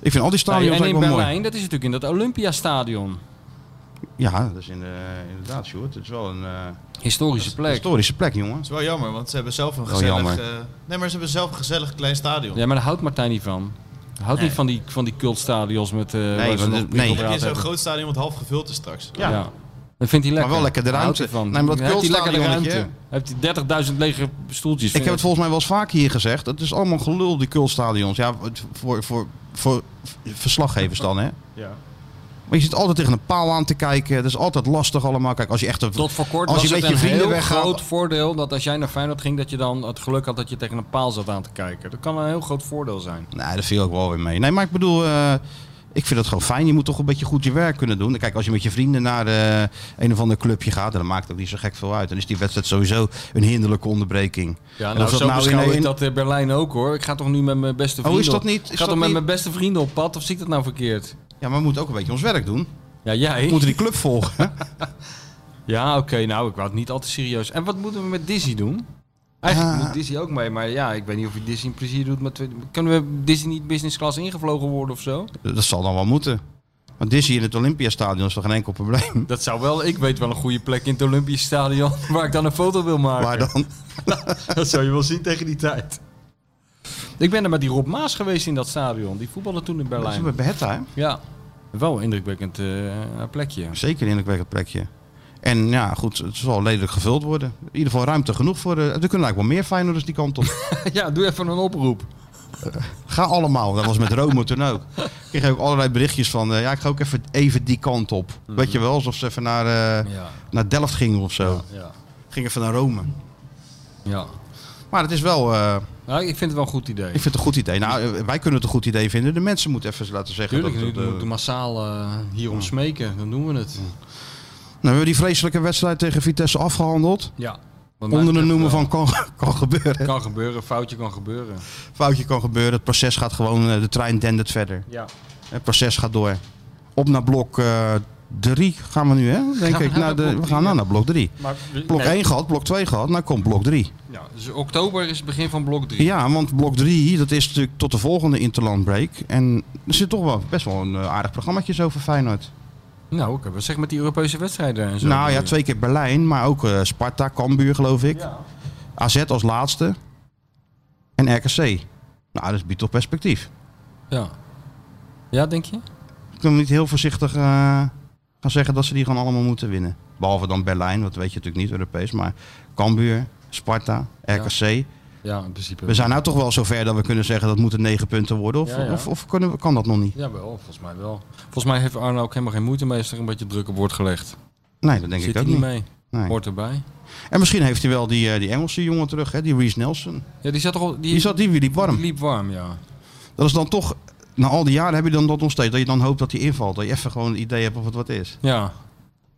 [SPEAKER 2] Ik vind al die
[SPEAKER 3] Nee,
[SPEAKER 2] stadions
[SPEAKER 3] en in
[SPEAKER 2] eigenlijk wel mooi.
[SPEAKER 3] Berlijn, dat is natuurlijk in dat Olympiastadion.
[SPEAKER 2] Ja, dat is in, eh, inderdaad, Sjoerd. Het is wel een eh,
[SPEAKER 3] Historische plek.
[SPEAKER 2] historische plek, jongen.
[SPEAKER 4] is wel jammer, want ze hebben zelf een
[SPEAKER 2] Wel
[SPEAKER 4] gezellig...
[SPEAKER 2] jammer.
[SPEAKER 4] eh, nee, maar ze hebben zelf een gezellig klein stadion.
[SPEAKER 3] Ja, maar daar houdt Martijn niet van. Hij Houdt niet van die, van die cultstadions met... eh waar
[SPEAKER 2] want
[SPEAKER 3] ze nog
[SPEAKER 2] het- nee.
[SPEAKER 4] Het
[SPEAKER 3] prikkeldraad
[SPEAKER 4] is zo'n
[SPEAKER 3] hebben.
[SPEAKER 4] groot stadion wat half gevuld is straks.
[SPEAKER 2] Ja.
[SPEAKER 3] Ja. Dat vindt hij lekker.
[SPEAKER 2] Maar wel lekker de
[SPEAKER 3] Daar houdt hij
[SPEAKER 2] ruimte.
[SPEAKER 3] van.
[SPEAKER 2] Nee, maar dat
[SPEAKER 3] Heeft hij lekker de
[SPEAKER 2] cultstadionnetje.
[SPEAKER 3] ruimte. Heeft hij 30.000 lege stoeltjes.
[SPEAKER 2] Ik heb het volgens mij wel eens vaak hier gezegd. Het is allemaal gelul, die cultstadions. Ja, het- voor, voor, voor verslaggevers dan, hè.
[SPEAKER 3] Ja.
[SPEAKER 2] Maar je zit altijd tegen een paal aan te kijken. Dat is altijd lastig allemaal. Kijk, als je echt een...
[SPEAKER 3] Tot voor kort
[SPEAKER 2] Als
[SPEAKER 3] was
[SPEAKER 2] je
[SPEAKER 3] het
[SPEAKER 2] met je
[SPEAKER 3] een
[SPEAKER 2] vrienden
[SPEAKER 3] heel
[SPEAKER 2] weggaat-
[SPEAKER 3] groot voordeel dat als jij naar Feyenoord ging, dat je dan het geluk had dat je tegen een paal zat aan te kijken. Dat kan een heel groot voordeel zijn.
[SPEAKER 2] Nee, dat viel ook wel weer mee. Nee, maar ik bedoel, eh, ik vind het gewoon fijn. Je moet toch een beetje goed je werk kunnen doen. Kijk, als je met je vrienden naar eh, een of ander clubje gaat, dan maakt het ook niet zo gek veel uit. Dan is die wedstrijd sowieso een hinderlijke onderbreking.
[SPEAKER 3] Ja,
[SPEAKER 2] En
[SPEAKER 3] nou,
[SPEAKER 2] of dat
[SPEAKER 3] zo
[SPEAKER 2] nou in
[SPEAKER 3] beschouw ik
[SPEAKER 2] één-
[SPEAKER 3] dat in Berlijn ook hoor. Ik ga toch nu met mijn beste vrienden...
[SPEAKER 2] is dat
[SPEAKER 3] op-
[SPEAKER 2] niet-
[SPEAKER 3] Ik
[SPEAKER 2] is
[SPEAKER 3] ga
[SPEAKER 2] dat
[SPEAKER 3] toch met
[SPEAKER 2] niet-
[SPEAKER 3] mijn beste vrienden op pad? Of zie ik dat nou verkeerd?
[SPEAKER 2] Ja, maar we moeten ook een beetje ons werk doen.
[SPEAKER 3] Ja,
[SPEAKER 2] We
[SPEAKER 3] jij?
[SPEAKER 2] moeten die club volgen.
[SPEAKER 3] Ja, oké. nou, ik wou het niet al te serieus. En wat moeten we met Disney doen? Eigenlijk moet Disney ook mee, maar ja, ik weet niet of je Disney een plezier doet. Maar kunnen we Disney niet business class ingevlogen worden of zo?
[SPEAKER 2] dat zal dan wel moeten. Want Disney in het Olympiastadion is toch geen enkel probleem.
[SPEAKER 3] Dat zou wel, ik weet wel een goede plek in het Olympisch Stadion waar ik dan een foto wil maken.
[SPEAKER 2] Maar dan,
[SPEAKER 3] Dat zou je wel zien tegen die tijd. Ik ben er met die Rob Maas geweest in dat stadion. Die voetballen toen in
[SPEAKER 2] dat is
[SPEAKER 3] Berlijn.
[SPEAKER 2] bij Behetta, hè?
[SPEAKER 3] Ja. Wel een indrukwekkend eh, plekje.
[SPEAKER 2] Zeker een indrukwekkend plekje. En ja, goed, het zal lelijk gevuld worden. In ieder geval ruimte genoeg voor de... Er kunnen eigenlijk wel meer Feyenoorders die kant op.
[SPEAKER 3] ja, doe even een oproep.
[SPEAKER 2] Ga allemaal. Dat was met Rome toen ook. Ik kreeg ook allerlei berichtjes van... eh, ja, ik ga ook even, even die kant op. Weet je wel, alsof ze even naar, eh,
[SPEAKER 3] Mhm. Ja,
[SPEAKER 2] naar Delft gingen of zo.
[SPEAKER 3] ja,
[SPEAKER 2] Gingen even naar Rome.
[SPEAKER 3] ja.
[SPEAKER 2] Maar het is wel... eh,
[SPEAKER 3] Nou, ik vind het wel een goed idee.
[SPEAKER 2] ik vind het een goed idee. Nou, eh, wij kunnen het een goed idee vinden. De mensen moeten even laten zeggen...
[SPEAKER 3] Tuurlijk, nu
[SPEAKER 2] dat, dat, eh,
[SPEAKER 3] moeten massaal eh, hier om smeken. Dan doen we het.
[SPEAKER 2] nou, hebben we die vreselijke wedstrijd tegen Vitesse afgehandeld.
[SPEAKER 3] Ja.
[SPEAKER 2] Onder de noemen van kan, kan gebeuren.
[SPEAKER 3] eh, Kan gebeuren, foutje kan gebeuren.
[SPEAKER 2] Foutje kan gebeuren. Het proces gaat gewoon... eh, de trein dendert verder.
[SPEAKER 3] Ja.
[SPEAKER 2] Het proces gaat door. Op naar blok 3 gaan we nu, hè? Denk
[SPEAKER 3] Gaan we
[SPEAKER 2] ik.
[SPEAKER 3] naar
[SPEAKER 2] Naar de,
[SPEAKER 3] blok
[SPEAKER 2] we
[SPEAKER 3] drie,
[SPEAKER 2] gaan
[SPEAKER 3] ja.
[SPEAKER 2] nou naar blok 3.
[SPEAKER 3] Maar,
[SPEAKER 2] Blok 1 gehad, blok 2 gehad, nou komt blok 3.
[SPEAKER 3] Ja, dus oktober is het begin van blok 3.
[SPEAKER 2] Ja, want blok 3, dat is natuurlijk tot de volgende interlandbreak. En er zit toch wel best wel een eh, aardig programmaatje zo voor Feyenoord.
[SPEAKER 3] Nou, oké. Wat zeg met die Europese wedstrijden en zo?
[SPEAKER 2] nou ja,
[SPEAKER 3] bedoel je?
[SPEAKER 2] twee keer Berlijn, maar ook eh, Sparta, Cambuur geloof ik.
[SPEAKER 3] Ja.
[SPEAKER 2] AZ als laatste. En RKC. Nou, dat biedt toch perspectief.
[SPEAKER 3] Ja. Ja, denk je?
[SPEAKER 2] Ik kan niet heel voorzichtig eh, gaan zeggen dat ze die gewoon allemaal moeten winnen. Behalve dan Berlijn, dat weet je natuurlijk niet Europees. Maar Cambuur, Sparta, RKC.
[SPEAKER 3] Ja, in principe.
[SPEAKER 2] We zijn nou toch wel zover dat we kunnen zeggen dat moeten negen punten worden. Of,
[SPEAKER 3] Ja, ja.
[SPEAKER 2] of, of kunnen we, kan dat nog niet?
[SPEAKER 3] Ja, wel. Volgens mij wel. Volgens mij heeft Arno ook helemaal geen moeite mee als er een beetje druk op wordt gelegd.
[SPEAKER 2] Nee, dat denk
[SPEAKER 3] Zit
[SPEAKER 2] ik ook
[SPEAKER 3] hij
[SPEAKER 2] niet.
[SPEAKER 3] niet mee.
[SPEAKER 2] Nee.
[SPEAKER 3] Hoort erbij.
[SPEAKER 2] En misschien heeft hij wel die, eh, die Engelse jongen terug, hè? die Reese Nelson.
[SPEAKER 3] Ja, die zat toch al...
[SPEAKER 2] Die, zat, die liep warm.
[SPEAKER 3] Die liep warm, ja.
[SPEAKER 2] Dat is dan toch, na al die jaren heb je dan dat nog steeds. Dat je dan hoopt dat hij invalt. Dat je even gewoon een idee hebt of het wat is.
[SPEAKER 3] Ja.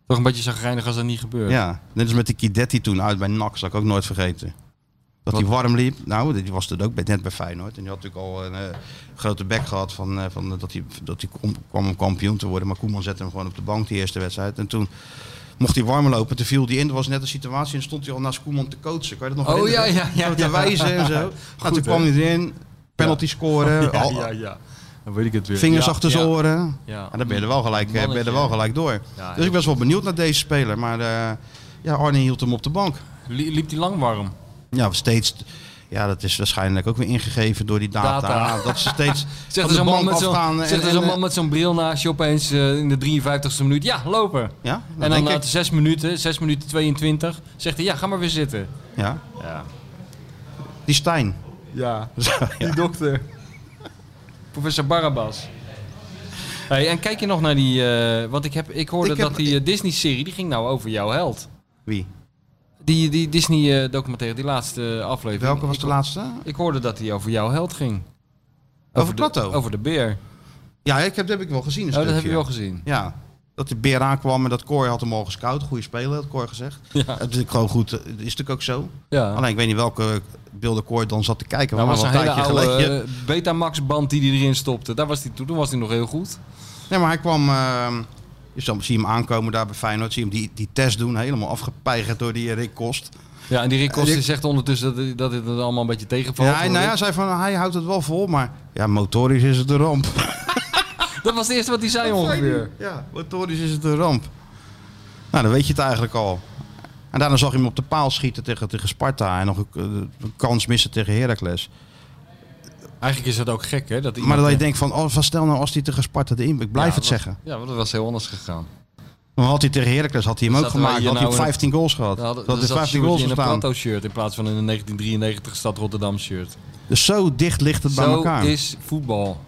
[SPEAKER 3] Toch een beetje zagrijnig als dat niet gebeurt.
[SPEAKER 2] Ja, net als met die Kidetti toen uit bij NAC, dat ik ook nooit vergeten. Dat hij warm liep. Nou, die was toen ook bij, net bij Feyenoord. En die had natuurlijk al een eh, grote bek gehad van, eh, van, eh, dat hij, dat hij kom- kwam om kampioen te worden. Maar Koeman zette hem gewoon op de bank die eerste wedstrijd. En toen mocht hij warm lopen. Toen viel hij in. Er was net een situatie en stond hij al naast Koeman te coachen. Kan je dat nog
[SPEAKER 3] Oh ja,
[SPEAKER 2] herinneren?
[SPEAKER 3] ja, ja.
[SPEAKER 2] Zo te
[SPEAKER 3] ja.
[SPEAKER 2] wijzen en zo. nou, toen
[SPEAKER 3] hè?
[SPEAKER 2] kwam hij erin. Penalty scoren.
[SPEAKER 3] Ja,
[SPEAKER 2] al-
[SPEAKER 3] ja, ja. Dan weet ik het weer.
[SPEAKER 2] Vingers
[SPEAKER 3] Ja,
[SPEAKER 2] achter zijn
[SPEAKER 3] ja,
[SPEAKER 2] oren.
[SPEAKER 3] Ja.
[SPEAKER 2] En dan ben je er wel gelijk, eh, ben je er wel
[SPEAKER 3] Mannetje.
[SPEAKER 2] gelijk door.
[SPEAKER 3] Ja,
[SPEAKER 2] Dus ik was wel benieuwd naar deze speler. Maar eh, ja, Arne hield hem op de bank.
[SPEAKER 3] Li- Liep die lang warm?
[SPEAKER 2] Ja, steeds. Ja, dat is waarschijnlijk ook weer ingegeven door die data.
[SPEAKER 3] Data.
[SPEAKER 2] Dat ze steeds
[SPEAKER 3] Zegt
[SPEAKER 2] van
[SPEAKER 3] er
[SPEAKER 2] de
[SPEAKER 3] zo'n man,
[SPEAKER 2] bank
[SPEAKER 3] met
[SPEAKER 2] afgaan.
[SPEAKER 3] zo'n-
[SPEAKER 2] en-
[SPEAKER 3] zegt dus
[SPEAKER 2] en-
[SPEAKER 3] er
[SPEAKER 2] eh,
[SPEAKER 3] zo'n man met zo'n bril naast je opeens eh, in de 53ste minuut. Ja, lopen.
[SPEAKER 2] Ja, dat
[SPEAKER 3] En dan
[SPEAKER 2] denk ik.
[SPEAKER 3] na 6 minuten, 6 minuten 22, zegt hij ja, ga maar weer zitten.
[SPEAKER 2] Ja,
[SPEAKER 3] Ja.
[SPEAKER 2] die Stijn.
[SPEAKER 3] Ja. Die dokter. Professor Barabbas. Hey, en kijk je nog naar die, eh, want ik, heb, ik hoorde
[SPEAKER 2] Ik heb-
[SPEAKER 3] dat die eh, Disney-serie, die ging nou over jouw held.
[SPEAKER 2] Wie?
[SPEAKER 3] Die, die Disney-documentaire, die laatste aflevering.
[SPEAKER 2] Welke was
[SPEAKER 3] Ik-
[SPEAKER 2] de laatste?
[SPEAKER 3] Ik hoorde dat die over jouw held ging.
[SPEAKER 2] Over
[SPEAKER 3] de-
[SPEAKER 2] Plato?
[SPEAKER 3] Over de beer.
[SPEAKER 2] Ja, ik heb, dat heb ik wel gezien. Een
[SPEAKER 3] Oh, dat heb
[SPEAKER 2] stukje.
[SPEAKER 3] je wel gezien.
[SPEAKER 2] Ja. Dat de beer aankwam en dat Kooi had hem al gescout. Goede speler, had Kooi gezegd.
[SPEAKER 3] Ja.
[SPEAKER 2] Dat is natuurlijk gewoon goed. Dat is natuurlijk ook zo.
[SPEAKER 3] Ja.
[SPEAKER 2] Alleen ik weet niet welke beelden Kooi dan zat te kijken.
[SPEAKER 3] Dat
[SPEAKER 2] maar
[SPEAKER 3] was een
[SPEAKER 2] wel
[SPEAKER 3] hele
[SPEAKER 2] Nou, tijdje
[SPEAKER 3] oude
[SPEAKER 2] geleden.
[SPEAKER 3] eh, Betamax-band die hij erin stopte. Daar was hij toen, toen was hij nog heel goed.
[SPEAKER 2] Nee, maar hij kwam. ehm, je zal- zie hem aankomen daar bij Feyenoord. Zie hem die, die test doen. Helemaal afgepeigerd door die eh, Rick Kost.
[SPEAKER 3] Ja, en die Rick Koster
[SPEAKER 2] Rick-
[SPEAKER 3] zegt ondertussen dat, dat het allemaal een beetje tegenvalt.
[SPEAKER 2] Ja, hij, nou ja, hij zei van hij houdt het wel vol, maar ja, motorisch is het een ramp.
[SPEAKER 3] Dat was het eerste wat hij zei ongeveer.
[SPEAKER 2] Ja, motorisch is het een ramp. Nou, dan weet je het eigenlijk al. En daarna zag je hem op de paal schieten tegen, tegen Sparta en nog een, eh, een kans missen tegen Heracles.
[SPEAKER 3] Eigenlijk is dat ook gek, hè? Dat iemand- eh,
[SPEAKER 2] Maar dat je denkt van, oh, van stel nou als hij tegen Sparta de inbreuk, blijf
[SPEAKER 3] Ja,
[SPEAKER 2] het
[SPEAKER 3] wat-
[SPEAKER 2] zeggen.
[SPEAKER 3] Ja, want dat was heel anders gegaan.
[SPEAKER 2] Maar had hij tegen Heracles, had hij hem ook
[SPEAKER 3] Zaten wij
[SPEAKER 2] gemaakt,
[SPEAKER 3] hier
[SPEAKER 2] had hij
[SPEAKER 3] nou in-
[SPEAKER 2] 15 goals gehad.
[SPEAKER 3] Dan
[SPEAKER 2] Dat
[SPEAKER 3] hadden-
[SPEAKER 2] had
[SPEAKER 3] dan
[SPEAKER 2] hij
[SPEAKER 3] zat
[SPEAKER 2] 15
[SPEAKER 3] Sjoerd
[SPEAKER 2] goals
[SPEAKER 3] in een
[SPEAKER 2] gestaan.
[SPEAKER 3] Plato-shirt in plaats van in een 1993 Stad Rotterdam-shirt.
[SPEAKER 2] Dus zo dicht ligt het bij
[SPEAKER 3] Zo
[SPEAKER 2] elkaar.
[SPEAKER 3] is voetbal.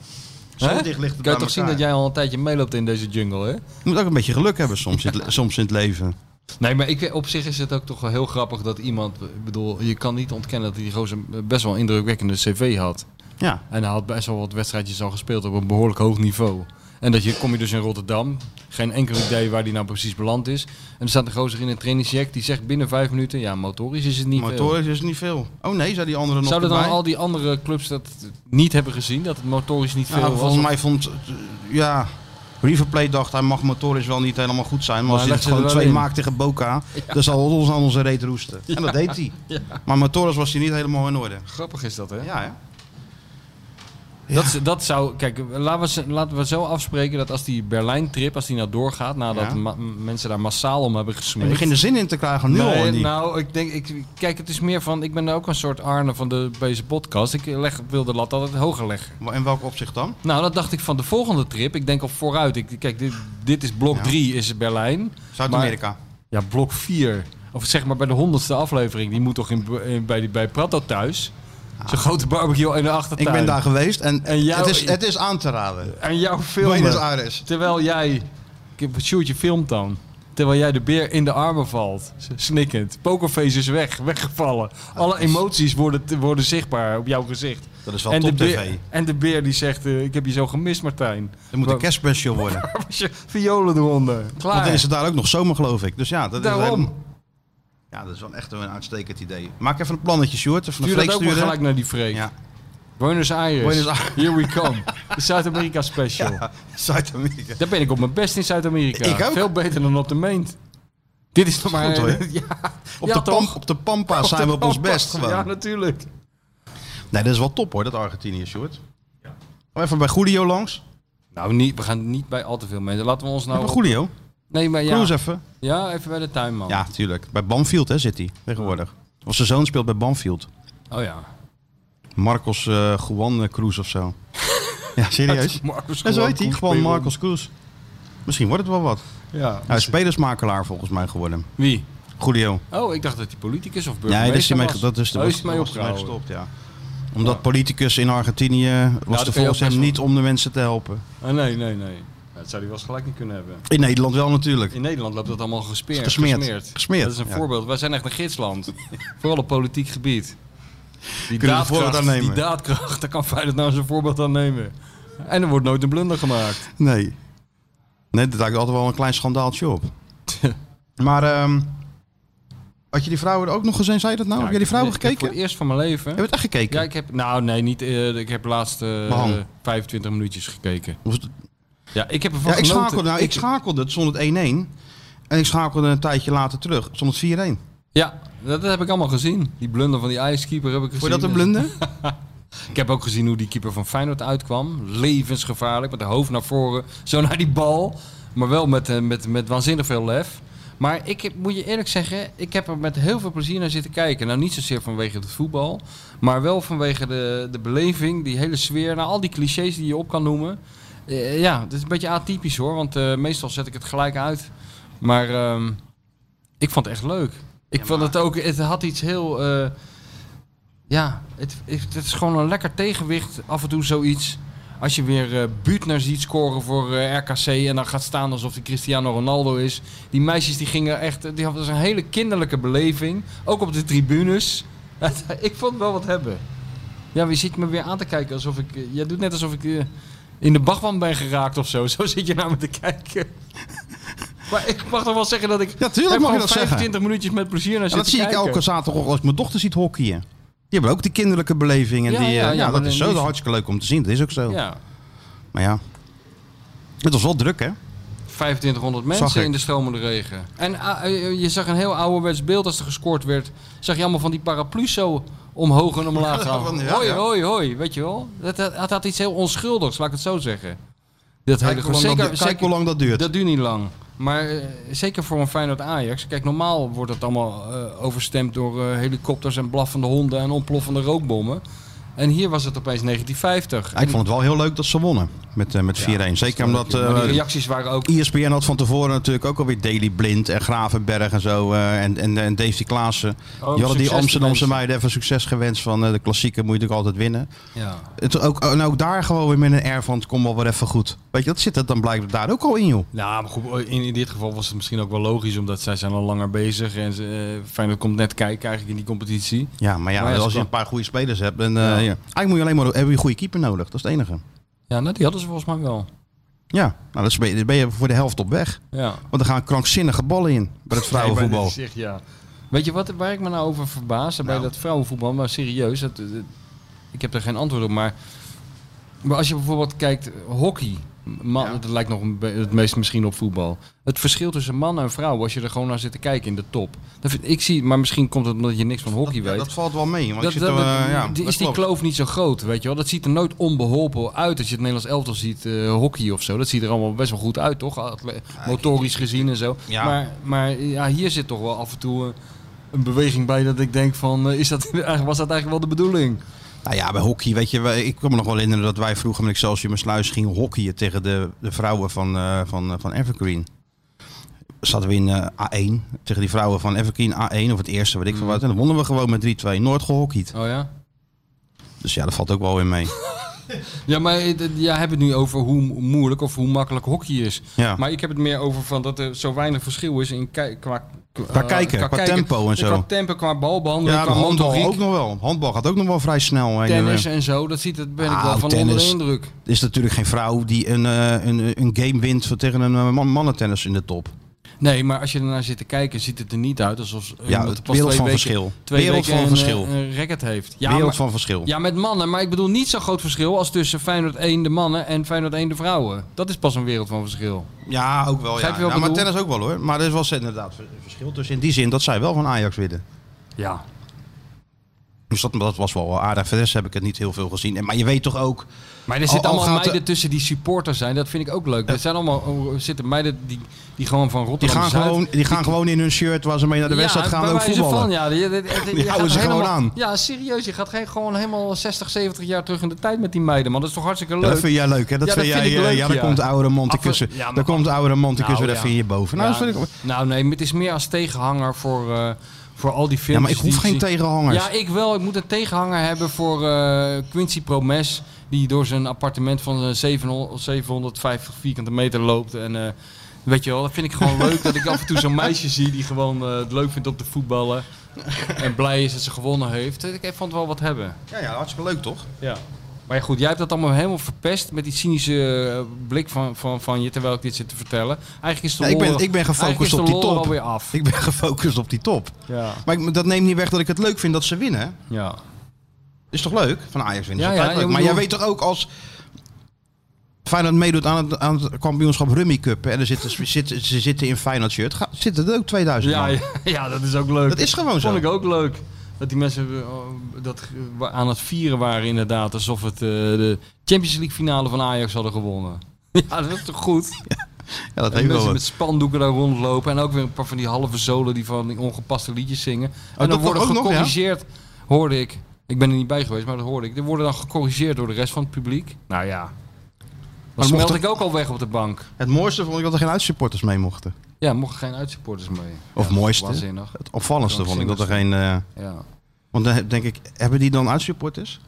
[SPEAKER 2] Zo
[SPEAKER 3] Hè?
[SPEAKER 2] dicht ligt het bij
[SPEAKER 3] Kan je
[SPEAKER 2] elkaar.
[SPEAKER 3] toch zien dat jij al een tijdje meeloopt in deze jungle, hè?
[SPEAKER 2] Je moet ook een beetje geluk hebben soms, in, het, le- soms in het leven.
[SPEAKER 3] Nee, maar ik, op zich is het ook toch wel heel grappig dat iemand... Ik bedoel, je kan niet ontkennen dat die gozer best wel een indrukwekkende cv had.
[SPEAKER 2] Ja,
[SPEAKER 3] En hij had best wel wat wedstrijdjes al gespeeld op een behoorlijk hoog niveau. En dat je, kom je dus in Rotterdam, geen enkel idee waar die nou precies beland is. En er staat een gozer in een trainingsjack die zegt binnen vijf minuten, ja, motorisch is het niet veel.
[SPEAKER 2] motorisch is niet veel. Oh nee, zei die andere nog
[SPEAKER 3] Zouden dan
[SPEAKER 2] erbij.
[SPEAKER 3] al die andere clubs dat niet hebben gezien, dat het motorisch niet veel
[SPEAKER 2] Ja,
[SPEAKER 3] was?
[SPEAKER 2] Nou, volgens
[SPEAKER 3] Of-
[SPEAKER 2] mij vond, eh, ja, River Plate dacht hij mag motorisch wel niet helemaal goed zijn. Maar
[SPEAKER 3] Maar
[SPEAKER 2] als hij
[SPEAKER 3] leg
[SPEAKER 2] er
[SPEAKER 3] ze er
[SPEAKER 2] gewoon
[SPEAKER 3] wel
[SPEAKER 2] twee
[SPEAKER 3] in.
[SPEAKER 2] maakt tegen Boca, dan zal ons aan onze reet roesten. En dat deed hij. Maar motorisch was hij niet helemaal in orde.
[SPEAKER 3] Grappig is dat, hè?
[SPEAKER 2] Ja, hè?
[SPEAKER 3] Dat, is- dat zou, kijk, laten we, z- laten we zo afspreken dat als die Berlijn-trip, als die nou doorgaat, nadat
[SPEAKER 2] Ja.
[SPEAKER 3] de ma- m- mensen daar massaal om hebben
[SPEAKER 2] Ik
[SPEAKER 3] gesmeekt.
[SPEAKER 2] begin er zin in te krijgen nu al.
[SPEAKER 3] Nee,
[SPEAKER 2] in die-
[SPEAKER 3] nou, ik denk, ik, kijk, het is meer van, ik ben ook een soort Arne van de, deze podcast. Ik leg, wil de lat altijd hoger leggen.
[SPEAKER 2] Maar In welk opzicht dan?
[SPEAKER 3] Nou, dat dacht ik van de volgende trip. Ik denk al vooruit. Ik, kijk, dit, dit is blok
[SPEAKER 2] Ja.
[SPEAKER 3] 3, is Berlijn.
[SPEAKER 2] Zuid-Amerika.
[SPEAKER 3] Ja, blok 4. Of zeg maar bij de honderdste aflevering. Die moet toch in, in- bij, die, bij Prato thuis? Zo'n grote barbecue in de achtertuin.
[SPEAKER 2] Ah. Ik ben daar geweest en,
[SPEAKER 3] En jou-
[SPEAKER 2] het, is, het is aan te raden.
[SPEAKER 3] En jouw
[SPEAKER 2] Buenos
[SPEAKER 3] filmen.
[SPEAKER 2] Aires.
[SPEAKER 3] Terwijl jij... Ik heb een shootje filmt dan. Terwijl jij de beer in de armen valt. S- Snikkend. Pokerface is weg. Weggevallen. Alle emoties worden, te- worden zichtbaar op jouw gezicht.
[SPEAKER 2] Ah, Dat is wel
[SPEAKER 3] en, de
[SPEAKER 2] top
[SPEAKER 3] beer,
[SPEAKER 2] tv.
[SPEAKER 3] en de beer die zegt... eh, ik heb je zo gemist, Martijn.
[SPEAKER 2] Er moet een
[SPEAKER 3] Waar-
[SPEAKER 2] kerstspecial worden.
[SPEAKER 3] Waar was je violen eronder?
[SPEAKER 2] Want
[SPEAKER 3] Klaar.
[SPEAKER 2] dan is het daar ook nog zomer, geloof ik. Dus ja, dat is
[SPEAKER 3] Daarom.
[SPEAKER 2] helemaal- Ja, dat is wel echt een uitstekend idee. Maak even een plannetje, Sjoerd. Even een
[SPEAKER 3] Stuur dat
[SPEAKER 2] vlees
[SPEAKER 3] ook maar
[SPEAKER 2] sturen.
[SPEAKER 3] gelijk naar die vreek.
[SPEAKER 2] Ja.
[SPEAKER 3] Buenos Aires.
[SPEAKER 2] Buenos Aires.
[SPEAKER 3] Here we come. De Zuid-Amerika special.
[SPEAKER 2] Zuid-Amerika.
[SPEAKER 3] Daar ben ik op mijn best in Zuid-Amerika.
[SPEAKER 2] Ik ook.
[SPEAKER 3] Veel beter dan op de meent. Dit is toch maar...
[SPEAKER 2] goed, hoor.
[SPEAKER 3] ja,
[SPEAKER 2] Op,
[SPEAKER 3] ja,
[SPEAKER 2] de
[SPEAKER 3] toch?
[SPEAKER 2] pam, op de Pampa zijn we op ons best gewoon.
[SPEAKER 3] Ja, natuurlijk.
[SPEAKER 2] Nee, dat is wel top hoor, dat Argentinië, Sjoerd. Kom Even bij Julio langs.
[SPEAKER 3] Nou, niet, we gaan niet bij al te veel mensen. Laten we ons nou...
[SPEAKER 2] Even Julio.
[SPEAKER 3] Nee, maar ja.
[SPEAKER 2] Cruise even.
[SPEAKER 3] Ja, even bij de tuinman.
[SPEAKER 2] Ja, tuurlijk. Bij Banfield hè, zit hij tegenwoordig. Of zijn zoon speelt bij Banfield.
[SPEAKER 3] Oh ja.
[SPEAKER 2] Marcos eh Juan Cruz of zo. ja, serieus?
[SPEAKER 3] Marcus
[SPEAKER 2] En zo
[SPEAKER 3] Juan
[SPEAKER 2] heet hij,
[SPEAKER 3] Cruz
[SPEAKER 2] gewoon
[SPEAKER 3] Peron.
[SPEAKER 2] Marcos Cruz. Misschien wordt het wel wat.
[SPEAKER 3] Ja.
[SPEAKER 2] Hij is spelersmakelaar volgens mij geworden.
[SPEAKER 3] Wie?
[SPEAKER 2] Julio.
[SPEAKER 3] Oh, ik dacht dat hij politicus of burgemeester
[SPEAKER 2] Nee, dat is, hij mee,
[SPEAKER 3] was.
[SPEAKER 2] dat is de
[SPEAKER 3] Oh, is hij mee
[SPEAKER 2] dat is hij mee
[SPEAKER 3] opgehouden.
[SPEAKER 2] gestopt, ja. Omdat politicus in Argentinië was
[SPEAKER 3] dat
[SPEAKER 2] de
[SPEAKER 3] kun je ook
[SPEAKER 2] volgens hem
[SPEAKER 3] best
[SPEAKER 2] niet om de mensen te helpen.
[SPEAKER 3] Ah, nee, nee, nee. Dat zou hij wel eens gelijk niet kunnen hebben.
[SPEAKER 2] In Nederland wel natuurlijk.
[SPEAKER 3] In Nederland loopt dat allemaal gespeerd.
[SPEAKER 2] Gesmeerd.
[SPEAKER 3] Gesmeerd.
[SPEAKER 2] Gesmeerd,
[SPEAKER 3] Dat is een
[SPEAKER 2] ja.
[SPEAKER 3] voorbeeld. Wij zijn echt een gidsland. Vooral op politiek gebied. Die
[SPEAKER 2] Kunnen we een voorbeeld aan nemen?
[SPEAKER 3] die daadkracht, daar kan Feyenoord nou zijn voorbeeld aan nemen. En er wordt nooit een blunder gemaakt.
[SPEAKER 2] Nee. Nee, dat duikt altijd wel een klein schandaaltje op. maar ehm, had je die vrouwen er ook nog gezien? Zei je dat nou?
[SPEAKER 3] Ja,
[SPEAKER 2] heb jij die vrouwen
[SPEAKER 3] ik- ik heb
[SPEAKER 2] gekeken?
[SPEAKER 3] Voor het eerst van mijn leven.
[SPEAKER 2] Heb je het echt gekeken?
[SPEAKER 3] Ja, ik heb... Nou, nee, niet... eh, ik heb de laatste eh,
[SPEAKER 2] Behang.
[SPEAKER 3] 25 minuutjes gekeken.
[SPEAKER 2] Was het-
[SPEAKER 3] Ja, ik heb ervan
[SPEAKER 2] Ja, ik
[SPEAKER 3] genoten.
[SPEAKER 2] schakelde, nou, ik schakelde het stond het 1-1. En ik schakelde een tijdje later terug. Het Stond het 4-1.
[SPEAKER 3] Ja, dat, dat heb ik allemaal gezien. Die blunder van die icekeeper heb ik gezien.
[SPEAKER 2] Vond je dat een blunder?
[SPEAKER 3] Ik heb ook gezien hoe die keeper van Feyenoord uitkwam. Levensgevaarlijk, met de hoofd naar voren. Zo naar die bal. Maar wel met, eh, met, met waanzinnig veel lef. Maar ik heb- moet je eerlijk zeggen, ik heb er met heel veel plezier naar zitten kijken. Nou, niet zozeer vanwege het voetbal, maar wel vanwege de, de beleving, die hele sfeer. Nou, al die clichés die je op kan noemen. Eh, ja, het is een beetje atypisch hoor, want eh, meestal zet ik het gelijk uit. Maar ehm, ik vond het echt leuk. Ik vond het ook, het had iets heel... eh, ja, het, het is gewoon een lekker tegenwicht. Af en toe zoiets. Als je weer eh Buutner ziet scoren voor eh, RKC en dan gaat staan alsof hij Cristiano Ronaldo is. Die meisjes die gingen echt, die hadden dus een hele kinderlijke beleving. Ook op de tribunes. ik vond het wel wat hebben. Ja, wie zit me weer aan te kijken alsof ik, eh, jij doet net alsof ik eh, in de bagwan ben geraakt of zo. Zo zit je naar me te kijken. maar ik mag toch wel zeggen dat ik
[SPEAKER 2] Ja, tuurlijk
[SPEAKER 3] heb
[SPEAKER 2] mag je
[SPEAKER 3] gewoon
[SPEAKER 2] dat
[SPEAKER 3] 25
[SPEAKER 2] zeggen.
[SPEAKER 3] minuutjes met plezier naar
[SPEAKER 2] Ja,
[SPEAKER 3] zitten
[SPEAKER 2] dat zie ik
[SPEAKER 3] kijken.
[SPEAKER 2] elke zaterdag als ik mijn dochter ziet hockeyen. Die hebben ook die kinderlijke beleving. En
[SPEAKER 3] Ja,
[SPEAKER 2] die, eh,
[SPEAKER 3] ja,
[SPEAKER 2] ja,
[SPEAKER 3] ja, maar
[SPEAKER 2] dat is
[SPEAKER 3] dan
[SPEAKER 2] zo
[SPEAKER 3] lief-
[SPEAKER 2] hartstikke leuk om te zien. Dat is ook zo.
[SPEAKER 3] Ja.
[SPEAKER 2] Maar ja, het was wel druk hè?
[SPEAKER 3] 2500
[SPEAKER 2] Zag ik.
[SPEAKER 3] mensen in de stromende regen. En ah, eh, je zag een heel ouderwets beeld als er gescoord werd. Zag je allemaal van die paraplu's zo omhoog en omlaag gaan.
[SPEAKER 2] van- ja,
[SPEAKER 3] hoi,
[SPEAKER 2] ja.
[SPEAKER 3] hoi, hoi. Weet je wel? Dat, dat, dat had iets heel onschuldigs, laat ik het zo zeggen. Dat hele
[SPEAKER 2] Kijk, hoe
[SPEAKER 3] gevoel.
[SPEAKER 2] lang,
[SPEAKER 3] Zeker,
[SPEAKER 2] dat, kijk hoe
[SPEAKER 3] zeker,
[SPEAKER 2] lang dat duurt.
[SPEAKER 3] dat duurt niet lang. Maar eh, zeker voor een Feyenoord-Ajax. Kijk, normaal wordt dat allemaal eh, overstemd door eh, helikopters en blaffende honden en ontploffende rookbommen. En hier was het opeens 1950.
[SPEAKER 2] Ja, ik vond het wel heel leuk dat ze wonnen met, eh, met 4-1. Zeker omdat
[SPEAKER 3] Maar die
[SPEAKER 2] eh,
[SPEAKER 3] reacties waren ook
[SPEAKER 2] ESPN had van tevoren natuurlijk ook alweer Daily Blind en Gravenberg en zo. eh, en, en, en Dave die Klaassen. die hadden die
[SPEAKER 3] Oh, succes
[SPEAKER 2] Amsterdamse
[SPEAKER 3] te wensen.
[SPEAKER 2] meiden even succes gewenst van eh, de klassieke moet je natuurlijk altijd winnen.
[SPEAKER 3] Ja.
[SPEAKER 2] Het, ook, en ook daar gewoon weer met een air van het komt wel weer even goed. Weet je, dat zit het dan blijkbaar daar ook al in joh.
[SPEAKER 3] Nou, maar goed, in, in dit geval was het misschien ook wel logisch, omdat zij zijn al langer bezig. En ze, eh Feyenoord komt net kijken eigenlijk in die competitie.
[SPEAKER 2] Ja, maar ja,
[SPEAKER 3] Maar ja, ze
[SPEAKER 2] als je
[SPEAKER 3] kan-
[SPEAKER 2] een paar goede spelers hebt, dan eh,
[SPEAKER 3] Ja.
[SPEAKER 2] ja. eigenlijk moet je alleen maar hebben je een goede keeper nodig. Dat is het enige.
[SPEAKER 3] Ja, nou, die hadden ze volgens mij wel.
[SPEAKER 2] Ja, nou, dan ben je, dan ben je voor de helft op weg.
[SPEAKER 3] Ja. dus
[SPEAKER 2] Want er gaan krankzinnige ballen in bij het vrouwenvoetbal.
[SPEAKER 3] Zeg, ja. Weet je wat, waar ik me nou over verbaas bij
[SPEAKER 2] Nou.
[SPEAKER 3] dat vrouwenvoetbal? Maar serieus, dat, dat- ik heb daar geen antwoord op. Maar, maar als je bijvoorbeeld kijkt, hockey. Man, Dat lijkt nog een be- het meest misschien op voetbal. Het verschil tussen man en vrouw, als je er gewoon naar zit te kijken in de top. Dat vind, ik zie, maar misschien komt het omdat je niks van hockey
[SPEAKER 2] Ja,
[SPEAKER 3] weet.
[SPEAKER 2] dat valt wel mee. Want ik
[SPEAKER 3] Dat,
[SPEAKER 2] zit
[SPEAKER 3] dat-
[SPEAKER 2] er, eh,
[SPEAKER 3] dat-
[SPEAKER 2] ja,
[SPEAKER 3] die,
[SPEAKER 2] dat
[SPEAKER 3] is die
[SPEAKER 2] klopt.
[SPEAKER 3] kloof niet zo groot, weet je wel? Dat ziet er nooit onbeholpen uit als je het Nederlands elftal ziet, eh, hockey of zo. Dat ziet er allemaal best wel goed uit, toch? Atle- Motorisch gezien en zo.
[SPEAKER 2] Ja.
[SPEAKER 3] Maar, maar ja, hier zit toch wel af en toe eh, een beweging bij dat ik denk van, eh, is dat, was dat eigenlijk wel de bedoeling?
[SPEAKER 2] Nou ja, bij hockey, weet je, wij- ik kan me nog wel herinneren dat wij vroeger met Excelsior mijn sluis gingen hockeyen tegen de, de vrouwen van, eh, van, eh, van Evergreen. Zaten we in eh, A1 tegen die vrouwen van Evergreen A1 of het eerste, weet ik
[SPEAKER 3] Mhm.
[SPEAKER 2] veel wat. En dan wonnen we gewoon met 3-2. Nooit gehockeyd.
[SPEAKER 3] Oh ja?
[SPEAKER 2] Dus ja, dat valt ook wel weer mee.
[SPEAKER 3] Ja, maar eh, d- jij hebt het nu over hoe mo- moeilijk of hoe makkelijk hockey is.
[SPEAKER 2] Ja.
[SPEAKER 3] Maar ik heb het meer over van dat er zo weinig verschil is in kijk qua,
[SPEAKER 2] Qua
[SPEAKER 3] eh,
[SPEAKER 2] kijken, qua tempo en zo.
[SPEAKER 3] Qua tempo, qua balbehandeling,
[SPEAKER 2] ja, de
[SPEAKER 3] qua
[SPEAKER 2] handbal
[SPEAKER 3] motoriek.
[SPEAKER 2] ook nog wel. Handbal gaat ook nog wel vrij snel. heen en weer.
[SPEAKER 3] tennis en zo, dat ziet, dat ben ik
[SPEAKER 2] Ah,
[SPEAKER 3] wel van
[SPEAKER 2] tennis.
[SPEAKER 3] onder de indruk.
[SPEAKER 2] Er is natuurlijk geen vrouw die een, eh, een, een game wint voor tegen een eh, man- mannentennis in de top.
[SPEAKER 3] Nee, maar als je ernaar zit te kijken, ziet het er niet uit alsof eh,
[SPEAKER 2] Ja,
[SPEAKER 3] iemand
[SPEAKER 2] het
[SPEAKER 3] pas
[SPEAKER 2] wereld
[SPEAKER 3] twee
[SPEAKER 2] van
[SPEAKER 3] weken-
[SPEAKER 2] verschil.
[SPEAKER 3] Twee
[SPEAKER 2] Wereld
[SPEAKER 3] weken
[SPEAKER 2] van
[SPEAKER 3] een,
[SPEAKER 2] verschil.
[SPEAKER 3] eh, een racket heeft. Ja,
[SPEAKER 2] Wereld
[SPEAKER 3] maar-
[SPEAKER 2] van verschil.
[SPEAKER 3] ja, met mannen, maar ik bedoel niet zo'n groot verschil als tussen Feyenoord 1 de mannen en Feyenoord 1 de vrouwen. Dat is pas een wereld van verschil.
[SPEAKER 2] Ja, ook wel. Ja.
[SPEAKER 3] Begrijp je wat
[SPEAKER 2] Ja,
[SPEAKER 3] ik
[SPEAKER 2] maar
[SPEAKER 3] bedoel?
[SPEAKER 2] tennis ook wel hoor. Maar er was inderdaad een verschil tussen in die zin dat zij wel van Ajax winnen.
[SPEAKER 3] Ja.
[SPEAKER 2] Dus dat, dat was wel aardig. Verder heb ik het niet heel veel gezien. En, maar je weet toch ook...
[SPEAKER 3] Maar er
[SPEAKER 2] Al-
[SPEAKER 3] zitten
[SPEAKER 2] al
[SPEAKER 3] allemaal
[SPEAKER 2] gaat de-
[SPEAKER 3] meiden tussen die supporters zijn. Dat vind ik ook leuk. Er zijn allemaal er zitten meiden die, die gewoon van
[SPEAKER 2] Die
[SPEAKER 3] Rotterdam
[SPEAKER 2] gaan,
[SPEAKER 3] Zuid-
[SPEAKER 2] gewoon, die gaan gewoon in hun shirt waar ze mee naar de wedstrijd gaan
[SPEAKER 3] bij
[SPEAKER 2] ook
[SPEAKER 3] wijze
[SPEAKER 2] voetballen.
[SPEAKER 3] Van, ja, die, die- die- je
[SPEAKER 2] houden
[SPEAKER 3] gaat
[SPEAKER 2] ze gewoon
[SPEAKER 3] helemaal-
[SPEAKER 2] aan.
[SPEAKER 3] Ja, serieus. Je gaat geen, gewoon helemaal 60, 70 jaar terug in de tijd met die meiden. Man, dat is toch hartstikke
[SPEAKER 2] Ja,
[SPEAKER 3] leuk.
[SPEAKER 2] dat vind jij leuk, hè? Dat
[SPEAKER 3] Ja, dat
[SPEAKER 2] vind
[SPEAKER 3] vind
[SPEAKER 2] jij,
[SPEAKER 3] ik
[SPEAKER 2] eh,
[SPEAKER 3] leuk,
[SPEAKER 2] ja, dan
[SPEAKER 3] ja.
[SPEAKER 2] komt de oude
[SPEAKER 3] Af-
[SPEAKER 2] Monticus,
[SPEAKER 3] ja, maar
[SPEAKER 2] dan
[SPEAKER 3] af-
[SPEAKER 2] komt de oude Monticus
[SPEAKER 3] Nou,
[SPEAKER 2] weer
[SPEAKER 3] ja.
[SPEAKER 2] even in je boven. Nou,
[SPEAKER 3] Ja,
[SPEAKER 2] dat vind ik- ja,
[SPEAKER 3] nou, nee, het is meer als tegenhanger voor, eh, voor al die films.
[SPEAKER 2] maar ik hoef
[SPEAKER 3] die-
[SPEAKER 2] geen
[SPEAKER 3] die-
[SPEAKER 2] tegenhangers.
[SPEAKER 3] Ja, ik wel. Ik moet een tegenhanger hebben voor eh, Quincy Promes. Die door zijn appartement van eh, 700 750 vierkante meter loopt. En eh, weet je wel, dat vind ik gewoon leuk. Dat ik af en toe zo'n meisje zie die gewoon eh, het leuk vindt om te voetballen. En blij is dat ze gewonnen heeft. Ik vond het wel wat hebben.
[SPEAKER 2] Ja, ja, hartstikke leuk, toch?
[SPEAKER 3] Ja. Maar ja, goed, jij hebt dat allemaal helemaal verpest met die cynische eh, blik van, van, van je terwijl ik dit zit te vertellen. Eigenlijk is de
[SPEAKER 2] Nee, ik ben-
[SPEAKER 3] lol-
[SPEAKER 2] ik ben gefocust
[SPEAKER 3] eigenlijk is de
[SPEAKER 2] op die
[SPEAKER 3] lol
[SPEAKER 2] top.
[SPEAKER 3] er alweer af.
[SPEAKER 2] Ik ben gefocust op die top.
[SPEAKER 3] Ja.
[SPEAKER 2] Maar ik- dat neemt niet weg dat ik het leuk vind dat ze winnen. hè?
[SPEAKER 3] Ja.
[SPEAKER 2] Is toch leuk? Van Ajax winnen. is
[SPEAKER 3] Ja,
[SPEAKER 2] altijd
[SPEAKER 3] ja,
[SPEAKER 2] leuk.
[SPEAKER 3] je
[SPEAKER 2] Maar
[SPEAKER 3] moet
[SPEAKER 2] jij
[SPEAKER 3] wel-
[SPEAKER 2] weet toch ook als Feyenoord meedoet aan het, aan het kampioenschap Rummy Cup. hè, En er zitten, ze zitten, ze zitten in Feyenoord shirt. Ga- Zitten er ook 2000
[SPEAKER 3] Ja,
[SPEAKER 2] man.
[SPEAKER 3] ja, ja, dat is ook leuk.
[SPEAKER 2] Dat is gewoon zo.
[SPEAKER 3] Vond ik ook leuk. Dat die mensen eh, dat eh, aan het vieren waren inderdaad. Alsof het eh, de Champions League finale van Ajax hadden gewonnen. Ja, dat is toch goed?
[SPEAKER 2] Ja, dat
[SPEAKER 3] en
[SPEAKER 2] heeft wel
[SPEAKER 3] mensen
[SPEAKER 2] wat.
[SPEAKER 3] met spandoeken daar rondlopen. En ook weer een paar van die halve zolen die van die ongepaste liedjes zingen. en
[SPEAKER 2] Oh, dat
[SPEAKER 3] dan worden
[SPEAKER 2] ook nog, ja?
[SPEAKER 3] gecorrigeerd, hoorde ik. Ik ben er niet bij geweest, maar dat hoorde ik. Die worden dan gecorrigeerd door de rest van het publiek. Nou ja. Dan
[SPEAKER 2] mocht
[SPEAKER 3] smelt
[SPEAKER 2] er-
[SPEAKER 3] ik ook al weg op de bank.
[SPEAKER 2] Het mooiste vond ik dat er geen uitsupporters mee mochten.
[SPEAKER 3] Ja, mochten geen uitsupporters mee.
[SPEAKER 2] Of
[SPEAKER 3] Ja, dat is
[SPEAKER 2] mooiste.
[SPEAKER 3] Waanzinnig.
[SPEAKER 2] Het opvallendste vond ik dat er geen... eh,
[SPEAKER 3] Ja.
[SPEAKER 2] want dan heb- denk ik, hebben die dan uitsupporters?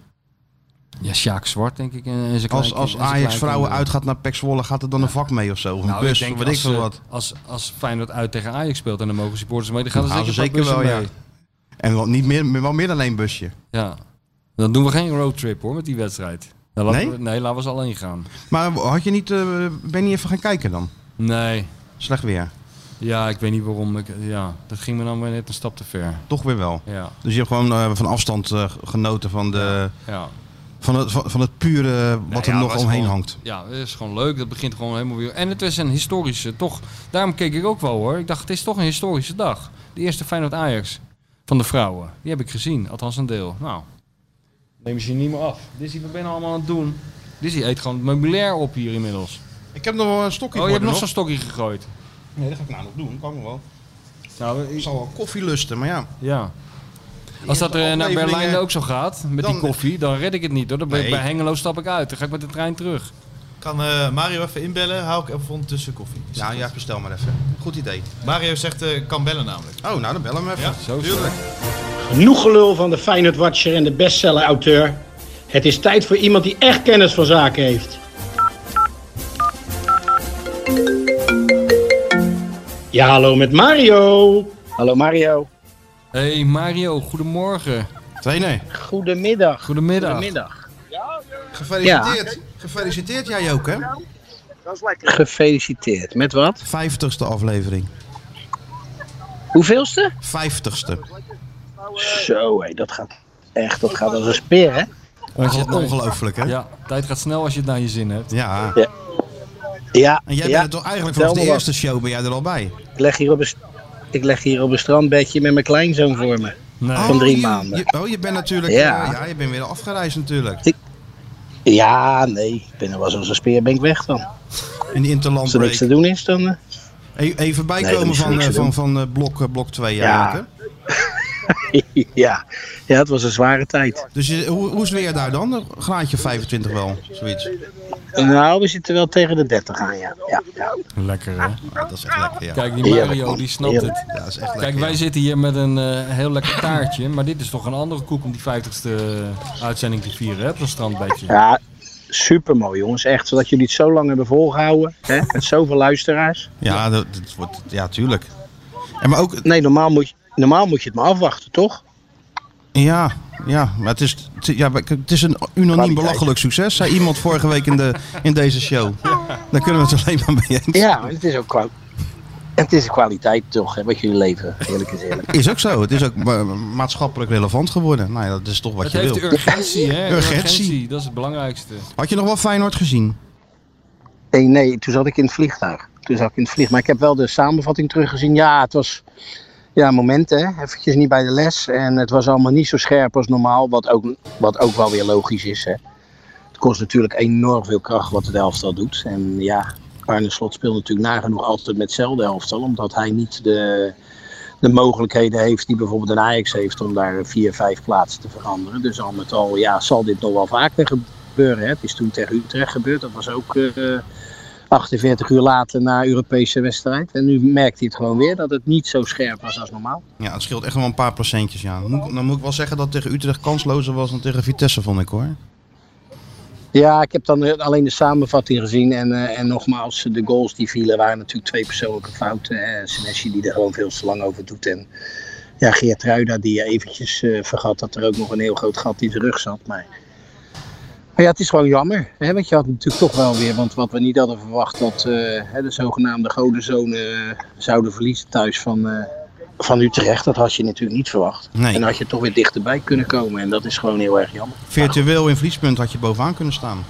[SPEAKER 3] Ja, Sjaak Zwart, denk ik. En en zijn
[SPEAKER 2] Als,
[SPEAKER 3] klein- en
[SPEAKER 2] als
[SPEAKER 3] zijn
[SPEAKER 2] Ajax
[SPEAKER 3] klein
[SPEAKER 2] vrouwen
[SPEAKER 3] kinderen.
[SPEAKER 2] uitgaat naar Pek Zwolle, gaat er dan een vak mee of zo? Of een
[SPEAKER 3] Nou,
[SPEAKER 2] bus,
[SPEAKER 3] ik denk
[SPEAKER 2] weet ik
[SPEAKER 3] als,
[SPEAKER 2] veel
[SPEAKER 3] eh,
[SPEAKER 2] wat.
[SPEAKER 3] Als, als Feyenoord uit tegen Ajax speelt en dan mogen supporters mee, dan gaan
[SPEAKER 2] Dan
[SPEAKER 3] ze
[SPEAKER 2] gaan
[SPEAKER 3] zeker,
[SPEAKER 2] ze
[SPEAKER 3] dus een paar
[SPEAKER 2] zeker
[SPEAKER 3] bussen
[SPEAKER 2] wel,
[SPEAKER 3] mee.
[SPEAKER 2] En wel, niet meer, wel meer dan één busje.
[SPEAKER 3] Ja. Dan doen we geen roadtrip hoor, met die wedstrijd. Dan laten
[SPEAKER 2] Nee?
[SPEAKER 3] We, nee, laten we ze alleen gaan.
[SPEAKER 2] Maar had je niet, eh, ben je niet even gaan kijken dan?
[SPEAKER 3] Nee.
[SPEAKER 2] Slecht weer.
[SPEAKER 3] Ja, ik weet niet waarom. Ik, ja, dat ging me dan weer net een stap te ver.
[SPEAKER 2] Toch weer wel.
[SPEAKER 3] Ja.
[SPEAKER 2] Dus je hebt gewoon eh, van afstand eh, genoten van, de,
[SPEAKER 3] Ja.
[SPEAKER 2] van, het, van, van het pure eh, wat
[SPEAKER 3] Nou ja,
[SPEAKER 2] er
[SPEAKER 3] het
[SPEAKER 2] nog
[SPEAKER 3] was
[SPEAKER 2] omheen
[SPEAKER 3] gewoon-
[SPEAKER 2] hangt.
[SPEAKER 3] Ja, dat is gewoon leuk. Dat begint gewoon helemaal weer. En het was een historische, toch. Daarom keek ik ook wel hoor. Ik dacht, het is toch een historische dag. De eerste Feyenoord Ajax van de vrouwen. Die heb ik gezien, althans een deel. Nou, neem ze je niet meer af. Dizzy, wat ben je nou allemaal aan het doen? Dizzy eet gewoon het meubilair op hier inmiddels.
[SPEAKER 2] Ik heb nog wel een stokje
[SPEAKER 3] Oh, je hebt nog zo'n stokje gegooid.
[SPEAKER 2] Nee, dat ga ik nou nog doen. Kan wel.
[SPEAKER 3] Nou,
[SPEAKER 2] Ik zal wel koffie lusten, maar ja.
[SPEAKER 3] ja. Als dat eh, naar
[SPEAKER 2] afleveringen-
[SPEAKER 3] Berlijn ook zo gaat, met
[SPEAKER 2] Dan-
[SPEAKER 3] die koffie, dan red ik het niet hoor. Dan ben ik
[SPEAKER 2] Nee.
[SPEAKER 3] bij Hengelo stap ik uit. Dan ga ik met de trein terug.
[SPEAKER 4] Kan eh, Mario even inbellen? Hou ik even ondertussen koffie.
[SPEAKER 2] Ja, ja, bestel maar even. Goed idee.
[SPEAKER 4] Mario zegt, eh, kan bellen namelijk.
[SPEAKER 2] Oh, nou dan bellen we hem even.
[SPEAKER 4] Ja,
[SPEAKER 3] Zo is
[SPEAKER 4] tuurlijk.
[SPEAKER 1] Genoeg gelul van de Feyenoord Watcher en de bestseller-auteur. Het is tijd voor iemand die echt kennis van zaken heeft. Ja, hallo met Mario.
[SPEAKER 5] Hallo Mario.
[SPEAKER 3] Hey Mario, goedemorgen.
[SPEAKER 2] Trainer,
[SPEAKER 5] Goedemiddag.
[SPEAKER 3] Goedemiddag.
[SPEAKER 5] Goedemiddag.
[SPEAKER 2] gefeliciteerd. Gefeliciteerd jij ook, hè?
[SPEAKER 5] Gefeliciteerd. Met wat?
[SPEAKER 2] Vijftigste aflevering.
[SPEAKER 5] Hoeveelste?
[SPEAKER 2] Vijftigste.
[SPEAKER 5] Zo, hé, dat gaat echt, dat gaat als een speer, hè?
[SPEAKER 3] het nou-
[SPEAKER 2] Ongelooflijk, hè? Ja.
[SPEAKER 3] Ja, tijd gaat snel als je het naar je zin hebt.
[SPEAKER 5] Ja,
[SPEAKER 2] En jij
[SPEAKER 5] ja.
[SPEAKER 2] bent er toch eigenlijk vanaf de
[SPEAKER 5] Vertel me
[SPEAKER 2] eerste show ben jij er al bij?
[SPEAKER 5] Ik, leg hier op een, st- ik leg hier op een strandbedje met mijn kleinzoon voor me.
[SPEAKER 3] Nee.
[SPEAKER 5] Van drie
[SPEAKER 2] je-
[SPEAKER 5] maanden.
[SPEAKER 2] je- oh, je bent natuurlijk... Ja.
[SPEAKER 5] Ja.
[SPEAKER 2] ja, je bent weer afgereisd natuurlijk.
[SPEAKER 5] Ja, nee, ik ben er was als een speer, ben ik weg dan.
[SPEAKER 2] In die
[SPEAKER 5] Als er niks te
[SPEAKER 2] interlandbreak.
[SPEAKER 5] doen is, dan... eh,
[SPEAKER 2] E- Even bijkomen
[SPEAKER 5] Nee, dat is
[SPEAKER 2] van,
[SPEAKER 5] niks
[SPEAKER 2] eh,
[SPEAKER 5] te
[SPEAKER 2] van,
[SPEAKER 5] doen.
[SPEAKER 2] van eh, blok, eh, blok 2.
[SPEAKER 5] Ja.
[SPEAKER 2] Ja.
[SPEAKER 5] eh, ja. ja, het was een zware tijd.
[SPEAKER 2] Dus je, hoe, hoe is het weer daar dan? Een graadje 25 wel, zoiets. Ah,
[SPEAKER 5] Nou, we zitten wel tegen de 30 aan, ja. ja, ja.
[SPEAKER 3] Lekker hè?
[SPEAKER 2] Ah, dat is echt lekker, ja.
[SPEAKER 3] Kijk, die
[SPEAKER 5] Heerlijk,
[SPEAKER 3] Mario
[SPEAKER 5] man.
[SPEAKER 3] die snapt
[SPEAKER 5] Heerlijk.
[SPEAKER 3] het.
[SPEAKER 2] Ja, dat is echt lekker.
[SPEAKER 3] Kijk, wij
[SPEAKER 2] ja.
[SPEAKER 3] zitten hier met een eh, heel lekker taartje. Maar dit is toch een andere koek om die 50ste uitzending te vieren, hè? op Zo'n strandbedje.
[SPEAKER 5] Ja, supermooi jongens. Echt, zodat jullie het zo lang hebben volgehouden. Hè? Met zoveel luisteraars.
[SPEAKER 2] Ja, dat, dat wordt, ja, tuurlijk. En maar ook,
[SPEAKER 5] Nee, normaal moet, je, normaal moet je het maar afwachten, toch?
[SPEAKER 2] ja, ja, maar het is, het- ja, maar het is een unaniem
[SPEAKER 5] Kwaliteit.
[SPEAKER 2] belachelijk succes, zei iemand vorige week in, de, in deze show. Daar kunnen we het alleen maar mee eens.
[SPEAKER 5] Ja, het is ook kwa- Het is een kwaliteit toch, hè, wat jullie leven, eerlijk is eerlijk.
[SPEAKER 2] Is ook zo. Het is ook ma- maatschappelijk relevant geworden. Nou ja, dat is toch wat
[SPEAKER 3] Het
[SPEAKER 2] je
[SPEAKER 3] heeft
[SPEAKER 2] wil.
[SPEAKER 3] urgentie, hè?
[SPEAKER 2] Urgentie.
[SPEAKER 3] dat is het belangrijkste.
[SPEAKER 2] Had je nog wel Feyenoord gezien?
[SPEAKER 5] Eh, Nee, nee, toen zat ik in het vliegtuig. Toen zat ik in het vliegtuig. Maar ik heb wel de samenvatting teruggezien. Ja, het was, ja, momenten. hè. Eventjes niet bij de les. En het was allemaal niet zo scherp als normaal. Wat ook, wat ook wel weer logisch is. Hè. Het kost natuurlijk enorm veel kracht wat het elftal doet. En ja, Arne Slot speelt natuurlijk nagenoeg altijd met hetzelfde elftal. Omdat hij niet de, de mogelijkheden heeft die bijvoorbeeld een Ajax heeft. Om daar vier, vijf plaatsen te veranderen. Dus al met al ja, zal dit nog wel vaker gebeuren. Hè. Het is toen tegen Utrecht gebeurd. Dat was ook... eh, 48 uur later na Europese wedstrijd. En nu merkt hij het gewoon weer dat het niet zo scherp was als normaal.
[SPEAKER 2] Ja, het scheelt echt wel een paar procentjes. Ja. Dan, moet, ik- dan moet ik wel zeggen dat tegen Utrecht kanslozer was dan tegen Vitesse, vond ik hoor.
[SPEAKER 5] Ja, ik heb dan eh, alleen de samenvatting gezien. En, eh, en nogmaals, de goals die vielen waren natuurlijk twee persoonlijke fouten. Eh, Senesi die er gewoon veel te lang over doet. En ja, Geert Ruida die eventjes eh, vergat dat er ook nog een heel groot gat in zijn rug zat. Maar, maar ja, het is gewoon jammer. Hè? Want je had natuurlijk toch wel weer, want wat we niet hadden verwacht, dat eh, hè, de zogenaamde godenzonen eh, zouden verliezen thuis van, eh, van Utrecht. Dat had je natuurlijk niet verwacht.
[SPEAKER 2] Nee.
[SPEAKER 5] En dan had je toch weer dichterbij kunnen komen. En dat is gewoon heel erg jammer.
[SPEAKER 2] Virtueel in Vliespunt had je bovenaan kunnen staan.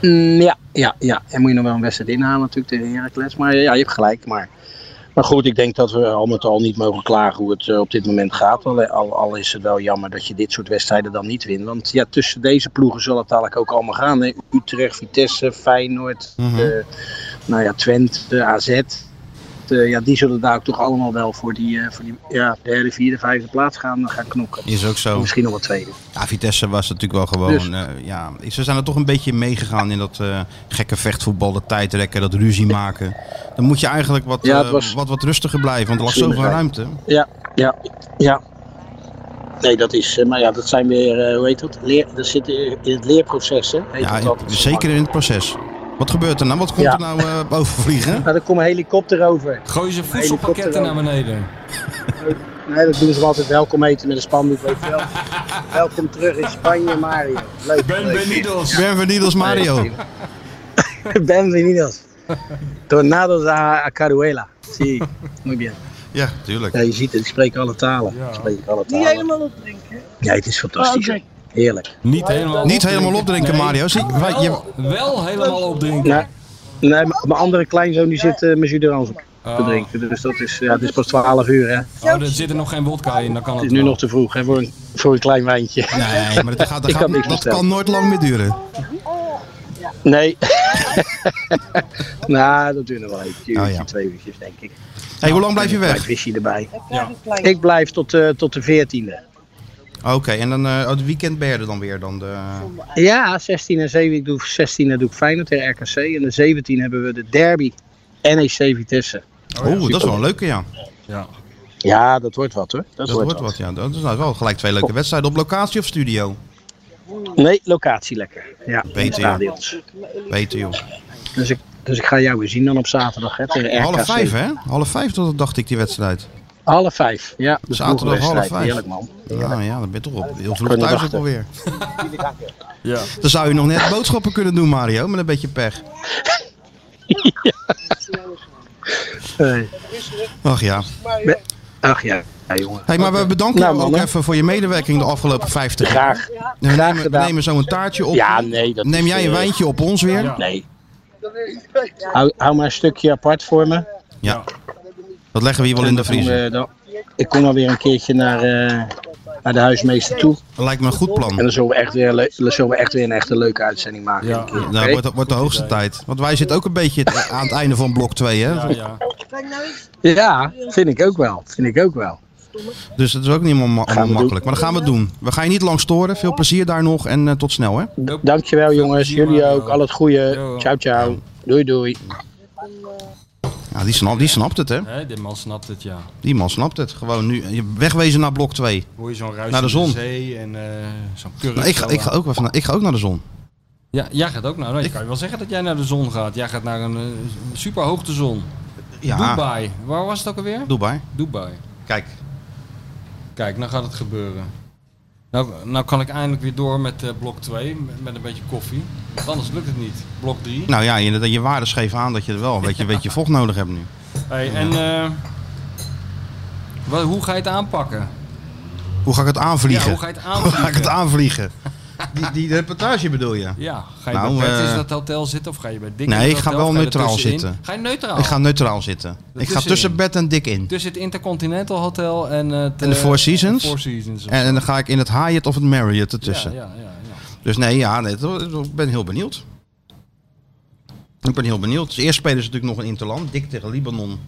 [SPEAKER 5] Mm, ja, ja, ja. En moet je nog wel een wedstrijd inhalen natuurlijk tegen Heracles. Maar ja, je hebt gelijk. Maar, maar goed, ik denk dat we al met al niet mogen klagen hoe het eh, op dit moment gaat. Al, al, al is het wel jammer dat je dit soort wedstrijden dan niet wint. Want ja, tussen deze ploegen zal het dadelijk ook allemaal gaan. Hè? Utrecht, Vitesse, Feyenoord,
[SPEAKER 2] Mhm.
[SPEAKER 5] eh, nou ja, Twente, AZ. Eh, ja, die zullen daar ook toch allemaal wel voor die, eh, voor die ja, derde, vierde, vijfde plaats gaan, gaan knokken.
[SPEAKER 2] Is ook zo.
[SPEAKER 5] Misschien nog wat tweede.
[SPEAKER 2] Ja, Vitesse was natuurlijk wel gewoon. eh, ja, ze zijn er toch een beetje meegegaan in dat eh, gekke vechtvoetbal, dat tijdrekken, dat ruzie maken. Dan moet je eigenlijk wat,
[SPEAKER 5] Ja, het
[SPEAKER 2] eh,
[SPEAKER 5] was-
[SPEAKER 2] wat, wat rustiger blijven, want er was
[SPEAKER 5] Slimmer
[SPEAKER 2] zoveel ruimte.
[SPEAKER 5] Ja, ja, ja. Nee, dat is, eh, maar ja, dat zijn weer, eh, hoe heet dat? Leer, dat zit eh, in het leerproces, hè? Heet
[SPEAKER 2] Ja,
[SPEAKER 5] dat
[SPEAKER 2] in-
[SPEAKER 5] altijd zo
[SPEAKER 2] zeker
[SPEAKER 5] lang.
[SPEAKER 2] in het proces. Wat gebeurt er nou? Wat komt
[SPEAKER 5] Ja.
[SPEAKER 2] er nou eh bovenvliegen?
[SPEAKER 5] Nou, er komt een helikopter over.
[SPEAKER 3] Gooi ze voedselpakketten naar
[SPEAKER 5] helikopter
[SPEAKER 3] beneden.
[SPEAKER 5] Nee, dat doen ze altijd welkom eten met een spandoek, weet je wel. welkom terug in Spanje, Mario. Leuk.
[SPEAKER 3] Ben
[SPEAKER 5] leuk.
[SPEAKER 3] Benidos.
[SPEAKER 2] Benvenidos Mario.
[SPEAKER 5] Benvenidos. Tornados a, a Caruela. Zie, muy bien.
[SPEAKER 2] Ja, tuurlijk.
[SPEAKER 5] Ja, je ziet het, ik spreek alle talen.
[SPEAKER 3] Ja.
[SPEAKER 5] Ik spreek alle talen. Niet helemaal opdrinken. Ja, het is fantastisch.
[SPEAKER 1] Oh, oké.
[SPEAKER 5] Heerlijk.
[SPEAKER 3] Niet helemaal
[SPEAKER 2] Niet helemaal opdrinken,
[SPEAKER 3] Nee,
[SPEAKER 2] Mario. Zie, wij- Ah, je,
[SPEAKER 3] Wel, Oh, wel helemaal opdrinken.
[SPEAKER 5] Nee, nee mijn mijn andere kleinzoon die zit eh met Juderans op te
[SPEAKER 3] Oh.
[SPEAKER 5] drinken. Dus dat is, ja, het is pas 12 uur. Hè. Het
[SPEAKER 3] Oh, er zit er nog geen wodka in, dan kan het
[SPEAKER 5] is nu
[SPEAKER 3] wel.
[SPEAKER 5] nog te vroeg hè, voor, een, voor een klein wijntje.
[SPEAKER 2] nee, maar dat, gaat, dat,
[SPEAKER 5] Ik kan
[SPEAKER 2] gaat-
[SPEAKER 5] niks
[SPEAKER 2] dat
[SPEAKER 5] bestellen.
[SPEAKER 2] kan nooit lang meer duren.
[SPEAKER 5] Nee. nou, dat duurt nog wel even.
[SPEAKER 2] Oh, ja.
[SPEAKER 5] Twee uurtjes, denk ik.
[SPEAKER 2] hey, hoe lang blijf je
[SPEAKER 5] Een klein
[SPEAKER 2] weg?
[SPEAKER 5] visje erbij.
[SPEAKER 3] Ja.
[SPEAKER 5] Ik blijf tot, eh, tot de 14e.
[SPEAKER 2] Oké, en dan eh, oh, het weekend ben je er dan weer. Dan de...
[SPEAKER 5] Ja, 16 en 7. Ik doe 16 doe ik Feyenoord tegen RKC. En de 17 hebben we de derby. NEC Vitesse.
[SPEAKER 2] Oeh, dat is wel een leuke, ja.
[SPEAKER 3] Ja.
[SPEAKER 5] Ja, dat wordt Oh. wat hoor. Dat,
[SPEAKER 2] Dat wordt wat, ja. Dat is nou wel gelijk twee leuke wedstrijden. Op locatie of studio?
[SPEAKER 5] Nee, locatie lekker. Ja, in
[SPEAKER 2] Beter, ja.
[SPEAKER 5] stadions.
[SPEAKER 2] Weten, joh.
[SPEAKER 5] Dus ik, dus ik ga jou weer zien dan op zaterdag. Hè, tegen RKC.
[SPEAKER 2] Half vijf, hè? Half vijf dat dacht ik, die wedstrijd.
[SPEAKER 5] Half vijf, ja. De
[SPEAKER 2] Zaterdag
[SPEAKER 5] vroege wedstrijd.
[SPEAKER 2] half vijf.
[SPEAKER 5] Heerlijk man.
[SPEAKER 2] Nou ja, dan ben je toch op. Heel vroeg
[SPEAKER 5] Kunnen
[SPEAKER 2] thuis ook
[SPEAKER 5] wachten.
[SPEAKER 2] alweer.
[SPEAKER 3] Ja.
[SPEAKER 2] Dan zou je nog net boodschappen kunnen doen, Mario, met een beetje pech.
[SPEAKER 5] Hey.
[SPEAKER 2] Ach ja.
[SPEAKER 5] Eh, Ach ja, ja jongen.
[SPEAKER 2] Hey, maar we bedanken
[SPEAKER 5] Nou,
[SPEAKER 2] jou ook
[SPEAKER 5] mannen.
[SPEAKER 2] even voor je medewerking de afgelopen 50 jaar.
[SPEAKER 5] Graag.
[SPEAKER 2] We nemen, we
[SPEAKER 5] gedaan.
[SPEAKER 2] nemen zo een taartje op.
[SPEAKER 5] Ja, nee. Dat
[SPEAKER 2] Neem
[SPEAKER 5] is,
[SPEAKER 2] jij een
[SPEAKER 5] eh,
[SPEAKER 2] wijntje op ons weer?
[SPEAKER 3] Ja.
[SPEAKER 5] Nee. Hou, hou maar een stukje apart voor me.
[SPEAKER 2] Ja. Dat leggen we hier wel in de
[SPEAKER 5] Dan,
[SPEAKER 2] vriezer.
[SPEAKER 5] eh, dan- ik kom alweer een keertje naar, eh, naar de huismeester toe.
[SPEAKER 2] Dat lijkt me een goed
[SPEAKER 5] En
[SPEAKER 2] plan.
[SPEAKER 5] dan zullen we echt weer, le- dan zullen we echt weer een echte leuke uitzending maken.
[SPEAKER 3] Ja.
[SPEAKER 5] een keer,
[SPEAKER 2] Nou,
[SPEAKER 5] oké?
[SPEAKER 2] wordt, wordt de hoogste tijd. Want wij zitten ook een beetje t- aan het einde van blok 2, hè?
[SPEAKER 3] Ja, ja.
[SPEAKER 5] nou ja, vind ik ook wel. Vind ik ook wel.
[SPEAKER 2] Dus dat is ook niet helemaal ma-
[SPEAKER 5] Gaan we
[SPEAKER 2] makkelijk. Maar dat gaan we doen. We gaan je niet lang storen. Veel plezier daar nog en eh, tot snel, hè?
[SPEAKER 5] Dankjewel jongens.
[SPEAKER 3] plezier,
[SPEAKER 5] Jullie
[SPEAKER 3] Mario.
[SPEAKER 2] eh,
[SPEAKER 5] ook. Al het goede.
[SPEAKER 3] Jo.
[SPEAKER 5] Ciao, ciao. Doei, doei.
[SPEAKER 2] Ja, die, snap, die snapt het, hè?
[SPEAKER 3] Hè, dit man snapt het, ja.
[SPEAKER 2] Die man snapt het. Gewoon nu je wegwezen naar blok 2.
[SPEAKER 3] Hoor je zo'n ruis
[SPEAKER 2] Naar de
[SPEAKER 3] in
[SPEAKER 2] zon.
[SPEAKER 3] zee en eh, zo'n kurk.
[SPEAKER 2] Nou, ik, ga,
[SPEAKER 3] zo
[SPEAKER 2] ik, ga
[SPEAKER 3] aan.
[SPEAKER 2] ook wel van, ik ga ook naar de zon.
[SPEAKER 3] Ja, jij gaat ook naar. Nou, ik kan je wel zeggen dat jij naar de zon gaat. Jij gaat naar een eh, superhoogtezon.
[SPEAKER 2] Ja,
[SPEAKER 3] Dubai. Waar was het ook alweer?
[SPEAKER 2] Dubai.
[SPEAKER 3] Dubai.
[SPEAKER 2] Kijk.
[SPEAKER 3] Kijk, nou gaat het gebeuren. Nou, nou kan ik eindelijk weer door met eh, blok 2, met, met een beetje koffie. Want anders lukt het niet. Blok 3.
[SPEAKER 2] Nou ja, je, je waarde schreef aan dat je er wel een beetje, een beetje vocht nodig hebt nu.
[SPEAKER 3] Hey, en eh, wa- hoe ga je het aanpakken?
[SPEAKER 2] Hoe ga ik het aanvliegen?
[SPEAKER 3] Ja, hoe ga je het aanvliegen?
[SPEAKER 2] Hoe ga ik het aanvliegen? Die, die reportage bedoel je?
[SPEAKER 3] Ja, ga je
[SPEAKER 2] Nou,
[SPEAKER 3] bij Pet
[SPEAKER 2] eh,
[SPEAKER 3] in dat hotel zitten of ga je bij Dick
[SPEAKER 2] Nee,
[SPEAKER 3] in dat
[SPEAKER 2] ik ga
[SPEAKER 3] hotel,
[SPEAKER 2] wel
[SPEAKER 3] of je
[SPEAKER 2] neutraal
[SPEAKER 3] ertussenin?
[SPEAKER 2] zitten.
[SPEAKER 3] Ga je neutraal?
[SPEAKER 2] Ik ga neutraal zitten. Ik ga
[SPEAKER 3] Ertussenin.
[SPEAKER 2] tussen bed en dik in.
[SPEAKER 3] Tussen het Intercontinental Hotel en het...
[SPEAKER 2] En de
[SPEAKER 3] eh,
[SPEAKER 2] Four Seasons?
[SPEAKER 3] Four Seasons.
[SPEAKER 2] En, en dan ga ik in het Hyatt of het Marriott ertussen.
[SPEAKER 3] Ja, ja, ja, ja.
[SPEAKER 2] Dus nee, ja, nee, dat- dat- ik ben heel benieuwd. Ik ben heel benieuwd. Dus eerst spelen ze natuurlijk nog een interland. Dik tegen Libanon.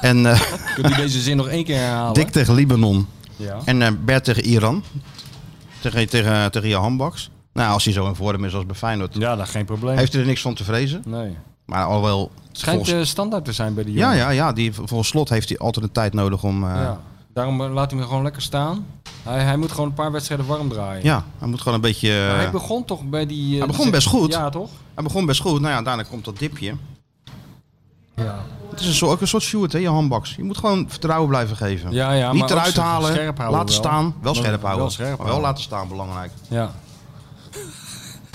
[SPEAKER 2] En eh,
[SPEAKER 3] Kunt u deze zin nog één keer herhalen?
[SPEAKER 2] Dik tegen Libanon.
[SPEAKER 3] Ja.
[SPEAKER 2] En eh, Bert tegen Iran. Tegen, tegen, tegen je handbaks. Nou, als hij zo in vorm is als bij Feyenoord.
[SPEAKER 3] ja, dat geen probleem.
[SPEAKER 2] Heeft hij er niks van te vrezen.
[SPEAKER 3] Nee.
[SPEAKER 2] Maar alhoewel...
[SPEAKER 3] Schijnt
[SPEAKER 2] volgens-
[SPEAKER 3] eh, standaard te zijn bij die
[SPEAKER 2] ja,
[SPEAKER 3] jongen.
[SPEAKER 2] ja, ja. Die, volgens slot heeft hij altijd een tijd nodig om... eh, ja.
[SPEAKER 3] Ja. Daarom eh, laat hij hem gewoon lekker staan. Hij, hij moet gewoon een paar wedstrijden warm draaien.
[SPEAKER 2] hij moet gewoon een beetje... eh,
[SPEAKER 3] Maar hij begon toch bij die... eh,
[SPEAKER 2] Hij begon best goed.
[SPEAKER 3] Ja, toch?
[SPEAKER 2] hij begon best goed. Nou ja, daarna komt dat dipje.
[SPEAKER 3] Ja,
[SPEAKER 2] Het is een soort, ook een soort shoot, hè, je handbaks. Je moet gewoon vertrouwen blijven geven.
[SPEAKER 3] ja, ja
[SPEAKER 2] Niet
[SPEAKER 3] maar ook
[SPEAKER 2] eruit
[SPEAKER 3] scherp-
[SPEAKER 2] halen,
[SPEAKER 3] scherp houden
[SPEAKER 2] laten
[SPEAKER 3] wel.
[SPEAKER 2] staan. Wel
[SPEAKER 3] Maar
[SPEAKER 2] scherp houden.
[SPEAKER 3] Wel scherp
[SPEAKER 2] maar wel
[SPEAKER 3] houden.
[SPEAKER 2] laten staan, belangrijk.
[SPEAKER 3] Ja.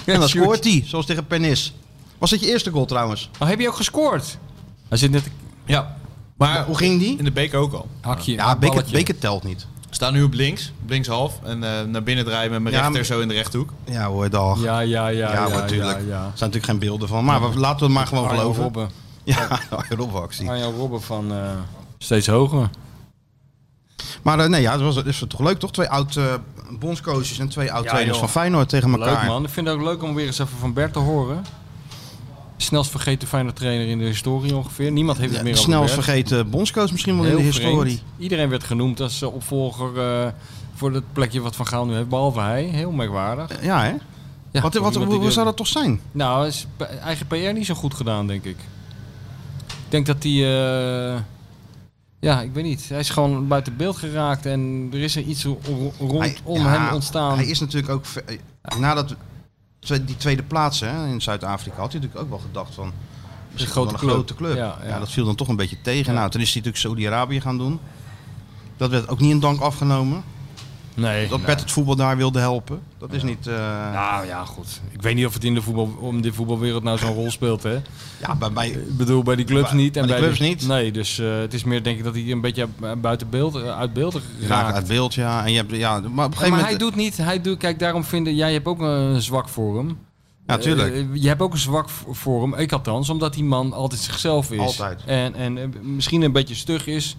[SPEAKER 2] En dan
[SPEAKER 3] Shoot.
[SPEAKER 2] scoort hij, zoals tegen Pernis. Was dat je eerste goal trouwens?
[SPEAKER 3] Oh, heb je ook gescoord? Hij zit net een
[SPEAKER 4] Ja. Maar
[SPEAKER 2] Hoe ging die?
[SPEAKER 4] in de beker ook al.
[SPEAKER 3] hakje.
[SPEAKER 2] Ja,
[SPEAKER 3] een
[SPEAKER 2] Beker,
[SPEAKER 3] balletje.
[SPEAKER 2] Beker telt niet.
[SPEAKER 4] Staan nu op links, op links half. En eh, naar binnen draaien met mijn
[SPEAKER 2] Ja,
[SPEAKER 4] rechter
[SPEAKER 2] maar-
[SPEAKER 4] zo in de rechthoek.
[SPEAKER 2] Ja hoor, dag. Ja,
[SPEAKER 3] Ja, ja, ja. Ja,
[SPEAKER 2] maar natuurlijk.
[SPEAKER 3] Ja,
[SPEAKER 2] Er
[SPEAKER 3] ja.
[SPEAKER 2] zijn natuurlijk geen beelden van. Maar we, laten we het maar gewoon
[SPEAKER 3] Arjan
[SPEAKER 2] geloven.
[SPEAKER 3] Robben.
[SPEAKER 2] Ja, Robben-actie.
[SPEAKER 3] Arjan Robben van eh, Steeds Hoger.
[SPEAKER 2] Maar eh, nee, ja, dat was, dat is toch leuk toch? Twee oud eh bondscoaches en twee oud
[SPEAKER 3] Ja,
[SPEAKER 2] trainers
[SPEAKER 3] joh.
[SPEAKER 2] van Feyenoord tegen elkaar.
[SPEAKER 3] Leuk man. Ik vind het ook leuk om weer eens even van Bert te horen. Snelst vergeten fijne trainer in de historie ongeveer. Niemand heeft het
[SPEAKER 2] Ja,
[SPEAKER 3] meer over
[SPEAKER 2] snel
[SPEAKER 3] Bert.
[SPEAKER 2] vergeten bondscoach misschien wel in de
[SPEAKER 3] Heel
[SPEAKER 2] historie.
[SPEAKER 3] vreemd. Iedereen werd genoemd als eh, opvolger eh, voor het plekje wat Van Gaal nu heeft. Behalve hij. Heel merkwaardig.
[SPEAKER 2] Ja, hè? wat,
[SPEAKER 3] Ja, voor
[SPEAKER 2] wat,
[SPEAKER 3] iemand
[SPEAKER 2] hoe,
[SPEAKER 3] die
[SPEAKER 2] hoe
[SPEAKER 3] de-
[SPEAKER 2] zou dat toch zijn?
[SPEAKER 3] Nou, is p- eigen PR niet zo goed gedaan, denk ik. Ik denk dat hij... eh, ja, ik weet niet. Hij is gewoon buiten beeld geraakt en er is er iets ro- ro-
[SPEAKER 2] Hij-
[SPEAKER 3] rondom
[SPEAKER 2] ja,
[SPEAKER 3] hem ontstaan.
[SPEAKER 2] Hij is natuurlijk ook... ver- eh, Nadat twe- die tweede plaats hè, in Zuid-Afrika had hij natuurlijk ook wel gedacht van... Misschien wel
[SPEAKER 3] grote
[SPEAKER 2] een
[SPEAKER 3] club.
[SPEAKER 2] grote club. Ja,
[SPEAKER 3] Ja, ja.
[SPEAKER 2] dat viel dan toch een beetje tegen. Nou, toen is hij natuurlijk Saudi-Arabië gaan doen. Dat werd ook niet in dank afgenomen.
[SPEAKER 3] nee.
[SPEAKER 2] Dat Bert het voetbal daar wilde helpen. Dat is niet... eh,
[SPEAKER 3] Nou ja, goed. Ik weet niet of het in de, voetbal, om de voetbalwereld nou zo'n rol speelt, hè?
[SPEAKER 2] ja, bij, bij,
[SPEAKER 3] Ik bedoel, bij die clubs
[SPEAKER 2] Bij-
[SPEAKER 3] niet.
[SPEAKER 2] bij die
[SPEAKER 3] bij de-
[SPEAKER 2] clubs niet.
[SPEAKER 3] Nee, dus eh, het is meer denk ik dat hij een beetje eh, buiten beeld, eh, uit beeld
[SPEAKER 2] je raakt
[SPEAKER 3] raakt.
[SPEAKER 2] uit beeld, ja. En je hebt, ja maar op een gegeven
[SPEAKER 3] Ja, maar
[SPEAKER 2] moment...
[SPEAKER 3] hij doet niet, hij doet, kijk, daarom vinden, jij hebt ook een zwak voor hem.
[SPEAKER 2] Ja, tuurlijk.
[SPEAKER 3] Eh, je hebt ook een zwak v- voor hem, ik althans, omdat die man altijd zichzelf is.
[SPEAKER 2] Altijd.
[SPEAKER 3] En, en eh, misschien een beetje stug is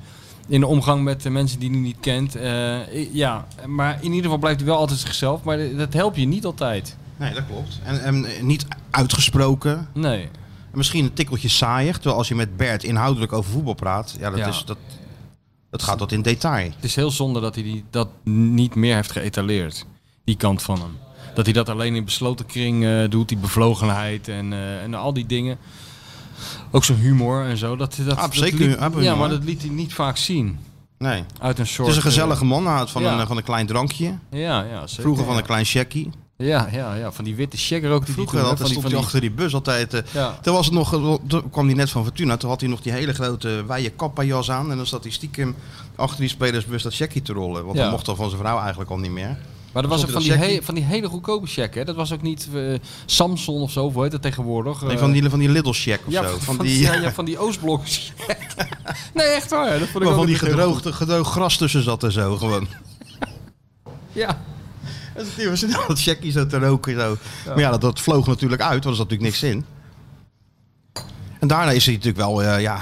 [SPEAKER 3] in de omgang met de mensen die hij niet kent. Eh, i- ja, maar in ieder geval blijft hij wel altijd zichzelf, maar dat helpt je niet altijd.
[SPEAKER 2] Nee, dat klopt. En, en eh, niet uitgesproken.
[SPEAKER 3] Nee.
[SPEAKER 2] En Misschien een tikkeltje saaiig. Terwijl als je met Bert inhoudelijk over voetbal praat... Ja, dat,
[SPEAKER 3] Ja.
[SPEAKER 2] Is, dat, dat gaat tot in detail.
[SPEAKER 3] Het is heel zonde dat hij die, dat niet meer heeft geëtaleerd. Die kant van hem. Dat hij dat alleen in besloten kring eh, doet, die bevlogenheid en, eh, en al die dingen. Ook zijn humor en zo. Dat, dat,
[SPEAKER 2] Ah,
[SPEAKER 3] dat
[SPEAKER 2] zeker
[SPEAKER 3] liet-
[SPEAKER 2] hu- humor.
[SPEAKER 3] ja, maar dat liet hij niet vaak zien.
[SPEAKER 2] Nee.
[SPEAKER 3] Uit een soort.
[SPEAKER 2] Het is een gezellige man. Hij houdt van,
[SPEAKER 3] eh, ja.
[SPEAKER 2] een, van een klein drankje.
[SPEAKER 3] eh, ja, ja, zeker.
[SPEAKER 2] Vroeger van
[SPEAKER 3] ja.
[SPEAKER 2] een klein checkie.
[SPEAKER 3] Ja, ja, ja, van die witte checker ook. Die
[SPEAKER 2] Vroeger
[SPEAKER 3] die
[SPEAKER 2] altijd
[SPEAKER 3] toen, hè,
[SPEAKER 2] stond hij achter die bus altijd. eh,
[SPEAKER 3] Ja.
[SPEAKER 2] Toen, was het nog, eh, toen kwam hij net van Fortuna. Toen had hij nog die hele grote wijde kappajas aan. En dan zat hij stiekem achter die spelersbus dat checkie te rollen. Want
[SPEAKER 3] Ja.
[SPEAKER 2] hij mocht al van zijn vrouw eigenlijk al niet meer.
[SPEAKER 3] Maar dat was ook
[SPEAKER 2] Stond
[SPEAKER 3] van
[SPEAKER 2] hij
[SPEAKER 3] die,
[SPEAKER 2] dat
[SPEAKER 3] he-
[SPEAKER 2] checkie?
[SPEAKER 3] van die hele goedkope check, hè? Dat was ook niet eh, Samsung of zo, hoe heet dat tegenwoordig?
[SPEAKER 2] Nee,
[SPEAKER 3] Eh,
[SPEAKER 2] van die, van die Lidl check of
[SPEAKER 3] ja,
[SPEAKER 2] zo. Van, die,
[SPEAKER 3] die, ja, ja, van die Oostblok. nee, echt waar. Dat vond
[SPEAKER 2] maar
[SPEAKER 3] ik ook
[SPEAKER 2] van die
[SPEAKER 3] altijd heel goed.
[SPEAKER 2] gedroogde, gedroogd gras tussen zat en zo gewoon.
[SPEAKER 3] Ja.
[SPEAKER 2] En die was in dat checkie zo te roken. Zo. Maar ja, dat, dat vloog natuurlijk uit, want er zat natuurlijk niks in. En daarna is hij natuurlijk wel, eh, ja,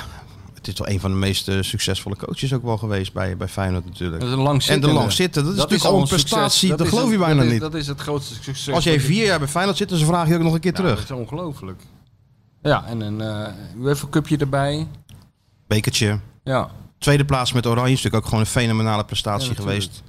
[SPEAKER 2] het is wel een van de meest eh, succesvolle coaches ook wel geweest bij, bij Feyenoord natuurlijk.
[SPEAKER 3] Dat is een lang
[SPEAKER 2] En
[SPEAKER 3] zitten.
[SPEAKER 2] de lang zitten, dat is natuurlijk al een prestatie, dat,
[SPEAKER 3] is
[SPEAKER 2] geloof je
[SPEAKER 3] het-
[SPEAKER 2] bijna
[SPEAKER 3] dat is-
[SPEAKER 2] niet.
[SPEAKER 3] Dat is het grootste succes.
[SPEAKER 2] Als jij vier jaar bij Feyenoord zit, dan vraag je ook nog een keer
[SPEAKER 3] Nou,
[SPEAKER 2] terug.
[SPEAKER 3] Dat is ongelooflijk. Ja, en een eh UEFA cupje erbij.
[SPEAKER 2] Bekertje,
[SPEAKER 3] Ja.
[SPEAKER 2] tweede plaats met Oranje is natuurlijk ook gewoon een fenomenale prestatie
[SPEAKER 3] Ja, natuurlijk.
[SPEAKER 2] geweest.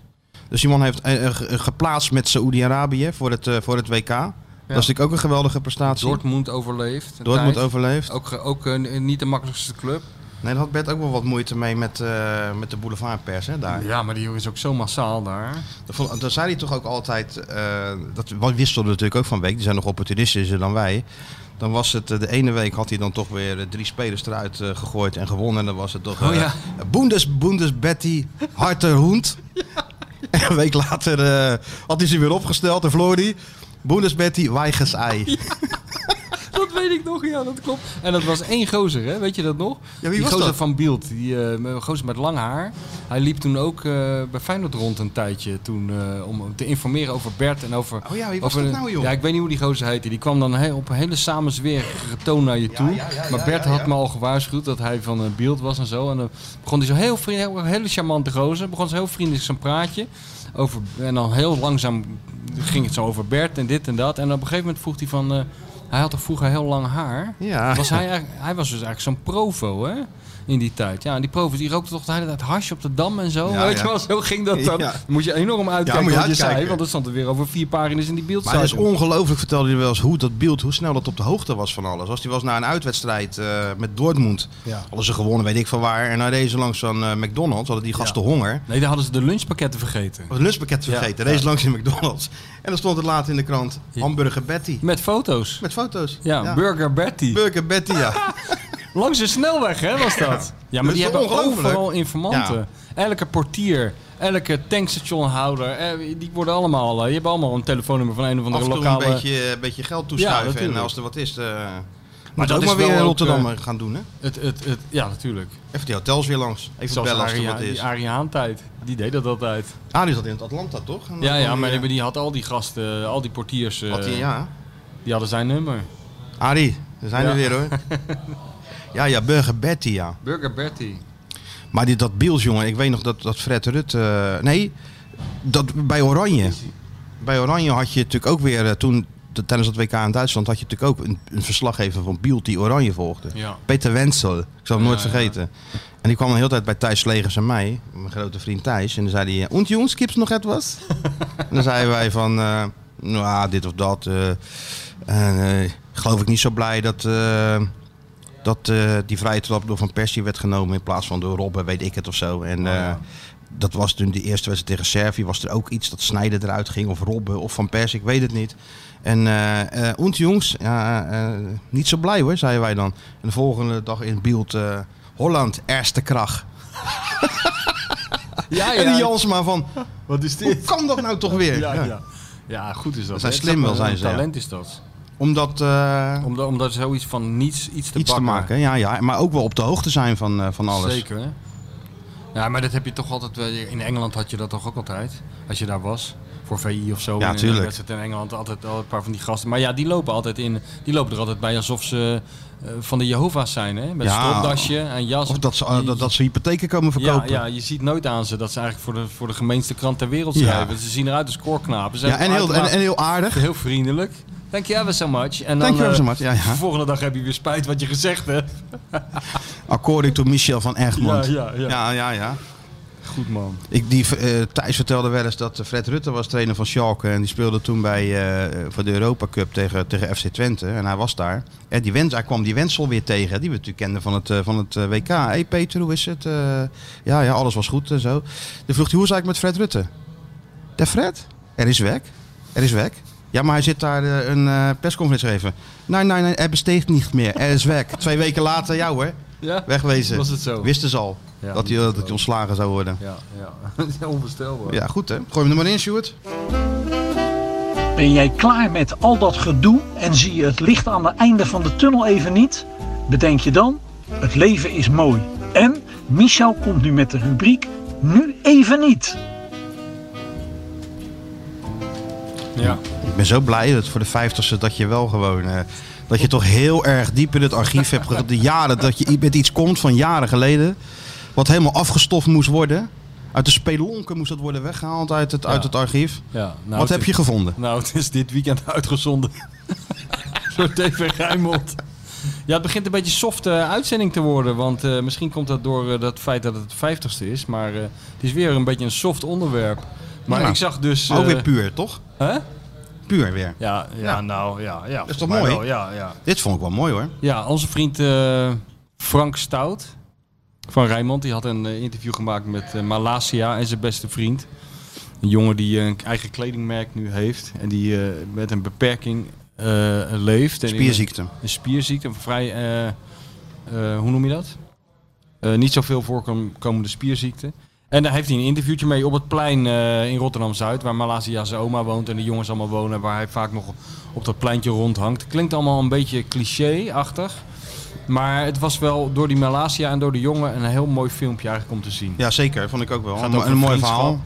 [SPEAKER 2] Dus die man heeft eh, eh, ge- eh, geplaatst met Saoedi-Arabië voor, het, eh, voor het WK. Dat is natuurlijk ook een geweldige prestatie.
[SPEAKER 3] Dortmund overleeft. een
[SPEAKER 2] Dortmund
[SPEAKER 3] tijd.
[SPEAKER 2] overleeft.
[SPEAKER 3] Ook, ge- ook eh, niet de makkelijkste club.
[SPEAKER 2] Nee, daar had Bert ook wel wat moeite mee met, eh, met de boulevardpers, hè, daar.
[SPEAKER 3] Ja, maar die jongen is ook zo massaal daar.
[SPEAKER 2] Dat vond- dat zei hij toch ook altijd, eh dat wisselde natuurlijk ook van week, die zijn nog opportunistischer dan wij. Dan was het, eh, de ene week had hij dan toch weer eh, drie spelers eruit eh, gegooid en gewonnen. En dan was het toch eh
[SPEAKER 3] Oh, ja.
[SPEAKER 2] Bundes, Bundes, Betty, Harter, Hoend. En een week later eh, had hij ze weer opgesteld en verloor hij. Bundes, Betty, Weiges, Ei.
[SPEAKER 3] Dat weet ik nog, ja, dat klopt. En dat was één gozer, hè? weet je dat nog?
[SPEAKER 2] wie
[SPEAKER 3] die
[SPEAKER 2] was
[SPEAKER 3] gozer
[SPEAKER 2] dat?
[SPEAKER 3] van Bielt, die eh, gozer met lang haar. Hij liep toen ook eh, bij Feyenoord rond een tijdje toen, eh, om te informeren over Bert en over...
[SPEAKER 2] Oh ja, wie was
[SPEAKER 3] over
[SPEAKER 2] dat nou, joh?
[SPEAKER 3] Ja, ik weet niet hoe die gozer heette. Die kwam dan he- op een hele samenzwerige toon naar je toe.
[SPEAKER 2] ja, ja,
[SPEAKER 3] maar
[SPEAKER 2] ja,
[SPEAKER 3] Bert
[SPEAKER 2] ja, ja.
[SPEAKER 3] had me al gewaarschuwd dat hij van eh, Bielt was en zo. En dan begon hij zo heel vriendelijk, een hele charmante gozer, begon zo heel vriendelijk zijn praatje. Over, en dan heel langzaam ging het zo over Bert en dit en dat. En op een gegeven moment vroeg hij van... eh, hij had toch vroeger heel lang haar?
[SPEAKER 2] Ja.
[SPEAKER 3] Was hij, eigenlijk- hij was dus eigenlijk zo'n provo, hè? In die tijd. Ja, en die provo's die rookten toch de hele tijd hash op de dam en zo.
[SPEAKER 2] Ja,
[SPEAKER 3] Weet je
[SPEAKER 2] ja.
[SPEAKER 3] wel, zo ging dat dan.
[SPEAKER 2] Ja.
[SPEAKER 3] Moet je enorm uitkijken
[SPEAKER 2] moet je
[SPEAKER 3] wat je zei,
[SPEAKER 2] uitkijken.
[SPEAKER 3] want er stond er weer over vier pagina's in die
[SPEAKER 2] Maar het is
[SPEAKER 3] beeldzijde.
[SPEAKER 2] ongelooflijk, vertelde hij wel eens, hoe dat beeld, hoe snel dat op de hoogte was van alles. Als hij was na een uitwedstrijd eh, met Dortmund,
[SPEAKER 6] Ja.
[SPEAKER 2] hadden ze gewonnen, weet ik van waar. En naar deze langs zo'n eh, McDonald's, hadden die gasten honger.
[SPEAKER 3] Nee, daar hadden ze de lunchpakketten vergeten.
[SPEAKER 2] Of het lunchpakket vergeten, deze langs in McDonald's. En dan stond het later in de krant, hamburger Betty.
[SPEAKER 3] Met foto's.
[SPEAKER 2] Met foto's.
[SPEAKER 3] Ja, Burger Betty.
[SPEAKER 2] Burger Betty, ja.
[SPEAKER 3] Langs de snelweg, hè, was dat? Ja, maar
[SPEAKER 2] Dat
[SPEAKER 3] die
[SPEAKER 2] is toch
[SPEAKER 3] hebben
[SPEAKER 2] ongelooflijk?
[SPEAKER 3] overal informanten. Elke portier, elke tankstationhouder, eh, die worden allemaal... eh, die hebben allemaal een telefoonnummer van een of
[SPEAKER 2] Af
[SPEAKER 3] andere
[SPEAKER 2] en toe
[SPEAKER 3] lokale...
[SPEAKER 2] een beetje, eh, een beetje geld
[SPEAKER 3] Ja,
[SPEAKER 2] toeschuiven.
[SPEAKER 3] natuurlijk.
[SPEAKER 2] en als er wat is, eh
[SPEAKER 3] dat
[SPEAKER 2] moet ook
[SPEAKER 3] is
[SPEAKER 2] maar weer
[SPEAKER 3] wel
[SPEAKER 2] in
[SPEAKER 3] ook,
[SPEAKER 2] Rotterdam gaan doen, hè?
[SPEAKER 3] Het, het, het, ja, natuurlijk.
[SPEAKER 2] Even die hotels weer langs. Even
[SPEAKER 3] Zoals
[SPEAKER 2] bellen als er
[SPEAKER 3] Arie-
[SPEAKER 2] wat is.
[SPEAKER 3] die Arie Haan tijd. Die deed dat altijd.
[SPEAKER 2] Ah, die zat in het Atlanta, toch? En dan
[SPEAKER 3] Ja, ja,
[SPEAKER 2] kwam
[SPEAKER 3] maar
[SPEAKER 2] die,
[SPEAKER 3] die, die had al die gasten, al die portiers, eh,
[SPEAKER 2] eh, had die- ja.
[SPEAKER 3] die hadden zijn nummer.
[SPEAKER 2] Arie, we zijn
[SPEAKER 3] Ja.
[SPEAKER 2] er weer hoor. ja, ja, Burger Betty, ja.
[SPEAKER 3] Burger Bertie.
[SPEAKER 2] Maar dit, dat Biels, jongen, ik weet nog dat, dat Fred Rut... eh, nee, dat, bij Oranje. Bij Oranje had je natuurlijk ook weer, eh, toen t- tijdens dat WK in Duitsland... had je natuurlijk ook een, een verslaggever van Bielt die Oranje volgde.
[SPEAKER 3] Ja.
[SPEAKER 2] Peter Wenzel, ik zal hem nooit
[SPEAKER 3] Ja, ja.
[SPEAKER 2] vergeten. En die kwam de hele tijd bij Thijs Legers en mij, mijn grote vriend Thijs. En dan zei hij, ont jongens, kips nog etwas? en dan zeiden wij van, eh, nou, ah, dit of dat. eh, en, eh, geloof ik niet zo blij dat, eh, dat eh, die vrije trap door Van Persie werd genomen in plaats van door Robben, weet ik het of zo.
[SPEAKER 3] Oh,
[SPEAKER 2] En eh, dat was toen de eerste wedstrijd tegen Servië. Was er ook iets dat Snijder eruit ging of Robben of Van Persie, ik weet het niet. En eh eh, ont jongens, ja, eh, niet zo blij hoor, zeiden wij dan. En de volgende dag in beeld eh, Holland, eerste kracht.
[SPEAKER 3] Ja,
[SPEAKER 2] En die Jansma van,
[SPEAKER 3] Wat is
[SPEAKER 2] hoe kan dat nou toch weer?
[SPEAKER 3] Ja,
[SPEAKER 2] Ja.
[SPEAKER 3] ja. ja, goed is dat.
[SPEAKER 2] zijn
[SPEAKER 3] hè.
[SPEAKER 2] slim wel,
[SPEAKER 3] Een
[SPEAKER 2] zijn ze, ja.
[SPEAKER 3] talent is dat.
[SPEAKER 2] Omdat eh,
[SPEAKER 3] Om, da- om daar zoiets van niets iets te
[SPEAKER 2] iets te
[SPEAKER 3] bakken.
[SPEAKER 2] maken, ja, ja, maar ook wel op de hoogte zijn van, eh, van alles.
[SPEAKER 3] Zeker, hè? Ja, maar dat heb je toch altijd... wel- In Engeland had je dat toch ook altijd? Als je daar was? Voor VI of zo.
[SPEAKER 2] Ja,
[SPEAKER 3] in een
[SPEAKER 2] tuurlijk.
[SPEAKER 3] wedstrijd in Engeland altijd al een paar van die gasten. Maar ja, die lopen, altijd in, die lopen er altijd bij alsof ze eh, van de Jehovah's zijn, hè? Met
[SPEAKER 2] Ja.
[SPEAKER 3] een stropdasje en jas.
[SPEAKER 2] Of dat ze, eh,
[SPEAKER 3] Die-
[SPEAKER 2] dat, dat ze hypotheken komen
[SPEAKER 3] Ja,
[SPEAKER 2] verkopen.
[SPEAKER 3] ja, je ziet nooit aan ze dat ze eigenlijk voor de, voor de gemeenste krant ter wereld
[SPEAKER 2] Ja.
[SPEAKER 3] schrijven. Ze zien eruit als koorknapen. Ze
[SPEAKER 2] Ja,
[SPEAKER 3] zijn
[SPEAKER 2] en, heel, en,
[SPEAKER 3] uitermate
[SPEAKER 2] en heel aardig.
[SPEAKER 3] heel vriendelijk. Thank you ever so much. En dan,
[SPEAKER 2] Thank you ever
[SPEAKER 3] eh,
[SPEAKER 2] so much, ja, ja.
[SPEAKER 3] De volgende dag heb je weer spijt wat je gezegd hebt.
[SPEAKER 2] According to Michel van Egmond.
[SPEAKER 3] Ja, ja, ja.
[SPEAKER 2] ja, ja, ja.
[SPEAKER 3] Goed man.
[SPEAKER 2] Ik, die, eh, Thijs vertelde wel eens dat eh, Fred Rutte was trainer van Schalke. En die speelde toen bij, eh, voor de Europa Cup tegen, tegen FC Twente. En hij was daar. En die Wens, hij kwam die Wensel weer tegen. Die we natuurlijk kenden van het, eh, van het eh, WK. Hé hey Peter, hoe is het? Eh, ja, ja, alles was goed en zo. Dan vroeg hij, hoe is het eigenlijk met Fred Rutte? De Fred? Er is weg. Er is weg. Ja, maar hij zit daar eh, een eh, persconferentie te geven. Nee, nee, nee, hij besteedt niet meer. Er is weg. Twee weken later, jou hoor.
[SPEAKER 3] Ja?
[SPEAKER 2] Wegwezen.
[SPEAKER 3] Was het zo?
[SPEAKER 2] Wisten ze al
[SPEAKER 3] Ja,
[SPEAKER 2] dat, hij, eh, dat hij ontslagen zou worden.
[SPEAKER 3] Ja, ja. Onbestelbaar.
[SPEAKER 2] Ja, goed hè. Gooi hem er maar in, Stuart.
[SPEAKER 7] Ben jij klaar met al dat gedoe en zie je het licht aan het einde van de tunnel even niet? Bedenk je dan, het leven is mooi. En Michel komt nu met de rubriek Nu even niet.
[SPEAKER 3] Ja.
[SPEAKER 2] Ik ben zo blij dat voor de vijftigste dat je wel gewoon... eh, dat je toch heel erg diep in het archief hebt ge- de jaren Dat je met iets komt van jaren geleden. Wat helemaal afgestoft moest worden. Uit de spelonken moest dat worden weggehaald uit het, uit het archief.
[SPEAKER 3] Ja, nou,
[SPEAKER 2] Wat
[SPEAKER 3] het
[SPEAKER 2] heb
[SPEAKER 3] is-
[SPEAKER 2] je gevonden?
[SPEAKER 3] Nou, het is dit weekend uitgezonden. Door TV Rijnmond. Ja, het begint een beetje soft eh, uitzending te worden. Want eh, misschien komt dat door eh, dat feit dat het 50ste is. Maar eh, het is weer een beetje een soft onderwerp. Maar
[SPEAKER 2] Ja.
[SPEAKER 3] ik zag dus.
[SPEAKER 2] Maar ook
[SPEAKER 3] eh,
[SPEAKER 2] weer puur, toch?
[SPEAKER 3] hè?
[SPEAKER 2] Puur weer.
[SPEAKER 3] Ja, ja, nou ja. ja
[SPEAKER 2] is toch
[SPEAKER 3] maar
[SPEAKER 2] mooi?
[SPEAKER 3] wel, ja, ja.
[SPEAKER 2] Dit vond ik wel mooi hoor.
[SPEAKER 3] ja, onze vriend eh, Frank Stout van Rijnmond. Die had een eh, interview gemaakt met eh, Malasia en zijn beste vriend. Een jongen die eh, een eigen kledingmerk nu heeft. En die eh, met een beperking eh, leeft. En in-
[SPEAKER 2] Spierziekte.
[SPEAKER 3] een spierziekte, een vrij, eh, eh, hoe noem je dat? Eh, niet zoveel voorkomende spierziekte. En daar heeft hij een interviewtje mee op het plein eh, in Rotterdam-Zuid, waar Malaysia zijn oma woont en de jongens allemaal wonen, waar hij vaak nog op dat pleintje rondhangt. Klinkt allemaal een beetje cliché-achtig, maar het was wel door die Malaysia en door de jongen een heel mooi filmpje eigenlijk om te zien.
[SPEAKER 2] Ja, zeker. Vond ik ook wel.
[SPEAKER 3] Gaat
[SPEAKER 2] Een, mo-
[SPEAKER 3] over
[SPEAKER 2] een mooi
[SPEAKER 3] vriendschap.
[SPEAKER 2] verhaal.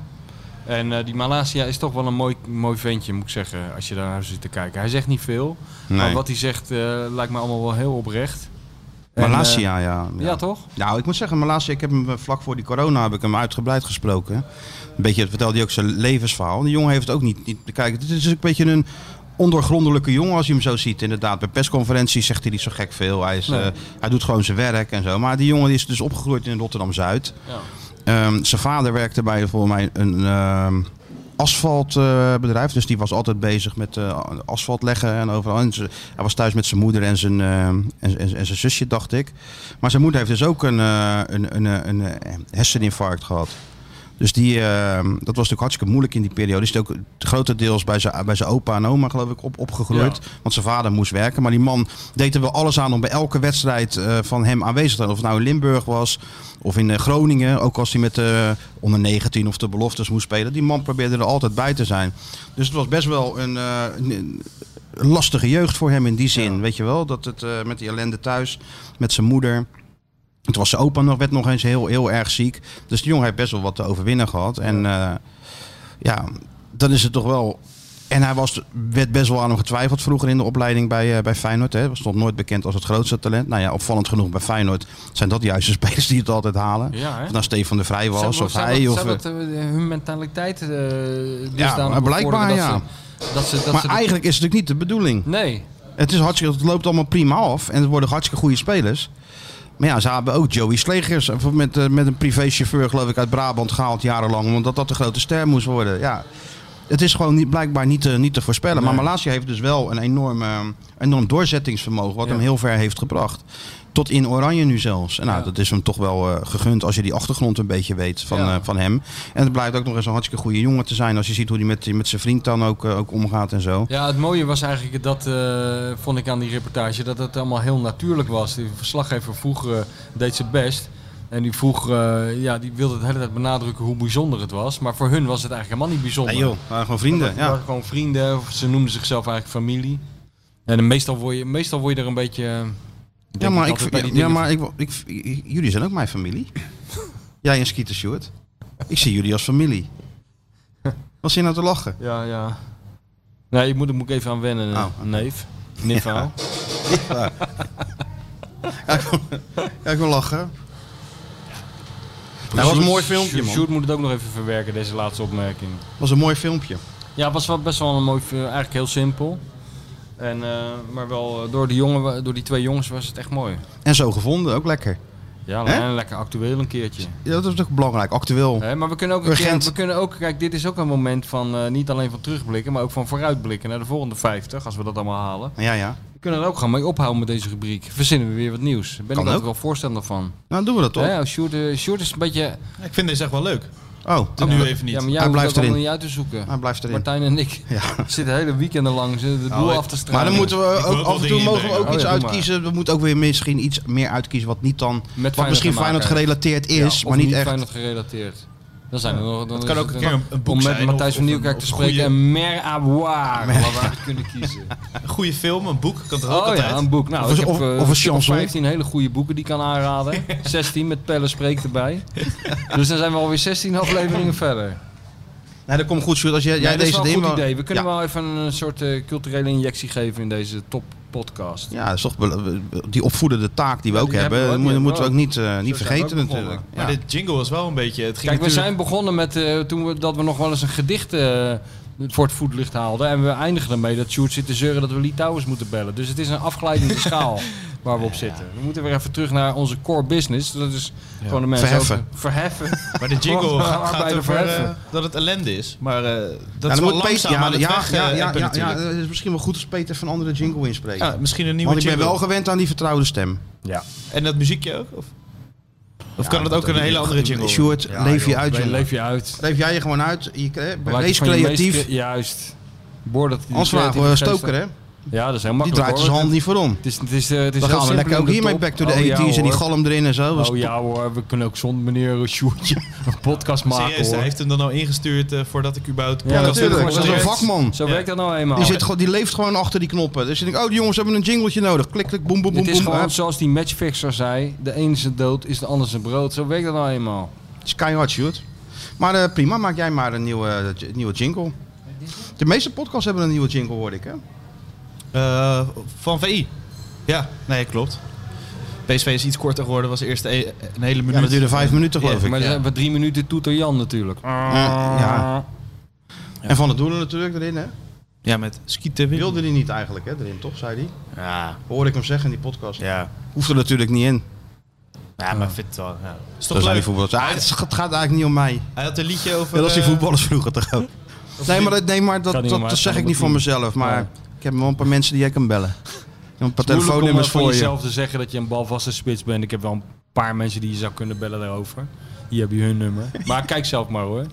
[SPEAKER 3] En eh, die Malasia is toch wel een mooi, mooi ventje, moet ik zeggen, als je daarnaar zit te kijken. Hij zegt niet veel, maar
[SPEAKER 2] Nee.
[SPEAKER 3] wat hij zegt eh, lijkt me allemaal wel heel oprecht. En, eh,
[SPEAKER 2] Malasia, ja.
[SPEAKER 3] ja. toch?
[SPEAKER 2] Nou, ik moet zeggen, Malasia, ik heb hem eh, vlak voor die corona heb ik hem uitgebreid gesproken. Een beetje, dat vertelde hij ook zijn levensverhaal. Die jongen heeft het ook niet, niet kijk, het is een beetje een ondergrondelijke jongen als je hem zo ziet. Inderdaad, bij persconferenties zegt hij niet zo gek veel. Hij, is,
[SPEAKER 3] Nee.
[SPEAKER 2] eh, hij doet gewoon zijn werk en zo. Maar die jongen die is dus opgegroeid in Rotterdam-Zuid.
[SPEAKER 3] Ja.
[SPEAKER 2] Ehm, zijn vader werkte bij volgens mij een ehm, asfaltbedrijf. dus die was altijd bezig met eh, asfalt leggen en overal. En ze- hij was thuis met zijn moeder en zijn, ehm, en, en, en zijn zusje, dacht ik. Maar zijn moeder heeft dus ook een, eh, een, een, een, eh, herseninfarct gehad. Dus die, ehm, dat was natuurlijk hartstikke moeilijk in die periode. Is het ook grotendeels bij zijn, bij zijn opa en oma, geloof ik, op, opgegroeid. Want zijn vader moest werken. Maar die man deed er wel alles aan om bij elke wedstrijd eh, van hem aanwezig te zijn. Of het nou in Limburg was of in eh, Groningen. Ook als hij met de onder 19 of de beloftes moest spelen. Die man probeerde er altijd bij te zijn. Dus het was best wel een, eh, een- een lastige jeugd voor hem in die zin. Weet je wel, dat het eh, met die ellende thuis, met zijn moeder. Het was zijn opa nog, werd nog eens heel, heel erg ziek. Dus die jongen heeft best wel wat te overwinnen gehad. En eh, ja, dan is het toch wel... En hij was, werd best wel aan hem getwijfeld vroeger in de opleiding bij, eh, bij Feyenoord. Hè. Stond nooit bekend als het grootste talent. Nou ja, opvallend genoeg bij Feyenoord zijn dat juist de spelers die het altijd halen.
[SPEAKER 3] Ja, hè?
[SPEAKER 2] Of nou Stefan de Vrij was,
[SPEAKER 3] Zou-
[SPEAKER 2] of
[SPEAKER 3] zou
[SPEAKER 2] hij.
[SPEAKER 3] dat-
[SPEAKER 2] of,
[SPEAKER 3] zou dat, eh, hun mentaliteit eh dusdanig
[SPEAKER 2] maar blijkbaar,
[SPEAKER 3] bevorderen
[SPEAKER 2] ja.
[SPEAKER 3] ze, dat ze, dat
[SPEAKER 2] maar
[SPEAKER 3] ze dat-
[SPEAKER 2] eigenlijk is het natuurlijk niet de bedoeling.
[SPEAKER 3] Nee,
[SPEAKER 2] Het, is hartstikke, het loopt allemaal prima af en het worden hartstikke goede spelers. Maar ja, ze hebben ook Joey Slegers met, eh, met een privéchauffeur, geloof ik, uit Brabant gehaald jarenlang. Omdat dat de grote ster moest worden. Ja, het is gewoon niet, blijkbaar niet, te- niet te voorspellen. Maar Malasia heeft dus wel een enorm, eh, enorm doorzettingsvermogen. Wat
[SPEAKER 3] Ja.
[SPEAKER 2] hem heel ver heeft gebracht. Tot in Oranje nu zelfs. En nou,
[SPEAKER 3] Ja.
[SPEAKER 2] dat is hem toch wel eh, gegund als je die achtergrond een beetje weet van,
[SPEAKER 3] Ja.
[SPEAKER 2] eh, van hem. En het blijkt ook nog eens een hartstikke goede jongen te zijn. Als je ziet hoe hij met, met zijn vriend dan ook, eh, ook omgaat en zo.
[SPEAKER 3] Ja, het mooie was eigenlijk dat, eh, vond ik aan die reportage, dat het allemaal heel natuurlijk was. De verslaggever vroeg, eh, deed zijn best. En die vroeg, eh, ja, die wilde de hele tijd benadrukken hoe bijzonder het was. Maar voor hun was het eigenlijk helemaal niet bijzonder.
[SPEAKER 2] Nee joh, we waren gewoon vrienden.
[SPEAKER 3] Het
[SPEAKER 2] Ja.
[SPEAKER 3] waren gewoon vrienden, of ze noemden zichzelf eigenlijk familie. En dan meestal word je, meestal word je er een beetje... eh, denk
[SPEAKER 2] Ja, maar, ik,
[SPEAKER 3] altijd bij die
[SPEAKER 2] ja,
[SPEAKER 3] dingen
[SPEAKER 2] maar ik, ik, ik- jullie zijn ook mijn familie. Jij en Skeeter Short. Ik zie jullie als familie. Wat zin nou te lachen?
[SPEAKER 3] Ja, ja. Nee, ik moet, daar moet ik even aan wennen, eh,
[SPEAKER 2] Oh, oké.
[SPEAKER 3] neef. Niff aan.
[SPEAKER 2] Ja, ik wil lachen. Nou, was een mooi filmpje,
[SPEAKER 3] Sjoerd-
[SPEAKER 2] man.
[SPEAKER 3] Sjoerd moet het ook nog even verwerken, deze laatste opmerking.
[SPEAKER 2] was een mooi filmpje.
[SPEAKER 3] Ja, het was wel best wel een mooi, film. eigenlijk heel simpel. En, eh, maar wel eh, door, die jongen, door die twee jongens was het echt mooi.
[SPEAKER 2] En zo gevonden, ook lekker.
[SPEAKER 3] Ja,
[SPEAKER 2] Hè?
[SPEAKER 3] en lekker actueel een keertje.
[SPEAKER 2] Ja, dat is ook belangrijk, actueel.
[SPEAKER 3] Hè, maar we kunnen, ook een keer,
[SPEAKER 2] Urgent.
[SPEAKER 3] we kunnen ook, kijk, dit is ook een moment van eh, niet alleen van terugblikken, maar ook van vooruitblikken naar de volgende 50, als we dat allemaal halen.
[SPEAKER 2] Ja, ja.
[SPEAKER 3] We kunnen er ook gaan mee ophouden met deze rubriek. Verzinnen we weer wat nieuws. Daar ben
[SPEAKER 2] Kan
[SPEAKER 3] ik ook
[SPEAKER 2] ook.
[SPEAKER 3] wel voorstander van.
[SPEAKER 2] Nou, doen we dat toch?
[SPEAKER 3] Ja, Sjoerd, eh, Sjoerd is een beetje...
[SPEAKER 4] Ik vind deze echt wel leuk.
[SPEAKER 2] Oh,
[SPEAKER 4] Tot nu even niet.
[SPEAKER 3] Ja, maar
[SPEAKER 2] Hij
[SPEAKER 3] jij hoeft
[SPEAKER 2] blijft
[SPEAKER 3] het allemaal
[SPEAKER 2] erin.
[SPEAKER 3] niet uit te zoeken.
[SPEAKER 2] hij blijft erin.
[SPEAKER 3] Martijn en ik
[SPEAKER 2] Ja.
[SPEAKER 3] zitten hele weekenden lang ze de boel
[SPEAKER 4] Oh, ik-
[SPEAKER 3] af te stralen.
[SPEAKER 2] Maar dan moeten we
[SPEAKER 4] wil ook
[SPEAKER 2] ook,
[SPEAKER 4] wel
[SPEAKER 2] af en toe
[SPEAKER 4] dingen
[SPEAKER 2] mogen we ook
[SPEAKER 3] inbrengen.
[SPEAKER 2] iets
[SPEAKER 3] Oh ja, doe maar.
[SPEAKER 2] uitkiezen. We moeten ook weer misschien iets meer uitkiezen wat niet dan... wat
[SPEAKER 3] Feyenoord
[SPEAKER 2] misschien
[SPEAKER 3] te maken
[SPEAKER 2] Feyenoord
[SPEAKER 3] heeft.
[SPEAKER 2] gerelateerd is,
[SPEAKER 3] Of
[SPEAKER 2] maar niet, echt.
[SPEAKER 3] Feyenoord gerelateerd. Dan zijn er nog... Dan
[SPEAKER 4] Het kan
[SPEAKER 3] is
[SPEAKER 4] ook een
[SPEAKER 3] het
[SPEAKER 4] keer een, een boek
[SPEAKER 3] Om
[SPEAKER 4] zijn.
[SPEAKER 3] met
[SPEAKER 4] of-
[SPEAKER 3] Matthijs van
[SPEAKER 4] of
[SPEAKER 3] Nieuwkerk
[SPEAKER 4] een-
[SPEAKER 3] te
[SPEAKER 4] of een
[SPEAKER 3] spreken en Mer Aboir, waar we uit kunnen kiezen.
[SPEAKER 4] goede- Een goede film, een boek, kan toch ook
[SPEAKER 3] Oh
[SPEAKER 4] altijd.
[SPEAKER 3] ja, een boek. Nou,
[SPEAKER 2] Of
[SPEAKER 3] ik
[SPEAKER 2] een-
[SPEAKER 3] heb,
[SPEAKER 2] of-
[SPEAKER 3] eh,
[SPEAKER 2] of een
[SPEAKER 3] een stuk
[SPEAKER 2] chanson.
[SPEAKER 3] 15 hele goede boeken die ik kan aanraden. 16 met Pelle Spreek erbij. Dus dan zijn we alweer 16 afleveringen verder.
[SPEAKER 2] Nee, dat komt goed, Sjoerd. Als jij,
[SPEAKER 3] Ja,
[SPEAKER 2] jij
[SPEAKER 3] dat is
[SPEAKER 2] deze
[SPEAKER 3] wel een
[SPEAKER 2] erin
[SPEAKER 3] goed
[SPEAKER 2] wou-
[SPEAKER 3] idee. We kunnen
[SPEAKER 2] Ja.
[SPEAKER 3] wel even een soort eh, culturele injectie geven in deze top podcast.
[SPEAKER 2] Ja, dat is toch be- die opvoedende taak die we ook
[SPEAKER 3] die
[SPEAKER 2] hebben.
[SPEAKER 3] hebben we,
[SPEAKER 2] dat
[SPEAKER 3] die
[SPEAKER 2] mo- moeten
[SPEAKER 3] hebben
[SPEAKER 2] we
[SPEAKER 3] we
[SPEAKER 2] ook niet, eh, niet
[SPEAKER 3] we
[SPEAKER 2] vergeten
[SPEAKER 3] ook begonnen.
[SPEAKER 2] natuurlijk.
[SPEAKER 4] Maar dit jingle is wel een beetje... Het ging
[SPEAKER 3] Kijk, we
[SPEAKER 4] natuurlijk-
[SPEAKER 3] zijn begonnen met eh, toen we, dat we nog wel eens een gedicht eh, voor het voetlicht haalden. En we eindigen ermee dat Sjoerd zit te zeuren dat we Litouwers moeten bellen. Dus het is een afglijdende schaal waar we op zitten. We moeten weer even terug naar onze core business. Dat is gewoon de mensen
[SPEAKER 2] Verheffen.
[SPEAKER 3] ook verheffen.
[SPEAKER 4] Maar de jingle
[SPEAKER 2] Oh,
[SPEAKER 3] Wacht,
[SPEAKER 4] gaat, gaat
[SPEAKER 3] arbeider
[SPEAKER 4] over eh,
[SPEAKER 3] verheffen.
[SPEAKER 4] dat het ellende is. Maar eh, dat
[SPEAKER 2] Ja,
[SPEAKER 4] is
[SPEAKER 2] dan
[SPEAKER 4] wel
[SPEAKER 2] moet Peter-
[SPEAKER 4] langzaam
[SPEAKER 2] ja,
[SPEAKER 4] aan het
[SPEAKER 2] ja,
[SPEAKER 4] weg,
[SPEAKER 2] ja,
[SPEAKER 4] eh,
[SPEAKER 2] ja,
[SPEAKER 4] appen
[SPEAKER 2] ja,
[SPEAKER 4] natuurlijk.
[SPEAKER 2] ja, het is misschien wel goed als Peter van andere jingle inspreekt.
[SPEAKER 4] Ja, misschien een nieuwe
[SPEAKER 2] Want ik ben
[SPEAKER 4] jingle.
[SPEAKER 2] wel gewend aan die vertrouwde stem.
[SPEAKER 4] En dat muziekje ook? Of, of kan het ook een hele andere jingle? worden?
[SPEAKER 2] Sjoerd, leef je uit,
[SPEAKER 3] Je
[SPEAKER 2] jongen.
[SPEAKER 3] leef je uit.
[SPEAKER 2] Leef jij je gewoon uit. Je, eh,
[SPEAKER 3] Laat je
[SPEAKER 2] wees
[SPEAKER 3] van je meest
[SPEAKER 2] creatief.
[SPEAKER 3] cre- juist. Boor dat die
[SPEAKER 2] Anders vragen we
[SPEAKER 3] creatieve geest-
[SPEAKER 2] stoker, hè?
[SPEAKER 3] Ja, dat is heel
[SPEAKER 2] Die
[SPEAKER 3] makkelijk
[SPEAKER 2] draait
[SPEAKER 3] hoor.
[SPEAKER 2] zijn hand niet voor om.
[SPEAKER 3] Het is, het is, eh, het is
[SPEAKER 2] Dan
[SPEAKER 3] heel
[SPEAKER 2] gaan we
[SPEAKER 3] simpel
[SPEAKER 2] lekker
[SPEAKER 3] in
[SPEAKER 2] ook
[SPEAKER 3] de
[SPEAKER 2] hiermee
[SPEAKER 3] top.
[SPEAKER 2] back to the
[SPEAKER 3] Oh,
[SPEAKER 2] 80s
[SPEAKER 3] ja,
[SPEAKER 2] en die
[SPEAKER 3] hoor.
[SPEAKER 2] galm erin en zo. Dus Dat
[SPEAKER 3] Oh
[SPEAKER 2] is
[SPEAKER 3] ja hoor, we kunnen ook zonder meneer Sjoertje een podcast maken
[SPEAKER 4] Serieus, hij
[SPEAKER 3] hoor.
[SPEAKER 4] heeft hem dan al ingestuurd eh, voordat ik überhaupt...
[SPEAKER 3] Ja,
[SPEAKER 4] podcast-
[SPEAKER 2] natuurlijk.
[SPEAKER 3] maar
[SPEAKER 2] Dat is een
[SPEAKER 3] werkt-
[SPEAKER 2] vakman.
[SPEAKER 3] Zo
[SPEAKER 4] Ja.
[SPEAKER 3] werkt dat nou eenmaal.
[SPEAKER 2] Die, zit, gewoon- die leeft gewoon achter die knoppen. Dus je denkt, oh die jongens hebben een jingletje nodig. Klik, klik, boem, boem, boem.
[SPEAKER 3] Het is
[SPEAKER 2] boem.
[SPEAKER 3] gewoon
[SPEAKER 2] Ah,
[SPEAKER 3] zoals die matchfixer zei, de een zijn dood is de ander zijn brood. Zo werkt dat nou eenmaal.
[SPEAKER 2] Het is keihard, Dus shoot. Maar eh, prima, maak jij maar een nieuwe, eh, j- nieuwe jingle. De meeste podcasts hebben een nieuwe jingle, hoorde ik. Hè?
[SPEAKER 4] Eh, van VI. Ja, nee, klopt. PSV is iets korter geworden, was eerst e- een hele minuut.
[SPEAKER 2] Ja, dat duurde vijf minuten, geloof ik.
[SPEAKER 3] Maar dan
[SPEAKER 2] ja.
[SPEAKER 3] hebben we drie minuten toeter Jan natuurlijk.
[SPEAKER 2] Eh, ja. En Van der Doelen natuurlijk erin, hè?
[SPEAKER 4] Ja, met skieten.
[SPEAKER 2] Die wilde hij niet eigenlijk, hè? Erin, toch, zei hij?
[SPEAKER 4] Ja,
[SPEAKER 2] Hoorde ik hem zeggen in die podcast.
[SPEAKER 4] ja.
[SPEAKER 2] Hoeft er natuurlijk niet in.
[SPEAKER 4] Ja, maar vind het wel. Ja. Is toch
[SPEAKER 2] Dat zijn die
[SPEAKER 4] leuk?
[SPEAKER 2] voetballers. Ah, het, is- het gaat eigenlijk niet om mij.
[SPEAKER 4] Hij had een liedje over...
[SPEAKER 2] Ja, dat is die
[SPEAKER 4] eh,
[SPEAKER 2] voetballers vroeger toch ook. Nee, maar, dat, nee, maar dat,
[SPEAKER 3] Kan niet
[SPEAKER 2] dat,
[SPEAKER 3] om
[SPEAKER 2] dat zeg
[SPEAKER 3] mij,
[SPEAKER 2] ik niet voor
[SPEAKER 3] kan
[SPEAKER 2] mezelf. Maar
[SPEAKER 3] Ja.
[SPEAKER 2] ik heb wel een paar mensen die jij kan bellen. Ik heb Een paar
[SPEAKER 3] Moeilijk om eh,
[SPEAKER 2] telefoonnummers
[SPEAKER 3] van
[SPEAKER 2] voor je.
[SPEAKER 3] jezelf te zeggen dat je een balvaste spits bent. Ik heb wel een paar mensen die je zou kunnen bellen daarover. Hier heb je hun nummer. Maar kijk zelf maar hoor.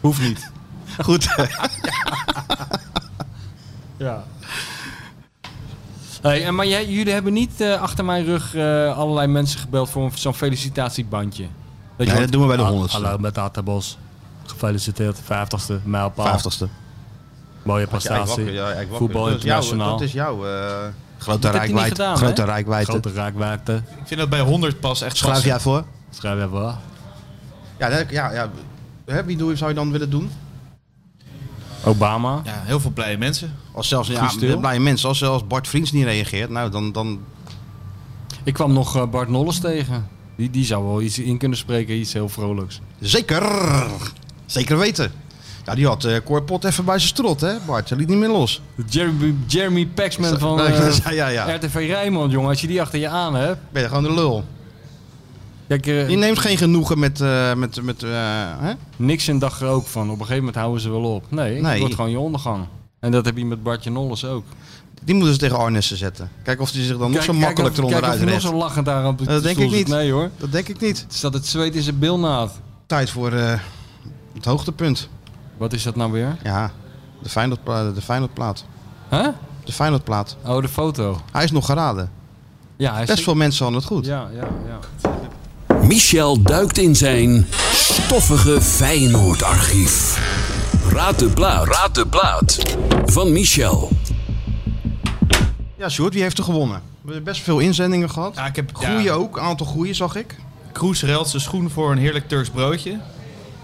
[SPEAKER 3] Hoeft niet.
[SPEAKER 2] Goed.
[SPEAKER 3] Ja. Hey, en maar jij, jullie hebben niet eh, achter mijn rug eh, allerlei mensen gebeld voor een- zo'n felicitatiebandje. Dat
[SPEAKER 2] Nee,
[SPEAKER 3] hoort-
[SPEAKER 2] dat doen we bij de
[SPEAKER 6] Ah,
[SPEAKER 2] honderdste.
[SPEAKER 6] Hallo met Atabos. Gefeliciteerd, 50ste mijlpaal.
[SPEAKER 2] Vijftigste.
[SPEAKER 6] Mooie prestatie. Voetbal
[SPEAKER 2] dat is jouw-
[SPEAKER 6] internationaal.
[SPEAKER 2] Dat is jouw... eh, grote
[SPEAKER 3] heb je niet
[SPEAKER 2] rijkwijd.
[SPEAKER 3] gedaan,
[SPEAKER 2] grote
[SPEAKER 3] hè?
[SPEAKER 2] rijkwijd.
[SPEAKER 6] Grote raakwaarde.
[SPEAKER 4] Ik vind dat bij 100 pas echt
[SPEAKER 2] Schrijf
[SPEAKER 4] passen.
[SPEAKER 2] jij voor?
[SPEAKER 6] Schrijf even hoor.
[SPEAKER 2] Ja, dat- ja, ja. Hè, Wie doe, zou je dan willen doen?
[SPEAKER 3] Obama.
[SPEAKER 4] Ja, heel veel blije mensen.
[SPEAKER 2] Als zelfs
[SPEAKER 3] Guus
[SPEAKER 2] ja,
[SPEAKER 3] Stil.
[SPEAKER 2] blije mensen, als zelfs Bart Vriends niet reageert, nou dan, dan
[SPEAKER 3] Ik kwam nog eh, Bart Nolles tegen. Die, die zou wel iets in kunnen spreken, iets heel vrolijks.
[SPEAKER 2] zeker, zeker weten. Ja, die had eh Korpot even bij zijn strot, hè Bart, hij liet niet meer los.
[SPEAKER 3] Jeremy, Jeremy Paxman van eh,
[SPEAKER 2] ja, ja, ja.
[SPEAKER 3] RTV Rijnmond, jongen. Als je die achter je aan hebt.
[SPEAKER 2] Ben je gewoon de lul.
[SPEAKER 3] Kijk, eh,
[SPEAKER 2] Die neemt geen genoegen met, eh, met, met eh, hè?
[SPEAKER 3] Nixon dacht er ook van. Op een gegeven moment houden ze wel op. Nee, het
[SPEAKER 2] Nee.
[SPEAKER 3] wordt gewoon je ondergang. En dat heb je met Bartje Nolles ook.
[SPEAKER 2] Die moeten ze tegen Arnissen zetten. Kijk of die zich dan nog zo makkelijk
[SPEAKER 3] of-
[SPEAKER 2] eronder
[SPEAKER 3] kijk of hij
[SPEAKER 2] uitredt.
[SPEAKER 3] nog zo lachend daar op de
[SPEAKER 2] Dat denk
[SPEAKER 3] stoel
[SPEAKER 2] ik
[SPEAKER 3] zit.
[SPEAKER 2] niet.
[SPEAKER 3] Nee hoor.
[SPEAKER 2] Dat denk ik niet.
[SPEAKER 3] Het staat het zweet in zijn bilnaad.
[SPEAKER 2] Tijd voor eh, het hoogtepunt.
[SPEAKER 3] Wat is dat nou weer?
[SPEAKER 2] Ja, de Feyenoordplaat. De Feyenoordplaat.
[SPEAKER 3] Huh?
[SPEAKER 2] De Feyenoordplaat.
[SPEAKER 3] Oh, de foto.
[SPEAKER 2] Hij is nog geraden.
[SPEAKER 3] Ja, hij is
[SPEAKER 2] Best veel mensen hadden het goed.
[SPEAKER 3] Ja, ja, ja.
[SPEAKER 8] Michel duikt in zijn stoffige Feyenoordarchief. Raad de plaat. Raad de plaat van Michel.
[SPEAKER 2] Ja, Sjoerd, wie heeft er gewonnen? We hebben best veel inzendingen gehad.
[SPEAKER 4] Ja, ik heb
[SPEAKER 2] Goeie
[SPEAKER 4] ja,
[SPEAKER 2] ook, een aantal goeie zag ik.
[SPEAKER 4] Kroes ruilt zijn schoen voor een heerlijk Turks broodje.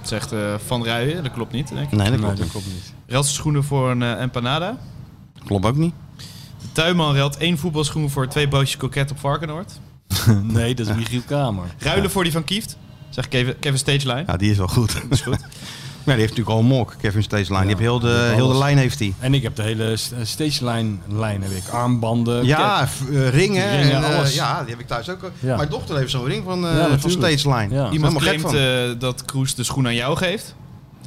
[SPEAKER 4] Dat zegt eh, Van Ruijen, dat klopt niet. Denk ik.
[SPEAKER 2] Nee, dat
[SPEAKER 3] Nee,
[SPEAKER 2] klopt,
[SPEAKER 3] dat klopt niet.
[SPEAKER 4] Ruilt zijn schoenen voor een eh, empanada.
[SPEAKER 2] klopt ook niet.
[SPEAKER 4] De tuinman ruilt één voetbalschoen voor twee broodjes koket op Varkenoord.
[SPEAKER 3] Nee, dat is Michiel Kamer.
[SPEAKER 4] Ruilen voor die van Kieft. Zeg ik even, ik even stage line.
[SPEAKER 2] Ja, die is wel goed. Dat is goed. Maar die heeft natuurlijk al een mok, Kevin Stage Line. die heeft heel de, heel de
[SPEAKER 3] alles.
[SPEAKER 2] lijn heeft hij.
[SPEAKER 3] En ik heb de hele s- eh, stage line, lijn heb ik. Armbanden.
[SPEAKER 2] Ja, v- eh, ringen.
[SPEAKER 3] Ringen,
[SPEAKER 2] en, eh,
[SPEAKER 3] alles.
[SPEAKER 2] ja, die heb ik thuis ook.
[SPEAKER 3] Ja.
[SPEAKER 2] Mijn dochter heeft zo'n ring van, eh
[SPEAKER 3] Ja,
[SPEAKER 2] van
[SPEAKER 3] natuurlijk.
[SPEAKER 2] Stage Line.
[SPEAKER 3] Ja.
[SPEAKER 4] Iemand
[SPEAKER 2] Helemaal gek
[SPEAKER 4] claimt eh, dat Kroes de schoen aan jou geeft.
[SPEAKER 3] kit.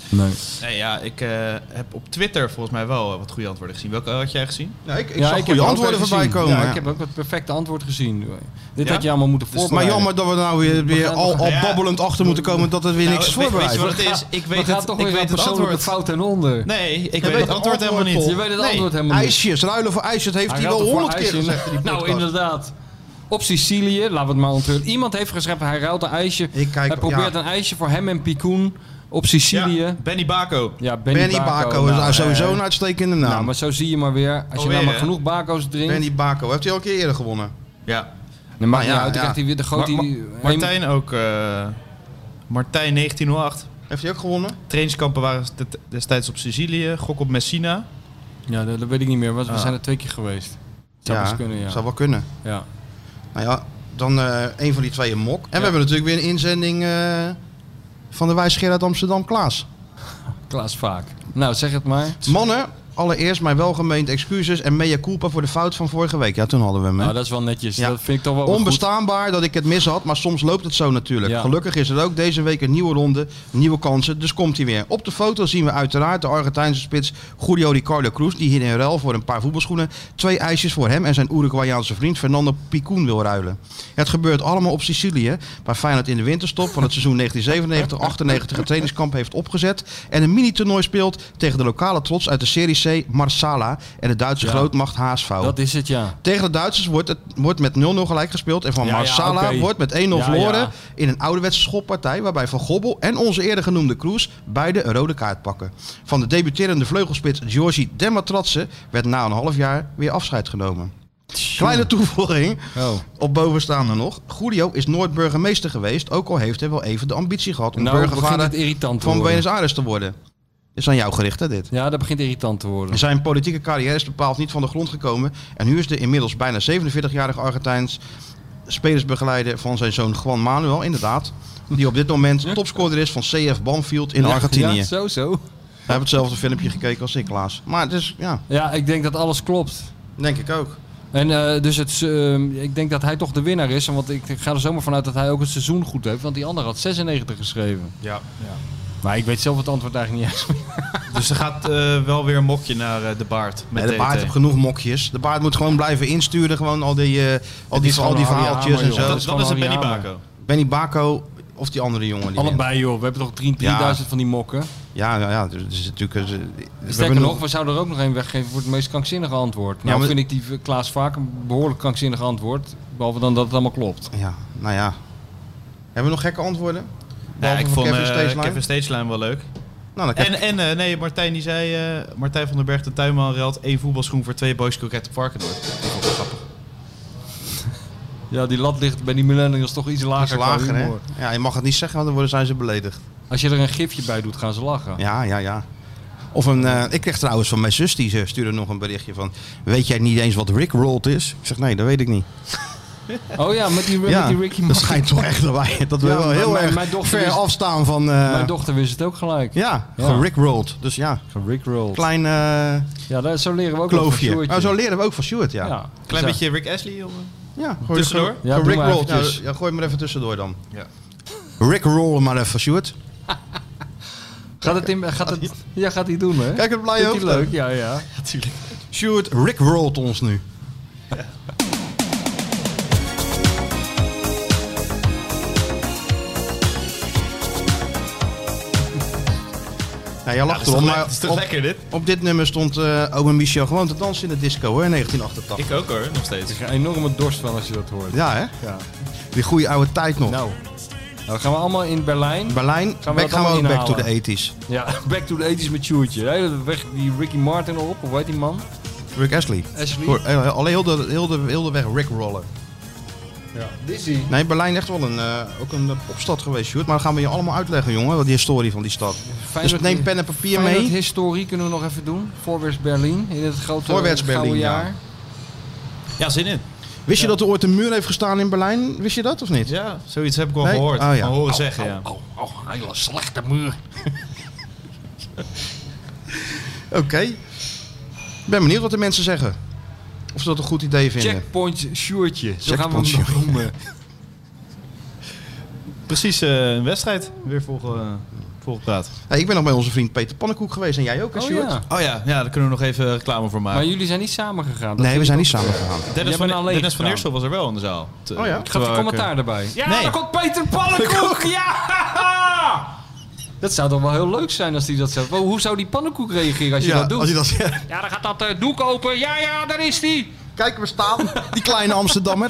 [SPEAKER 3] Nee.
[SPEAKER 4] Nee, ja, ik eh, heb op Twitter volgens mij wel eh, wat goede antwoorden gezien. Welke had jij gezien?
[SPEAKER 2] Ja, ik, ik
[SPEAKER 3] Ja,
[SPEAKER 2] zag
[SPEAKER 3] ik
[SPEAKER 2] goede
[SPEAKER 3] heb
[SPEAKER 2] antwoorden
[SPEAKER 3] ook wel
[SPEAKER 2] voorbij
[SPEAKER 3] gezien.
[SPEAKER 2] komen.
[SPEAKER 3] Ja,
[SPEAKER 2] ja.
[SPEAKER 3] ik heb ook het perfecte antwoord gezien. Dit
[SPEAKER 4] Ja?
[SPEAKER 3] had je allemaal moeten
[SPEAKER 2] Dus- maar
[SPEAKER 3] voorbereiden.
[SPEAKER 2] jammer dat we nou weer, weer al, al
[SPEAKER 4] Ja.
[SPEAKER 2] babbelend achter moeten komen dat het weer niks is
[SPEAKER 4] Nou, weet- weet je
[SPEAKER 2] voorbereid.
[SPEAKER 4] wat het is? Ik
[SPEAKER 3] We
[SPEAKER 4] weet
[SPEAKER 3] gaan
[SPEAKER 4] het,
[SPEAKER 3] toch
[SPEAKER 4] ik
[SPEAKER 3] weer
[SPEAKER 4] weet
[SPEAKER 3] een
[SPEAKER 4] het
[SPEAKER 3] persoonlijke
[SPEAKER 4] antwoord.
[SPEAKER 3] fout en onder.
[SPEAKER 4] Nee, ik weet,
[SPEAKER 2] weet
[SPEAKER 4] het
[SPEAKER 2] het
[SPEAKER 4] antwoord helemaal
[SPEAKER 2] antwoord,
[SPEAKER 4] niet.
[SPEAKER 2] Paul.
[SPEAKER 3] Je weet het
[SPEAKER 4] Nee.
[SPEAKER 3] antwoord helemaal niet.
[SPEAKER 2] IJsjes, ruilen voor ijsjes heeft hij,
[SPEAKER 3] Hij
[SPEAKER 2] wel
[SPEAKER 3] ruilt ervoor
[SPEAKER 2] honderd keer
[SPEAKER 3] ijsje in.
[SPEAKER 2] gezegd. in die
[SPEAKER 3] Nou,
[SPEAKER 2] podcast.
[SPEAKER 3] inderdaad. Op Sicilië, laten we het maar onthullen. Iemand heeft geschreven, hij ruilt een ijsje.
[SPEAKER 2] Ik kijk-
[SPEAKER 3] hij probeert
[SPEAKER 2] ja.
[SPEAKER 3] een ijsje voor hem en Picoen op Sicilië.
[SPEAKER 4] Ja,
[SPEAKER 3] Ja,
[SPEAKER 4] Benny Bako.
[SPEAKER 3] Benny,
[SPEAKER 2] Benny Baco is
[SPEAKER 3] nou,
[SPEAKER 2] sowieso
[SPEAKER 3] eh,
[SPEAKER 2] een uitstekende
[SPEAKER 3] nou,
[SPEAKER 2] naam.
[SPEAKER 3] maar zo zie je maar weer. Als je
[SPEAKER 4] Alweer,
[SPEAKER 3] nou maar
[SPEAKER 4] hè?
[SPEAKER 3] genoeg Baco's drinkt,
[SPEAKER 2] Benny Baco, heeft hij al een keer eerder gewonnen?
[SPEAKER 4] Ja.
[SPEAKER 3] dan maakt
[SPEAKER 2] Ah,
[SPEAKER 3] het
[SPEAKER 2] ja,
[SPEAKER 3] niet uit. Dan
[SPEAKER 2] ja.
[SPEAKER 3] krijgt hij weer de
[SPEAKER 4] Ma-
[SPEAKER 3] grote...
[SPEAKER 4] Ma-
[SPEAKER 3] Nee,
[SPEAKER 4] Martijn ook. eh, Martijn 1908.
[SPEAKER 2] Heeft hij ook gewonnen?
[SPEAKER 4] Trainingskampen waren de- destijds op Sicilië. Gok op Messina.
[SPEAKER 3] ja, dat, dat weet ik niet meer, want we zijn er twee keer geweest. Zou best kunnen, ja.
[SPEAKER 2] Ah. Zou wel kunnen.
[SPEAKER 3] ja.
[SPEAKER 2] Nou ja, dan eh een van die twee een mok. En we hebben natuurlijk weer een inzending eh, van de wijsgeer uit Amsterdam, Klaas.
[SPEAKER 3] Klaas Vaak. Nou, zeg het maar.
[SPEAKER 2] Mannen, allereerst mijn welgemeend excuses en mea culpa voor de fout van vorige week. Ja, toen hadden we hem. hè.
[SPEAKER 3] Nou, dat is wel netjes.
[SPEAKER 2] Ja.
[SPEAKER 3] Dat vind ik toch wel wel goed.
[SPEAKER 2] Onbestaanbaar dat ik het mis had, maar soms loopt het zo natuurlijk.
[SPEAKER 3] Ja.
[SPEAKER 2] Gelukkig is er ook deze week een nieuwe ronde, nieuwe kansen, dus komt hij weer. Op de foto zien we uiteraard de Argentijnse spits Julio Ricardo Cruz, die hier in ruil voor een paar voetbalschoenen twee ijsjes voor hem en zijn Uruguayaanse vriend Fernando Picoen wil ruilen. Het gebeurt allemaal op Sicilië, waar Feyenoord in de winterstop van het seizoen 1997-98 een trainingskamp heeft opgezet en een mini-toernooi speelt tegen de lokale trots uit de Serie C FC Marsala en de Duitse
[SPEAKER 3] Ja.
[SPEAKER 2] grootmacht HSV.
[SPEAKER 3] Dat is het, ja.
[SPEAKER 2] Tegen de Duitsers wordt, het, wordt met 0-0 gelijk gespeeld. En van
[SPEAKER 3] Ja, ja,
[SPEAKER 2] Marsala
[SPEAKER 3] oké.
[SPEAKER 2] wordt met 1-0
[SPEAKER 3] Ja,
[SPEAKER 2] verloren
[SPEAKER 3] ja.
[SPEAKER 2] in een ouderwetse schoppartij... waarbij Van Gobbel en onze eerder genoemde Kroes beide een rode kaart pakken. Van de debuterende vleugelspits Giorgi Dematratse werd na een half jaar weer afscheid genomen. Kleine toevoeging,
[SPEAKER 3] Oh.
[SPEAKER 2] op bovenstaande nog. Julio is nooit burgemeester geweest, ook al heeft hij wel even de ambitie gehad... om
[SPEAKER 3] Nou, begint het
[SPEAKER 2] burgervader
[SPEAKER 3] irritant te
[SPEAKER 2] van
[SPEAKER 3] worden.
[SPEAKER 2] Buenos Aires te worden. Is aan jou gericht, hè, dit?
[SPEAKER 3] Ja, dat begint irritant te worden.
[SPEAKER 2] Zijn politieke carrière is bepaald niet van de grond gekomen. En nu is de inmiddels bijna 47-jarige Argentijns spelersbegeleider van zijn zoon Juan Manuel, inderdaad. Die op dit moment topscorer is van CF Banfield in
[SPEAKER 3] Ja,
[SPEAKER 2] Argentinië.
[SPEAKER 3] Ja, zo, zo.
[SPEAKER 2] Hij heeft hetzelfde filmpje gekeken als ik, Klaas. Maar het is, ja,
[SPEAKER 3] Ja, ik denk dat alles klopt.
[SPEAKER 2] denk ik ook.
[SPEAKER 3] En eh, dus het, ehm, ik denk dat hij toch de winnaar is. Want ik ga er zomaar vanuit dat hij ook het seizoen goed heeft. Want die ander had 96 geschreven.
[SPEAKER 4] Ja.
[SPEAKER 3] Maar ik weet zelf het antwoord eigenlijk niet eens.
[SPEAKER 4] Dus er gaat eh, wel weer een mokje naar eh, de baard. Met
[SPEAKER 2] Nee, de
[SPEAKER 4] DDT.
[SPEAKER 2] baard heeft genoeg mokjes. De baard moet gewoon blijven insturen. Gewoon al die, eh, al die,
[SPEAKER 3] is
[SPEAKER 2] al die
[SPEAKER 3] gewoon een
[SPEAKER 2] verhaaltjes en
[SPEAKER 3] Harry
[SPEAKER 2] zo.
[SPEAKER 3] Hamer,
[SPEAKER 4] Dat,
[SPEAKER 3] is
[SPEAKER 4] dat is het
[SPEAKER 3] gewoon
[SPEAKER 4] Benny
[SPEAKER 3] Harry
[SPEAKER 4] Bako.
[SPEAKER 2] Benny Bako of die andere jongen. Die
[SPEAKER 3] Allebei joh, we hebben toch drie- 3000 van die mokken.
[SPEAKER 2] Ja, ja, ja. Dus, het is natuurlijk, eh, we
[SPEAKER 3] Sterker
[SPEAKER 2] hebben
[SPEAKER 3] nog, we zouden er ook nog één weggeven voor het meest krankzinnige antwoord. Nou
[SPEAKER 2] Ja, maar-
[SPEAKER 3] vind ik die Klaas vaak een behoorlijk krankzinnig antwoord. Behalve dan dat het allemaal klopt.
[SPEAKER 2] Ja, nou ja. Hebben we nog gekke antwoorden?
[SPEAKER 4] Ja,
[SPEAKER 2] Behalve
[SPEAKER 4] ik
[SPEAKER 2] van
[SPEAKER 4] vond
[SPEAKER 2] Kevin
[SPEAKER 4] eh,
[SPEAKER 2] Stageline?
[SPEAKER 4] Kevin Stageline wel leuk.
[SPEAKER 2] Nou, dan krijg
[SPEAKER 4] En, en eh, nee, Martijn die zei, eh, Martijn van den Berg, de tuinman, ruilt één voetbalschoen voor twee boys kroketten Varkenoord. Dat vond ik wel grappig.
[SPEAKER 3] Ja, die lat ligt bij die millennials toch iets
[SPEAKER 2] je iets
[SPEAKER 3] lager. qua
[SPEAKER 2] lager, hè?
[SPEAKER 3] humor.
[SPEAKER 2] Ja, je mag het niet zeggen, want dan worden- zijn ze beledigd.
[SPEAKER 3] Als je er een gifje bij doet, gaan ze lachen.
[SPEAKER 2] Ja, ja, ja. Of een, eh, ik kreeg trouwens van mijn zus, die ze stuurde nog een berichtje van... Weet jij niet eens wat Rickrolled is? Ik zeg, nee, dat weet ik niet.
[SPEAKER 3] Oh ja, met die, met die Ricky
[SPEAKER 2] dat
[SPEAKER 3] Martin.
[SPEAKER 2] schijnt toch echt erbij. Dat we
[SPEAKER 3] Ja,
[SPEAKER 2] wel
[SPEAKER 3] maar
[SPEAKER 2] heel
[SPEAKER 3] mijn-
[SPEAKER 2] erg
[SPEAKER 3] mijn dochter
[SPEAKER 2] ver
[SPEAKER 3] is-
[SPEAKER 2] afstaan van... eh,
[SPEAKER 3] Mijn dochter wist het ook gelijk.
[SPEAKER 2] ja,
[SPEAKER 3] Ja.
[SPEAKER 2] gerickrolled. Dus ja,
[SPEAKER 3] Gerickrolled.
[SPEAKER 2] klein eh,
[SPEAKER 3] Ja, dat, zo leren we ook
[SPEAKER 2] kloofje.
[SPEAKER 3] wel van
[SPEAKER 2] Oh, zo
[SPEAKER 3] Sjoerdje.
[SPEAKER 2] leren we ook van Stuart, ja. Ja,
[SPEAKER 3] Ja.
[SPEAKER 4] Klein
[SPEAKER 3] Dus
[SPEAKER 4] beetje Rick Ashley. Of,
[SPEAKER 2] gooi
[SPEAKER 4] Tussendoor?
[SPEAKER 2] ge-
[SPEAKER 3] Ja, doe maar
[SPEAKER 2] gerickrolled. Ja,
[SPEAKER 3] eventjes.
[SPEAKER 2] ja, gooi maar even tussendoor dan.
[SPEAKER 4] Ja.
[SPEAKER 2] Rickroll maar even, Stuart.
[SPEAKER 3] Gaat het in, gaat het, ja, gaat hij doen, hè?
[SPEAKER 2] Kijk, het blije
[SPEAKER 3] Vindt hij
[SPEAKER 2] hoofd.
[SPEAKER 3] leuk, ja, ja.
[SPEAKER 2] Stuart Rickrolled ons nu. Nou, jij lacht
[SPEAKER 4] dat is toch,
[SPEAKER 2] erom,
[SPEAKER 4] le-
[SPEAKER 2] maar
[SPEAKER 4] dat is toch
[SPEAKER 2] op,
[SPEAKER 4] lekker dit?
[SPEAKER 2] op dit nummer stond eh Owen Michel gewoon te dansen in de disco, hoor, in 1988.
[SPEAKER 4] Ik ook hoor, nog steeds.
[SPEAKER 3] Ik krijg enorme dorst van als je dat hoort.
[SPEAKER 2] Ja, hè?
[SPEAKER 3] Ja.
[SPEAKER 2] Die goede oude tijd nog.
[SPEAKER 3] Nou. nou, gaan we allemaal in Berlijn.
[SPEAKER 2] Berlijn,
[SPEAKER 3] Gaan
[SPEAKER 2] gaan
[SPEAKER 3] we
[SPEAKER 2] we,
[SPEAKER 3] dat
[SPEAKER 2] gaan we ook
[SPEAKER 3] allemaal
[SPEAKER 2] back to the
[SPEAKER 3] inhalen?
[SPEAKER 2] 80s.
[SPEAKER 3] Ja, back to the 80s met Sjoerdje. De hele weg die Ricky Martin op, of weet die man?
[SPEAKER 2] Rick Ashley.
[SPEAKER 3] Ashley.
[SPEAKER 2] Hoor, eh, Alleen heel de, heel, de, heel de weg Rick Roller.
[SPEAKER 3] Ja. Dizzy.
[SPEAKER 2] Nee, Berlijn echt wel een, eh, ook een eh, popstad geweest, Sjoerd. Maar dat gaan we je allemaal uitleggen, jongen, wat die historie van die stad. dus neem pen en papier mee.
[SPEAKER 3] historie kunnen we nog even doen. Voorwaarts Berlijn, in het grote
[SPEAKER 2] Voorwaarts
[SPEAKER 3] gouden
[SPEAKER 2] Berlijn, ja.
[SPEAKER 3] jaar.
[SPEAKER 4] Ja, zin in.
[SPEAKER 2] Wist je dat er ooit een muur heeft gestaan in Berlijn? Wist je dat of niet?
[SPEAKER 4] Ja, zoiets heb ik wel
[SPEAKER 2] Nee?
[SPEAKER 4] gehoord.
[SPEAKER 2] Oh, ja.
[SPEAKER 4] Van horen zeggen, ja.
[SPEAKER 8] Oh, oh, een hele slechte muur.
[SPEAKER 2] Oké. Ik ben benieuwd wat de mensen zeggen. Of ze dat een goed idee vinden.
[SPEAKER 3] Checkpoint Sjoerdje. Zo
[SPEAKER 2] Checkpoint
[SPEAKER 3] gaan we hem noemen.
[SPEAKER 4] Precies eh, een wedstrijd. Weer volgen, eh, volgen praat.
[SPEAKER 2] Hey, ik ben nog bij onze vriend Peter Pannenkoek geweest en jij ook, hè,
[SPEAKER 3] Oh,
[SPEAKER 2] Sjoerd?
[SPEAKER 3] ja.
[SPEAKER 4] Oh ja, ja, daar kunnen we nog even reclame voor maken.
[SPEAKER 3] Maar jullie zijn niet samen gegaan. dat
[SPEAKER 2] Nee,
[SPEAKER 3] vind
[SPEAKER 2] we
[SPEAKER 3] ik
[SPEAKER 2] zijn niet samen
[SPEAKER 3] ook-
[SPEAKER 2] gegaan.
[SPEAKER 4] Dennis,
[SPEAKER 3] Jij bent
[SPEAKER 4] van,
[SPEAKER 3] alleen
[SPEAKER 4] Dennis van
[SPEAKER 3] gegaan.
[SPEAKER 4] Eersel was er wel in de zaal. Te-
[SPEAKER 2] Oh ja?
[SPEAKER 3] Gaat er
[SPEAKER 4] terwijl ik, eh,
[SPEAKER 3] commentaar erbij? Ja,
[SPEAKER 4] Nee.
[SPEAKER 3] daar komt Peter Pannenkoek! ja! Dat zou toch wel heel leuk zijn als hij dat zegt. Wow, hoe zou die pannenkoek reageren als je dat doet?
[SPEAKER 2] als je dat zegt.
[SPEAKER 3] Ja, dan gaat dat eh, doek open. Ja, ja, daar is die.
[SPEAKER 2] Kijk, we staan. Die kleine Amsterdammer.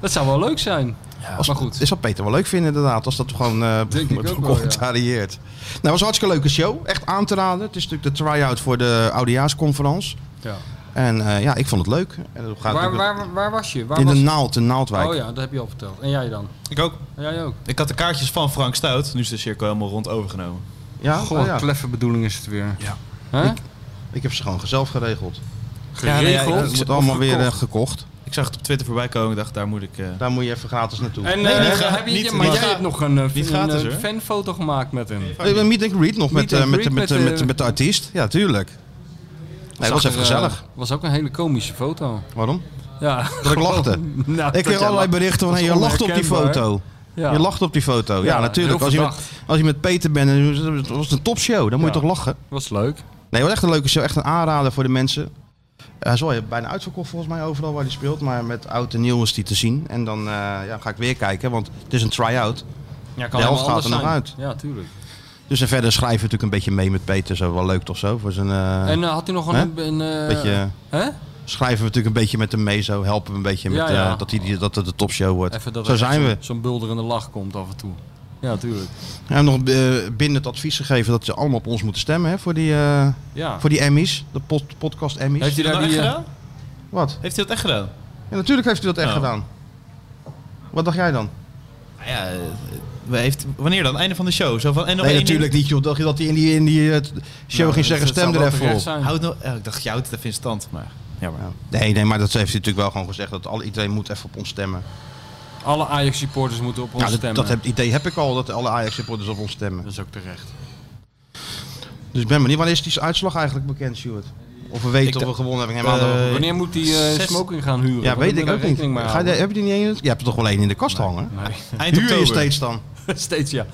[SPEAKER 3] Dat zou wel leuk zijn.
[SPEAKER 2] Als-
[SPEAKER 3] maar goed.
[SPEAKER 2] Dit zou Peter wel leuk vinden inderdaad, als dat gewoon eh
[SPEAKER 3] Denk ik ook wel,
[SPEAKER 2] becommentarieerd. Nou, het was een hartstikke leuke show. Echt aan te raden. Het is natuurlijk de try-out voor de oudejaarsconferentie.
[SPEAKER 3] Ja.
[SPEAKER 2] En eh, ja, ik vond het leuk. En dat gaat
[SPEAKER 3] Waar,
[SPEAKER 2] natuurlijk-
[SPEAKER 3] waar, waar was je? Waar
[SPEAKER 2] in de
[SPEAKER 3] was je?
[SPEAKER 2] Naald, in Naaldwijk.
[SPEAKER 3] Oh ja, dat heb je al verteld. En jij dan?
[SPEAKER 4] Ik ook.
[SPEAKER 3] En jij ook?
[SPEAKER 4] Ik had de kaartjes van Frank Stout. Nu is de cirkel helemaal rond overgenomen.
[SPEAKER 2] Ja?
[SPEAKER 3] Goh,
[SPEAKER 2] Oh ja.
[SPEAKER 3] kleffe bedoeling is het weer.
[SPEAKER 2] Ja.
[SPEAKER 3] Hè?
[SPEAKER 2] Ik heb ze gewoon zelf geregeld.
[SPEAKER 4] Ja, nee, ja,
[SPEAKER 2] Het
[SPEAKER 3] Geregeld.
[SPEAKER 2] wordt allemaal weer eh, gekocht.
[SPEAKER 4] Ik zag het op Twitter voorbij komen. Ik dacht, daar moet ik... eh,
[SPEAKER 2] Daar moet je even gratis naartoe.
[SPEAKER 3] En
[SPEAKER 4] Nee,
[SPEAKER 3] eh,
[SPEAKER 4] niet gra-
[SPEAKER 3] heb je,
[SPEAKER 4] niet-
[SPEAKER 3] maar
[SPEAKER 4] niet
[SPEAKER 3] jij
[SPEAKER 4] gra-
[SPEAKER 3] hebt nog een, eh,
[SPEAKER 4] niet
[SPEAKER 3] een,
[SPEAKER 4] gratis,
[SPEAKER 3] eh,
[SPEAKER 4] hoor.
[SPEAKER 3] fanfoto gemaakt met hem.
[SPEAKER 2] We hebben een Eh, meet and greet nog met,
[SPEAKER 3] Meet and
[SPEAKER 2] eh, met,
[SPEAKER 3] greet
[SPEAKER 2] met,
[SPEAKER 3] met,
[SPEAKER 2] met, met,
[SPEAKER 3] eh,
[SPEAKER 2] met de artiest. Ja, tuurlijk. Nee, dat was even
[SPEAKER 3] Zag er, eh,
[SPEAKER 2] gezellig.
[SPEAKER 3] was ook een hele komische foto.
[SPEAKER 2] Waarom?
[SPEAKER 3] Ja.
[SPEAKER 2] Dat ik lachte.
[SPEAKER 3] Nou,
[SPEAKER 2] Ik kreeg
[SPEAKER 3] dat-
[SPEAKER 2] allerlei berichten van,
[SPEAKER 3] dat
[SPEAKER 2] hey,
[SPEAKER 3] is
[SPEAKER 2] je lacht op die
[SPEAKER 3] onherkenbaar.
[SPEAKER 2] foto.
[SPEAKER 3] Ja.
[SPEAKER 2] Je lacht op die foto. Ja,
[SPEAKER 3] Ja,
[SPEAKER 2] natuurlijk.
[SPEAKER 3] heel
[SPEAKER 2] Als je, met,
[SPEAKER 3] verdacht.
[SPEAKER 2] als je met Peter bent, dan- dat was een topshow. Dan moet
[SPEAKER 3] Ja.
[SPEAKER 2] je toch lachen.
[SPEAKER 3] Was leuk.
[SPEAKER 2] Nee, wat echt een leuke show. Echt een aanrader voor de mensen. Hij is wel bijna uitverkocht volgens mij overal waar hij speelt. Maar met oud en nieuw is die te zien. En dan eh, ja, ga ik weer kijken, want het is een try-out.
[SPEAKER 3] Ja,
[SPEAKER 2] helft
[SPEAKER 3] helemaal
[SPEAKER 2] gaat
[SPEAKER 3] anders
[SPEAKER 2] er nog
[SPEAKER 3] zijn.
[SPEAKER 2] uit.
[SPEAKER 3] Ja, tuurlijk.
[SPEAKER 2] Dus Dus en verder schrijven we natuurlijk een beetje mee met Peter. Zo wel leuk toch zo? Voor zijn, eh,
[SPEAKER 3] En eh, had hij nog
[SPEAKER 2] Hè?
[SPEAKER 3] een... een eh,
[SPEAKER 2] beetje,
[SPEAKER 3] Hè?
[SPEAKER 2] schrijven we natuurlijk een beetje met hem mee. Zo helpen we een beetje met,
[SPEAKER 3] Ja, ja.
[SPEAKER 2] eh, dat, hij, die- dat het de topshow wordt.
[SPEAKER 3] Even dat
[SPEAKER 2] zo
[SPEAKER 3] er
[SPEAKER 2] zijn we.
[SPEAKER 3] zo'n- Zo'n bulderende lach komt af en toe. Ja, tuurlijk.
[SPEAKER 2] We hebben nog eh, bindend advies gegeven dat ze allemaal op ons moeten stemmen hè, voor, die, eh,
[SPEAKER 3] Ja.
[SPEAKER 2] voor die Emmys. De pod- podcast Emmys.
[SPEAKER 3] Heeft hij
[SPEAKER 4] Heeft
[SPEAKER 3] daar
[SPEAKER 4] hij dat
[SPEAKER 3] die...
[SPEAKER 4] echt
[SPEAKER 3] eh,
[SPEAKER 4] gedaan?
[SPEAKER 2] Wat?
[SPEAKER 4] Heeft hij dat echt gedaan?
[SPEAKER 2] Ja, natuurlijk heeft hij dat echt
[SPEAKER 4] Nou.
[SPEAKER 2] gedaan. Wat dacht jij dan?
[SPEAKER 4] Nou ja, eh, we heeft, wanneer dan? Einde van de show. Zo van, en nog
[SPEAKER 2] nee,
[SPEAKER 4] één
[SPEAKER 2] natuurlijk niet, joh. Dacht je dat hij in die, in die eh, show
[SPEAKER 3] nou,
[SPEAKER 2] ging
[SPEAKER 3] dat-
[SPEAKER 2] zeggen,
[SPEAKER 3] dat zou
[SPEAKER 2] stem er
[SPEAKER 3] wel
[SPEAKER 2] even
[SPEAKER 3] terecht
[SPEAKER 2] op.
[SPEAKER 3] zijn.
[SPEAKER 4] ding? Houd nou, eh, ik dacht, je houdt het even in stand. Maar
[SPEAKER 2] Ja. Nee, nee, maar dat heeft hij natuurlijk wel gewoon gezegd. Dat al, iedereen moet even op ons stemmen.
[SPEAKER 3] Alle Ajax-supporters moeten op ons
[SPEAKER 2] Nou, dat,
[SPEAKER 3] stemmen.
[SPEAKER 2] dat heb, idee heb ik al, dat alle Ajax-supporters op ons stemmen.
[SPEAKER 3] Dat is ook terecht.
[SPEAKER 2] Eh, Dus ik ben benieuwd, wanneer is die uitslag eigenlijk bekend, Stuart? Of we weten
[SPEAKER 4] Ik
[SPEAKER 2] of we
[SPEAKER 4] dacht-
[SPEAKER 2] gewonnen hebben. Nee,
[SPEAKER 4] Eh,
[SPEAKER 2] maar dat-
[SPEAKER 3] Wanneer moet die eh,
[SPEAKER 4] zes-
[SPEAKER 3] smoking gaan
[SPEAKER 2] ja,
[SPEAKER 3] huren? Want
[SPEAKER 2] weet
[SPEAKER 3] daar
[SPEAKER 2] ik ook
[SPEAKER 3] moet
[SPEAKER 2] niet.
[SPEAKER 3] rekening mee
[SPEAKER 2] Ga je,
[SPEAKER 3] houden.
[SPEAKER 2] heb je die niet in? Je hebt er toch wel één in de kast hangen?
[SPEAKER 4] eind
[SPEAKER 2] Huur je
[SPEAKER 4] oktober.
[SPEAKER 2] steeds dan?
[SPEAKER 3] Steeds ja.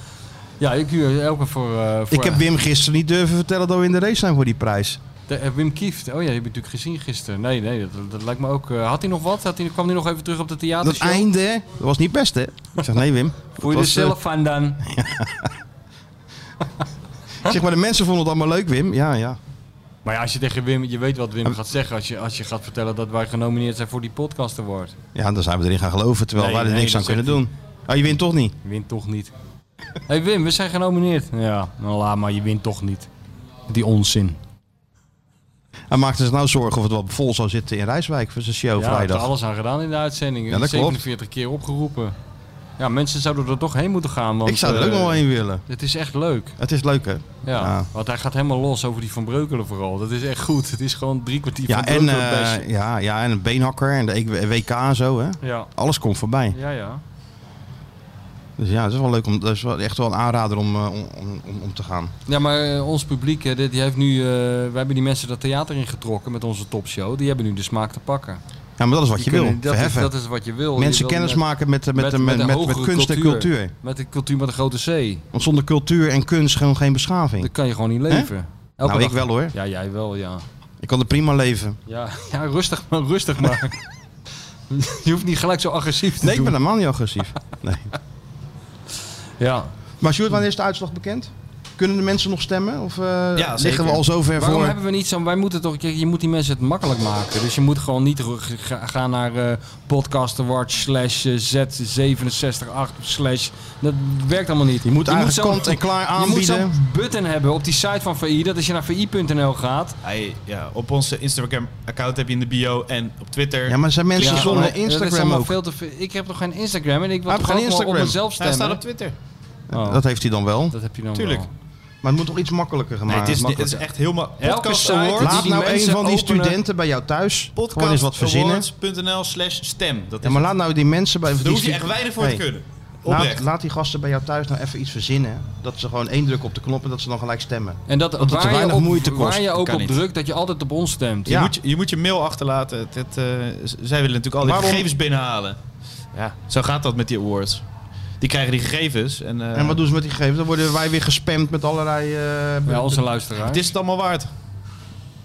[SPEAKER 3] Ja, ik huur elke voor... eh, voor
[SPEAKER 2] Ik heb Wim gisteren niet durven vertellen dat we in de race zijn voor die prijs.
[SPEAKER 3] De- eh, Wim Kieft. Oh ja, die heb je natuurlijk gezien gisteren. Nee, nee, dat, dat lijkt me ook... eh, had hij nog wat? Had hij, kwam hij nog even terug op de
[SPEAKER 2] Dat
[SPEAKER 3] theatershow?
[SPEAKER 2] einde, hè? dat was niet best hè? Ik zeg nee Wim.
[SPEAKER 3] Voel je
[SPEAKER 2] Dat
[SPEAKER 3] er
[SPEAKER 2] was, eh,
[SPEAKER 3] zelf van dan?
[SPEAKER 2] Ik eh, zeg maar de mensen vonden het allemaal leuk Wim. Ja, ja.
[SPEAKER 3] Maar ja, als je tegen Wim... Je weet wat Wim gaat zeggen als je, als je gaat vertellen dat wij genomineerd zijn voor die podcast award.
[SPEAKER 2] Ja, dan zijn we erin gaan geloven terwijl
[SPEAKER 3] Nee,
[SPEAKER 2] wij er
[SPEAKER 3] nee,
[SPEAKER 2] niks aan
[SPEAKER 3] dat
[SPEAKER 2] kunnen doen. Oh, je wint toch niet?
[SPEAKER 3] Wint toch niet. Hé hey Wim, we zijn genomineerd. Ja, nou laat maar, je wint toch niet. Die onzin.
[SPEAKER 2] Hij maakte zich nou zorgen of het wel vol zou zitten in Rijswijk voor zijn show
[SPEAKER 3] Ja, ik heb er
[SPEAKER 2] vrijdag.
[SPEAKER 3] alles aan gedaan in de uitzending.
[SPEAKER 2] Ja, dat
[SPEAKER 3] 47 keer opgeroepen. Ja, mensen zouden er toch heen moeten gaan. Want,
[SPEAKER 2] Ik zou er ook
[SPEAKER 3] eh,
[SPEAKER 2] nog wel heen willen.
[SPEAKER 3] Het is echt leuk.
[SPEAKER 2] Het is leuk hè?
[SPEAKER 3] Ja,
[SPEAKER 2] Ja.
[SPEAKER 3] want hij gaat helemaal los over die Van Breukelen vooral. Dat is echt goed. Het is gewoon drie kwartier
[SPEAKER 2] Ja,
[SPEAKER 3] Van
[SPEAKER 2] en,
[SPEAKER 3] Breukelen
[SPEAKER 2] eh,
[SPEAKER 3] bashen.
[SPEAKER 2] ja, ja, en een beenhakker en de E EK WK en zo hè.
[SPEAKER 3] Ja,
[SPEAKER 2] Alles komt voorbij.
[SPEAKER 3] ja, ja.
[SPEAKER 2] Dus ja, dat is wel leuk. Om, dat is wel echt wel een aanrader om, eh, om, om, om, om te gaan.
[SPEAKER 3] Ja, maar eh, ons publiek, hè, dit- die heeft nu, eh, wij hebben die mensen dat theater ingetrokken met onze topshow. Die hebben nu de smaak te pakken.
[SPEAKER 2] Ja, maar dat is wat je
[SPEAKER 3] Die kunnen-
[SPEAKER 2] wil.
[SPEAKER 3] dat, is,
[SPEAKER 2] verheffen.
[SPEAKER 3] dat is wat je wil. Je
[SPEAKER 2] Mensen
[SPEAKER 3] wil
[SPEAKER 2] kennis
[SPEAKER 3] met-
[SPEAKER 2] maken met, eh, met,
[SPEAKER 3] met-
[SPEAKER 2] eh, met,
[SPEAKER 3] met een
[SPEAKER 2] met, met
[SPEAKER 3] hogere
[SPEAKER 2] kunst en
[SPEAKER 3] cultuur.
[SPEAKER 2] cultuur.
[SPEAKER 3] Met de cultuur met een grote C.
[SPEAKER 2] Want zonder cultuur en kunst gewoon geen beschaving.
[SPEAKER 3] Dan kan je gewoon niet leven. Elke
[SPEAKER 2] nou, ik
[SPEAKER 3] dag-
[SPEAKER 2] wel hoor.
[SPEAKER 3] Ja, jij wel, ja.
[SPEAKER 2] Ik kan er prima leven.
[SPEAKER 3] Ja, ja rustig maar, rustig maar. je hoeft niet gelijk zo agressief te
[SPEAKER 2] Nee, ik
[SPEAKER 3] doen.
[SPEAKER 2] ben helemaal niet agressief. Nee.
[SPEAKER 3] Ja.
[SPEAKER 2] Maar Sjoerd, wanneer is de uitslag bekend? Kunnen de mensen nog stemmen? Of eh, liggen
[SPEAKER 4] zeker.
[SPEAKER 2] we al zover
[SPEAKER 3] Waarom
[SPEAKER 2] voor?
[SPEAKER 3] hebben we niet zo'n... Wij moeten toch... Kijk, je moet die mensen het makkelijk maken. Dus je moet gewoon niet terug ga- gaan naar eh podcast award slash eh, Z678 slash... Dat werkt allemaal niet.
[SPEAKER 2] Je moet eigenlijk
[SPEAKER 3] zo'n-
[SPEAKER 2] kant en klaar
[SPEAKER 3] Je
[SPEAKER 2] aanbieden.
[SPEAKER 3] moet zo'n button hebben op die site van VI. Dat als je naar VI.nl gaat...
[SPEAKER 4] Hij, ja, op onze Instagram-account heb je in de bio en op Twitter.
[SPEAKER 2] Ja, maar zijn mensen
[SPEAKER 3] Ja,
[SPEAKER 2] zonder
[SPEAKER 3] dat is
[SPEAKER 2] Instagram
[SPEAKER 3] allemaal
[SPEAKER 2] ook?
[SPEAKER 3] Veel te veel- ik heb nog geen Instagram en ik wil
[SPEAKER 2] Hij heeft
[SPEAKER 3] toch
[SPEAKER 2] geen
[SPEAKER 3] ook wel op
[SPEAKER 2] Instagram.
[SPEAKER 3] mezelf
[SPEAKER 4] Hij
[SPEAKER 3] stemmen.
[SPEAKER 4] staat op Twitter.
[SPEAKER 3] Oh,
[SPEAKER 2] Dat heeft hij dan wel.
[SPEAKER 3] dat heb je dan
[SPEAKER 4] Tuurlijk.
[SPEAKER 3] wel.
[SPEAKER 2] Maar het moet toch iets makkelijker
[SPEAKER 4] Nee,
[SPEAKER 2] gemaakt
[SPEAKER 4] het, is,
[SPEAKER 2] worden?
[SPEAKER 4] het is echt helemaal...
[SPEAKER 3] Elke
[SPEAKER 4] Podcast
[SPEAKER 3] site-
[SPEAKER 4] Awards.
[SPEAKER 3] Laat
[SPEAKER 2] Laat
[SPEAKER 3] die
[SPEAKER 2] nou een
[SPEAKER 3] mensen
[SPEAKER 2] van die
[SPEAKER 3] openen.
[SPEAKER 2] studenten bij jou thuis gewoon eens wat verzinnen.
[SPEAKER 4] Podcastawards.nl slash stem. Dat
[SPEAKER 2] Ja,
[SPEAKER 4] is,
[SPEAKER 2] maar laat nou die mensen bij...
[SPEAKER 4] daar hoef je echt weinig voor te kunnen.
[SPEAKER 2] Laat,
[SPEAKER 4] Oprecht.
[SPEAKER 2] laat die gasten bij jou thuis nou even iets verzinnen. Dat ze gewoon één druk op de knop en dat ze dan gelijk stemmen.
[SPEAKER 3] En dat,
[SPEAKER 2] het te
[SPEAKER 3] waar, je
[SPEAKER 2] weinig
[SPEAKER 3] op,
[SPEAKER 2] moeite kost.
[SPEAKER 3] waar je
[SPEAKER 4] Dat
[SPEAKER 3] ook
[SPEAKER 4] kan
[SPEAKER 3] op
[SPEAKER 4] niet.
[SPEAKER 3] drukt, dat je altijd op ons stemt.
[SPEAKER 4] Je,
[SPEAKER 2] Ja.
[SPEAKER 4] moet, je- je moet je mail achterlaten. Het, het, eh, z- zij willen natuurlijk al die
[SPEAKER 2] Waarom-
[SPEAKER 4] gegevens binnenhalen. Ja, zo gaat dat met die awards. Die krijgen die gegevens. En, eh,
[SPEAKER 2] En wat doen ze met die gegevens? Dan worden wij weer gespamd met allerlei... eh,
[SPEAKER 3] Ja, onze luisteraar.
[SPEAKER 4] het is het allemaal waard.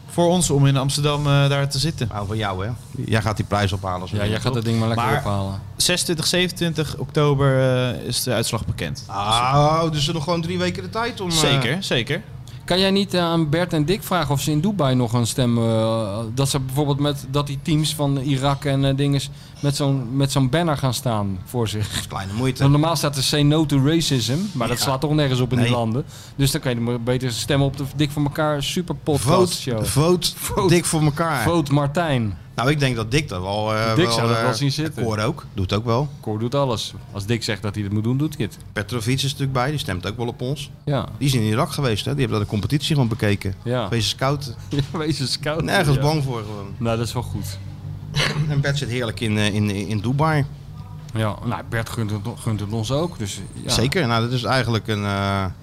[SPEAKER 4] Voor ons om in Amsterdam eh, daar te zitten.
[SPEAKER 2] Nou, van jou hè. Jij gaat die prijs ophalen. zo.
[SPEAKER 3] Ja, jij gaat dat ding maar lekker
[SPEAKER 4] Maar-
[SPEAKER 3] ophalen.
[SPEAKER 4] 26, 27 oktober eh, is de uitslag bekend.
[SPEAKER 2] Ah, dus ze nog gewoon drie weken de tijd om... eh,
[SPEAKER 4] Zeker, zeker.
[SPEAKER 3] Kan jij niet eh, aan Bert en Dick vragen of ze in Dubai nog een stem... eh, dat ze bijvoorbeeld met dat die teams van Irak en eh, dinges... met zo'n met zo'n banner gaan staan voor zich.
[SPEAKER 2] Kleine moeite.
[SPEAKER 3] Want normaal staat er say no to racism. Maar dat slaat toch nergens op in
[SPEAKER 2] Nee.
[SPEAKER 3] die landen. Dus dan kan je maar beter stemmen op de Dik voor elkaar super podcast show.
[SPEAKER 2] Vote, vote, dik voor elkaar.
[SPEAKER 3] Vote Martijn.
[SPEAKER 2] Nou, ik denk dat Dick dat wel... eh
[SPEAKER 3] Dick zou dat
[SPEAKER 2] eh,
[SPEAKER 3] wel zien zitten.
[SPEAKER 2] Cor ook. Doet ook wel.
[SPEAKER 3] Cor doet alles. Als Dick zegt dat hij dat moet doen, doet hij het.
[SPEAKER 2] Petrovic is natuurlijk bij. Die stemt ook wel op ons.
[SPEAKER 3] Ja,
[SPEAKER 2] Die is in Irak geweest hè. Die hebben daar de competitie gewoon bekeken.
[SPEAKER 3] ja.
[SPEAKER 2] Wees scout.
[SPEAKER 3] Wees een scout.
[SPEAKER 2] Nergens
[SPEAKER 3] Ja.
[SPEAKER 2] bang voor gewoon.
[SPEAKER 3] Nou, dat is wel goed.
[SPEAKER 2] En Bert zit heerlijk in, eh, in, in Dubai.
[SPEAKER 3] Ja, nou, Bert gunt het, gunt het ons ook. Dus, ja.
[SPEAKER 2] Zeker. Nou, dat is eigenlijk een... eh, Ja,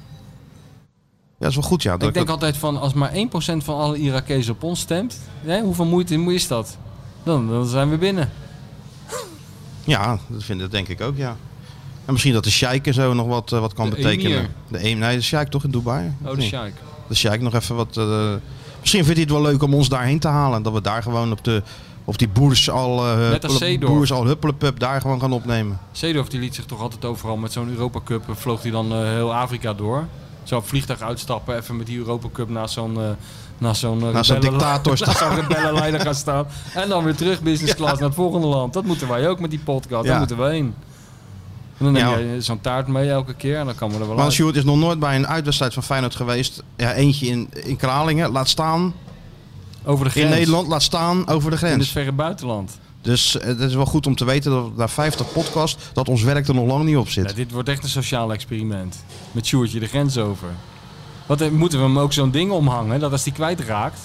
[SPEAKER 2] dat is wel goed ja. Dat-
[SPEAKER 3] Ik denk altijd van, als maar 1% van alle Irakezen op ons stemt, hè, hoeveel moeite is dat? Dan, dan zijn we binnen.
[SPEAKER 2] Ja, dat, vind, dat denk ik ook, ja. En misschien dat de sheik en zo nog wat, eh, wat kan
[SPEAKER 3] De
[SPEAKER 2] betekenen.
[SPEAKER 3] emir.
[SPEAKER 2] De em, nee, de sheik toch in Dubai?
[SPEAKER 3] Oh,
[SPEAKER 2] Of
[SPEAKER 3] de
[SPEAKER 2] niet?
[SPEAKER 3] Sjaik.
[SPEAKER 2] De sheik nog even wat... eh, misschien vindt hij het wel leuk om ons daarheen te halen. En dat we daar gewoon op, de, op die boers al, eh
[SPEAKER 3] Net als
[SPEAKER 2] huppele-
[SPEAKER 3] Zeedorf.
[SPEAKER 2] boers al huppelenpup daar gewoon gaan opnemen.
[SPEAKER 3] Seedorf die liet zich toch altijd overal met zo'n Europa Cup, eh, vloog hij dan eh, heel Afrika door. Zou op vliegtuig uitstappen, even met die Europa Cup naast zo'n... eh, naast zo'n eh,
[SPEAKER 2] Naast zo'n
[SPEAKER 3] rebellen-
[SPEAKER 2] dictator
[SPEAKER 3] naast zo'n rebellenleider gaan staan. En dan weer terug business class naar het volgende land. Dat moeten wij ook met die podcast.
[SPEAKER 2] Ja.
[SPEAKER 3] Daar moeten we heen. En dan neem
[SPEAKER 2] Ja.
[SPEAKER 3] jij zo'n taart mee elke keer en dan kan we er wel
[SPEAKER 2] Maar
[SPEAKER 3] uit.
[SPEAKER 2] Sjoerd is nog nooit bij een uitwedstrijd van Feyenoord geweest. Ja, eentje in, in Kralingen, laat staan.
[SPEAKER 3] Over de
[SPEAKER 2] In
[SPEAKER 3] grens.
[SPEAKER 2] Nederland, laat staan over de
[SPEAKER 3] In het
[SPEAKER 2] grens.
[SPEAKER 3] verre buitenland.
[SPEAKER 2] Dus eh, het is wel goed om te weten dat na 50 podcast dat ons werk er nog lang niet op
[SPEAKER 3] Ja,
[SPEAKER 2] zit.
[SPEAKER 3] dit wordt echt een sociaal experiment. Met Sjoerdje de grens over. Wat eh, moeten we hem ook zo'n ding omhangen? Dat als die kwijtraakt.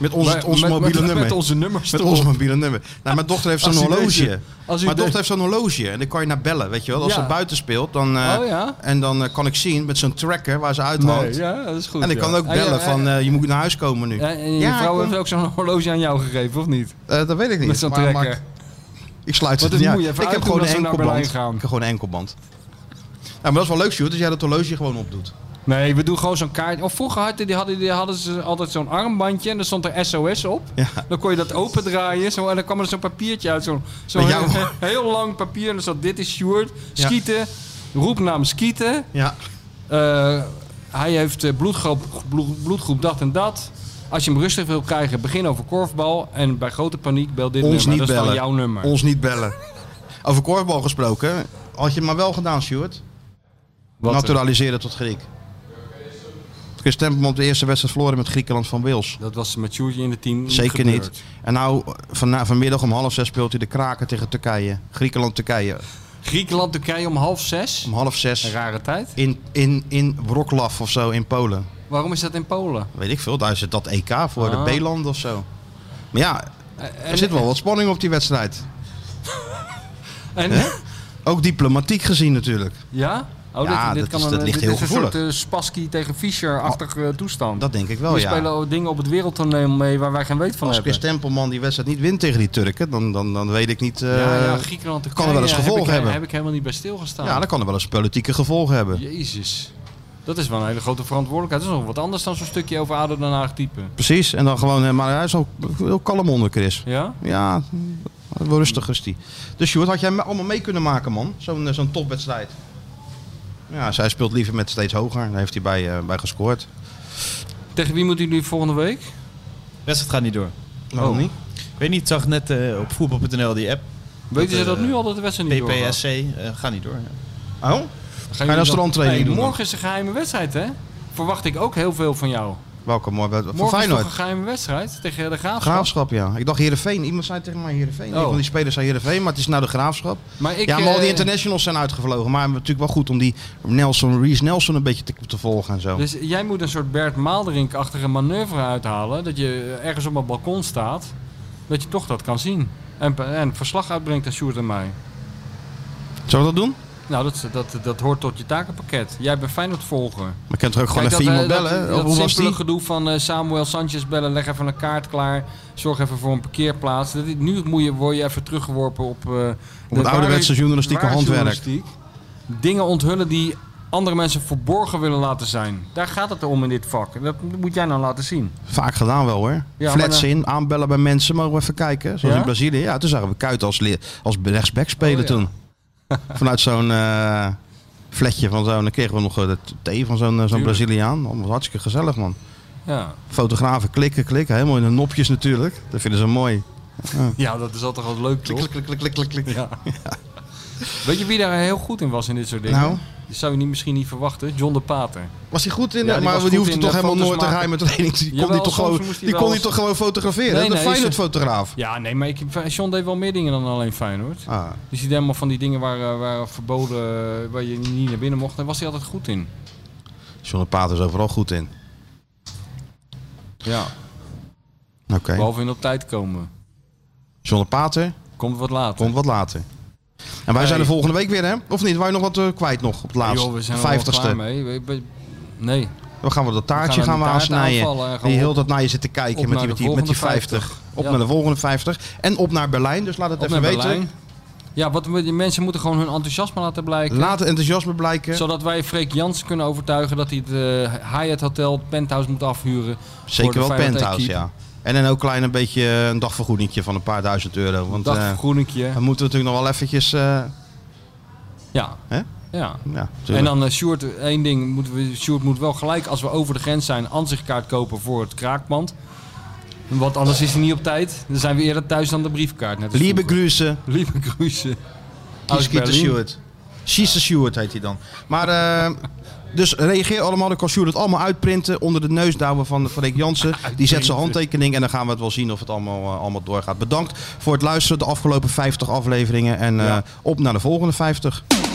[SPEAKER 2] Met ons,
[SPEAKER 3] Bij-
[SPEAKER 2] ons
[SPEAKER 3] met- met-
[SPEAKER 2] mobiele
[SPEAKER 3] met,
[SPEAKER 2] nummer.
[SPEAKER 3] onze nummers.
[SPEAKER 2] Met
[SPEAKER 3] erop.
[SPEAKER 2] ons mobiele nummer. Nou, mijn dochter heeft zo'n
[SPEAKER 3] Als u
[SPEAKER 2] horloge.
[SPEAKER 3] deze- als u
[SPEAKER 2] Mijn
[SPEAKER 3] de-
[SPEAKER 2] dochter heeft zo'n horloge en dan kan je naar bellen, weet je wel. Als
[SPEAKER 3] Ja.
[SPEAKER 2] ze buiten speelt, dan, eh,
[SPEAKER 3] Oh, ja?
[SPEAKER 2] en dan eh, kan ik zien met zo'n tracker waar ze uithangt.
[SPEAKER 3] Nee, ja, dat is goed.
[SPEAKER 2] En ik
[SPEAKER 3] ja.
[SPEAKER 2] kan ook
[SPEAKER 3] En je-
[SPEAKER 2] bellen van,
[SPEAKER 3] En,
[SPEAKER 2] eh, je moet naar huis komen nu.
[SPEAKER 3] en je
[SPEAKER 2] Ja,
[SPEAKER 3] vrouw
[SPEAKER 2] kom.
[SPEAKER 3] heeft ook zo'n horloge aan jou gegeven, of niet?
[SPEAKER 2] Eh, dat weet ik niet.
[SPEAKER 3] Met zo'n
[SPEAKER 2] maar- maar
[SPEAKER 3] trekker.
[SPEAKER 2] Ik sluit
[SPEAKER 3] Wat
[SPEAKER 2] het niet
[SPEAKER 3] een
[SPEAKER 2] uit.
[SPEAKER 3] moeie, even
[SPEAKER 2] Ik heb
[SPEAKER 3] uitdoen
[SPEAKER 2] gewoon een
[SPEAKER 3] dat ze naar
[SPEAKER 2] enkelband. Ik
[SPEAKER 3] Berlijn gaan.
[SPEAKER 2] heb gewoon een enkelband. Nou, maar dat is wel leuk, Sjoerd, dat jij dat horloge gewoon opdoet.
[SPEAKER 3] Nee, we doen gewoon zo'n kaart. Of vroeger hadden, die hadden, die hadden ze altijd zo'n armbandje en daar stond er SOS op.
[SPEAKER 2] Ja.
[SPEAKER 3] Dan kon je dat opendraaien zo, en dan kwam er zo'n papiertje uit. Zo'n zo'n
[SPEAKER 2] Met jou.
[SPEAKER 3] heel, heel lang papier en dan zat dit is Sjoerd.
[SPEAKER 2] Ja.
[SPEAKER 3] Skieten, roepnaam Skieten.
[SPEAKER 2] Ja.
[SPEAKER 3] Eh, hij heeft eh, bloedgroep, blo- bloedgroep dat en dat. Als je hem rustig wil krijgen, begin over korfbal. En bij grote paniek bel dit
[SPEAKER 2] Ons
[SPEAKER 3] nummer.
[SPEAKER 2] niet
[SPEAKER 3] dat
[SPEAKER 2] bellen.
[SPEAKER 3] is dan jouw nummer.
[SPEAKER 2] Ons niet bellen. Over korfbal gesproken, had je het maar wel gedaan, Sjoerd.
[SPEAKER 3] Wat, eh,
[SPEAKER 2] Naturaliseren tot Griek. Chris Tempelman op de eerste wedstrijd verloren met Griekenland van Wales.
[SPEAKER 3] eh, dat was met Sjoerdje in het team niet
[SPEAKER 2] Zeker
[SPEAKER 3] gebeurd.
[SPEAKER 2] niet. En nou, van, vanmiddag om half zes speelt hij de kraken tegen Turkije. Griekenland-Turkije.
[SPEAKER 3] Griekenland, Turkije om half zes.
[SPEAKER 2] Om half
[SPEAKER 3] Een
[SPEAKER 2] zes
[SPEAKER 3] rare tijd.
[SPEAKER 2] in, in, in Wroclaw of zo in Polen.
[SPEAKER 3] Waarom is dat in Polen?
[SPEAKER 2] Weet ik veel, daar zit dat EK voor,
[SPEAKER 3] Ah.
[SPEAKER 2] de B-land of zo. Maar ja, er
[SPEAKER 3] Eh, En-
[SPEAKER 2] zit wel wat spanning op die wedstrijd.
[SPEAKER 3] En,
[SPEAKER 2] Ook diplomatiek gezien natuurlijk.
[SPEAKER 3] ja? Oh,
[SPEAKER 2] Ja,
[SPEAKER 3] dit,
[SPEAKER 2] dat
[SPEAKER 3] dit kan
[SPEAKER 2] is-
[SPEAKER 3] een,
[SPEAKER 2] dat ligt
[SPEAKER 3] dit
[SPEAKER 2] heel
[SPEAKER 3] is een soort
[SPEAKER 2] gevoelig. Oh,
[SPEAKER 3] eh, Spassky tegen Fischer-achtig eh, toestand.
[SPEAKER 2] Dat denk ik wel,
[SPEAKER 3] We
[SPEAKER 2] ja.
[SPEAKER 3] spelen al dingen op het wereldtoneel mee waar wij geen weet van
[SPEAKER 2] Als
[SPEAKER 3] hebben.
[SPEAKER 2] Chris Tempelman die wedstrijd niet wint tegen die Turken, dan, dan, dan weet ik niet... eh,
[SPEAKER 3] ja, ja,
[SPEAKER 2] ja,
[SPEAKER 3] Griekenland, Turkije.
[SPEAKER 2] kan er wel eens
[SPEAKER 3] heb
[SPEAKER 2] gevolgen
[SPEAKER 3] ik-
[SPEAKER 2] hebben.
[SPEAKER 3] Heb ik helemaal niet bij stilgestaan.
[SPEAKER 2] dat kan er wel eens politieke gevolgen hebben.
[SPEAKER 3] Jezus. Dat is wel een hele grote verantwoordelijkheid. Dat is nog wat anders dan zo'n stukje over ADO Den Haag typen.
[SPEAKER 2] Precies, en dan gewoon... eh, Maar hij is al heel kalm onder, Chris.
[SPEAKER 3] Ja?
[SPEAKER 2] Ja, wel rustig is die. Dus Sjoerd, had jij me- allemaal mee kunnen maken, man? Zo'n eh, zo'n topwedstrijd. Ja, zij speelt liever met steeds hoger. Daar heeft hij bij, eh, bij gescoord.
[SPEAKER 3] Tegen wie moeten jullie volgende week?
[SPEAKER 4] wedstrijd gaat niet door.
[SPEAKER 2] Waarom
[SPEAKER 3] Oh.
[SPEAKER 2] niet?
[SPEAKER 4] Ik weet niet, ik zag net eh, op voetbal.nl die app.
[SPEAKER 3] Weten ze
[SPEAKER 4] eh,
[SPEAKER 3] dat nu al dat de wedstrijd niet doorgaat?
[SPEAKER 4] PPSC, eh, gaat niet door. ja.
[SPEAKER 2] Oh?
[SPEAKER 3] Gaan
[SPEAKER 2] je
[SPEAKER 3] jullie
[SPEAKER 2] nou
[SPEAKER 3] dan-
[SPEAKER 2] strandtraining
[SPEAKER 3] Hey,
[SPEAKER 2] doen dan?
[SPEAKER 3] Morgen is een geheime wedstrijd, hè? Verwacht ik ook heel veel van jou.
[SPEAKER 2] Welke morgen? Van
[SPEAKER 3] Morgen is toch een
[SPEAKER 2] Feyenoord.
[SPEAKER 3] geheime wedstrijd tegen de Graafschap.
[SPEAKER 2] Graafschap, ja. Ik dacht Heerenveen. Iemand zei tegen mij Heerenveen.
[SPEAKER 3] Oh.
[SPEAKER 2] Een van die spelers zei Heerenveen, maar het is nou de Graafschap.
[SPEAKER 3] Maar ik,
[SPEAKER 2] ja, maar al die
[SPEAKER 3] eh,
[SPEAKER 2] internationals zijn uitgevlogen. Maar natuurlijk wel goed om die Nelson, Reese Nelson een beetje te, te volgen en zo.
[SPEAKER 3] Dus jij moet een soort Bert Maalderink-achtige manoeuvre uithalen. Dat je ergens op een balkon staat. Dat je toch dat kan zien. En, en verslag uitbrengt aan Sjoerd en mij.
[SPEAKER 2] Zullen we dat doen?
[SPEAKER 3] Nou, dat, dat, dat hoort tot je takenpakket. Jij bent Feyenoord volger.
[SPEAKER 2] Maar kan toch ook gewoon
[SPEAKER 3] Kijk,
[SPEAKER 2] even iemand
[SPEAKER 3] eh,
[SPEAKER 2] bellen? hè?
[SPEAKER 3] Dat, dat
[SPEAKER 2] Hoe was
[SPEAKER 3] simpele
[SPEAKER 2] die?
[SPEAKER 3] gedoe van eh, Samuel Sanchez bellen, leg even een kaart klaar, zorg even voor een parkeerplaats. Dat, nu moet je, word je even teruggeworpen op... eh, de
[SPEAKER 2] het ouderwetse
[SPEAKER 3] ware-
[SPEAKER 2] journalistieke
[SPEAKER 3] ware
[SPEAKER 2] handwerk.
[SPEAKER 3] journalistiek. Dingen onthullen die andere mensen verborgen willen laten zijn. Daar gaat het om in dit vak. En Dat moet jij nou laten zien.
[SPEAKER 2] Vaak gedaan wel hoor.
[SPEAKER 3] Ja,
[SPEAKER 2] Flats
[SPEAKER 3] maar
[SPEAKER 2] in, aanbellen bij mensen. Mogen we even kijken? Zoals
[SPEAKER 3] Ja?
[SPEAKER 2] in Brazilië. Ja, toen zagen we Kuit als, le- als rechtsback spelen
[SPEAKER 3] Oh, ja.
[SPEAKER 2] toen. Vanuit zo'n eh flatje van zo'n... Dan kregen we nog eh, de thee van zo'n eh, zo'n
[SPEAKER 3] Tuurlijk.
[SPEAKER 2] Braziliaan. Dat was hartstikke gezellig man.
[SPEAKER 3] Ja,
[SPEAKER 2] Fotografen klikken, klikken. Helemaal in de nopjes natuurlijk. Dat vinden ze mooi.
[SPEAKER 3] ja dat is altijd wel leuk, toch?
[SPEAKER 2] Klik, klik, klik, klik, klik, klik.
[SPEAKER 3] Ja. Weet je wie daar heel goed in was in dit soort dingen?
[SPEAKER 2] Nou?
[SPEAKER 3] Dat zou je niet, misschien niet verwachten. John de Pater.
[SPEAKER 2] Was hij goed in?
[SPEAKER 3] Ja, die
[SPEAKER 2] maar
[SPEAKER 3] was
[SPEAKER 2] die
[SPEAKER 3] goed
[SPEAKER 2] hoefde
[SPEAKER 3] in,
[SPEAKER 2] toch
[SPEAKER 3] eh,
[SPEAKER 2] helemaal
[SPEAKER 3] foto's
[SPEAKER 2] nooit te
[SPEAKER 3] maken.
[SPEAKER 2] geheime training. Die kon
[SPEAKER 3] Jawel,
[SPEAKER 2] hij toch
[SPEAKER 3] soms
[SPEAKER 2] gewoon,
[SPEAKER 3] moest hij
[SPEAKER 2] die
[SPEAKER 3] wel
[SPEAKER 2] kon hij
[SPEAKER 3] eens-
[SPEAKER 2] toch gewoon fotograferen?
[SPEAKER 3] Nee,
[SPEAKER 2] hè? de
[SPEAKER 3] nee,
[SPEAKER 2] Feyenoord-fotograaf.
[SPEAKER 3] Ja, nee, maar ik, John deed wel meer dingen dan alleen Feyenoord.
[SPEAKER 2] Ah,
[SPEAKER 3] Dus die deed helemaal van die dingen waar, eh, waar verboden, eh, waar je niet naar binnen mocht. Daar was hij altijd goed in.
[SPEAKER 2] John de Pater is overal goed in.
[SPEAKER 3] Ja.
[SPEAKER 2] Oké.
[SPEAKER 3] Behalve in op tijd komen.
[SPEAKER 2] John de Pater,
[SPEAKER 3] Komt wat later.
[SPEAKER 2] Komt wat later. En wij zijn er volgende week weer, hè? Of niet? Waar je nog wat eh, kwijt nog op het
[SPEAKER 3] Ja,
[SPEAKER 2] laatst?
[SPEAKER 3] joh, we zijn er wel
[SPEAKER 2] Vijftigste.
[SPEAKER 3] klaar mee. We- we- Nee.
[SPEAKER 2] Dan gaan we dat taartje
[SPEAKER 3] We gaan
[SPEAKER 2] gaan
[SPEAKER 3] aan
[SPEAKER 2] we
[SPEAKER 3] die taart aanvallen en
[SPEAKER 2] aansnijden.
[SPEAKER 3] gewoon
[SPEAKER 2] Die heel
[SPEAKER 3] op-
[SPEAKER 2] dat naar je zit te kijken
[SPEAKER 3] op
[SPEAKER 2] met
[SPEAKER 3] naar
[SPEAKER 2] die,
[SPEAKER 3] de
[SPEAKER 2] met die, met die
[SPEAKER 3] volgende
[SPEAKER 2] 50.
[SPEAKER 3] 50.
[SPEAKER 2] Op
[SPEAKER 3] Ja.
[SPEAKER 2] naar de volgende 50. En op naar Berlijn. Dus laat het
[SPEAKER 3] Op
[SPEAKER 2] even
[SPEAKER 3] naar
[SPEAKER 2] weten.
[SPEAKER 3] Berlijn. Ja, wat, we- die mensen moeten gewoon hun enthousiasme laten blijken.
[SPEAKER 2] Laat het enthousiasme blijken.
[SPEAKER 3] zodat wij Freek Jansen kunnen overtuigen dat hij het eh, Hyatt Hotel, het penthouse moet afhuren. voor de
[SPEAKER 2] Zeker wel
[SPEAKER 3] Feyenoord
[SPEAKER 2] penthouse,
[SPEAKER 3] equipe.
[SPEAKER 2] ja. En dan ook klein een beetje eh, een dagvergoedingje van een paar duizend euro. Want eh,
[SPEAKER 3] Dag Groenekje.
[SPEAKER 2] dan moeten we natuurlijk nog wel eventjes... eh,
[SPEAKER 3] Ja.
[SPEAKER 2] Hè?
[SPEAKER 3] Ja, Ja.
[SPEAKER 2] Ja,
[SPEAKER 3] En
[SPEAKER 2] tuurlijk.
[SPEAKER 3] dan eh Sjoerd, één ding. Moeten we, Sjoerd moet wel gelijk als we over de grens zijn, ansichtkaart kopen voor het kraakpand. Want anders is hij niet op tijd. Dan zijn we eerder thuis dan de briefkaart. Net als
[SPEAKER 2] Liebe
[SPEAKER 3] vroeger.
[SPEAKER 2] Grüße,
[SPEAKER 3] Liebe Grüße. Aus
[SPEAKER 2] Kieskieter
[SPEAKER 3] Berlin.
[SPEAKER 2] Stewart. Sister Stewart heet hij dan. Maar eh, dus reageer allemaal. Ik kan Sjoerd het allemaal uitprinten onder de neusdouwen van, van Rick Jansen. Die zet zijn handtekening en dan gaan we het wel zien of het allemaal, eh, allemaal doorgaat. Bedankt voor het luisteren de afgelopen 50 afleveringen. En eh, op naar de volgende 50.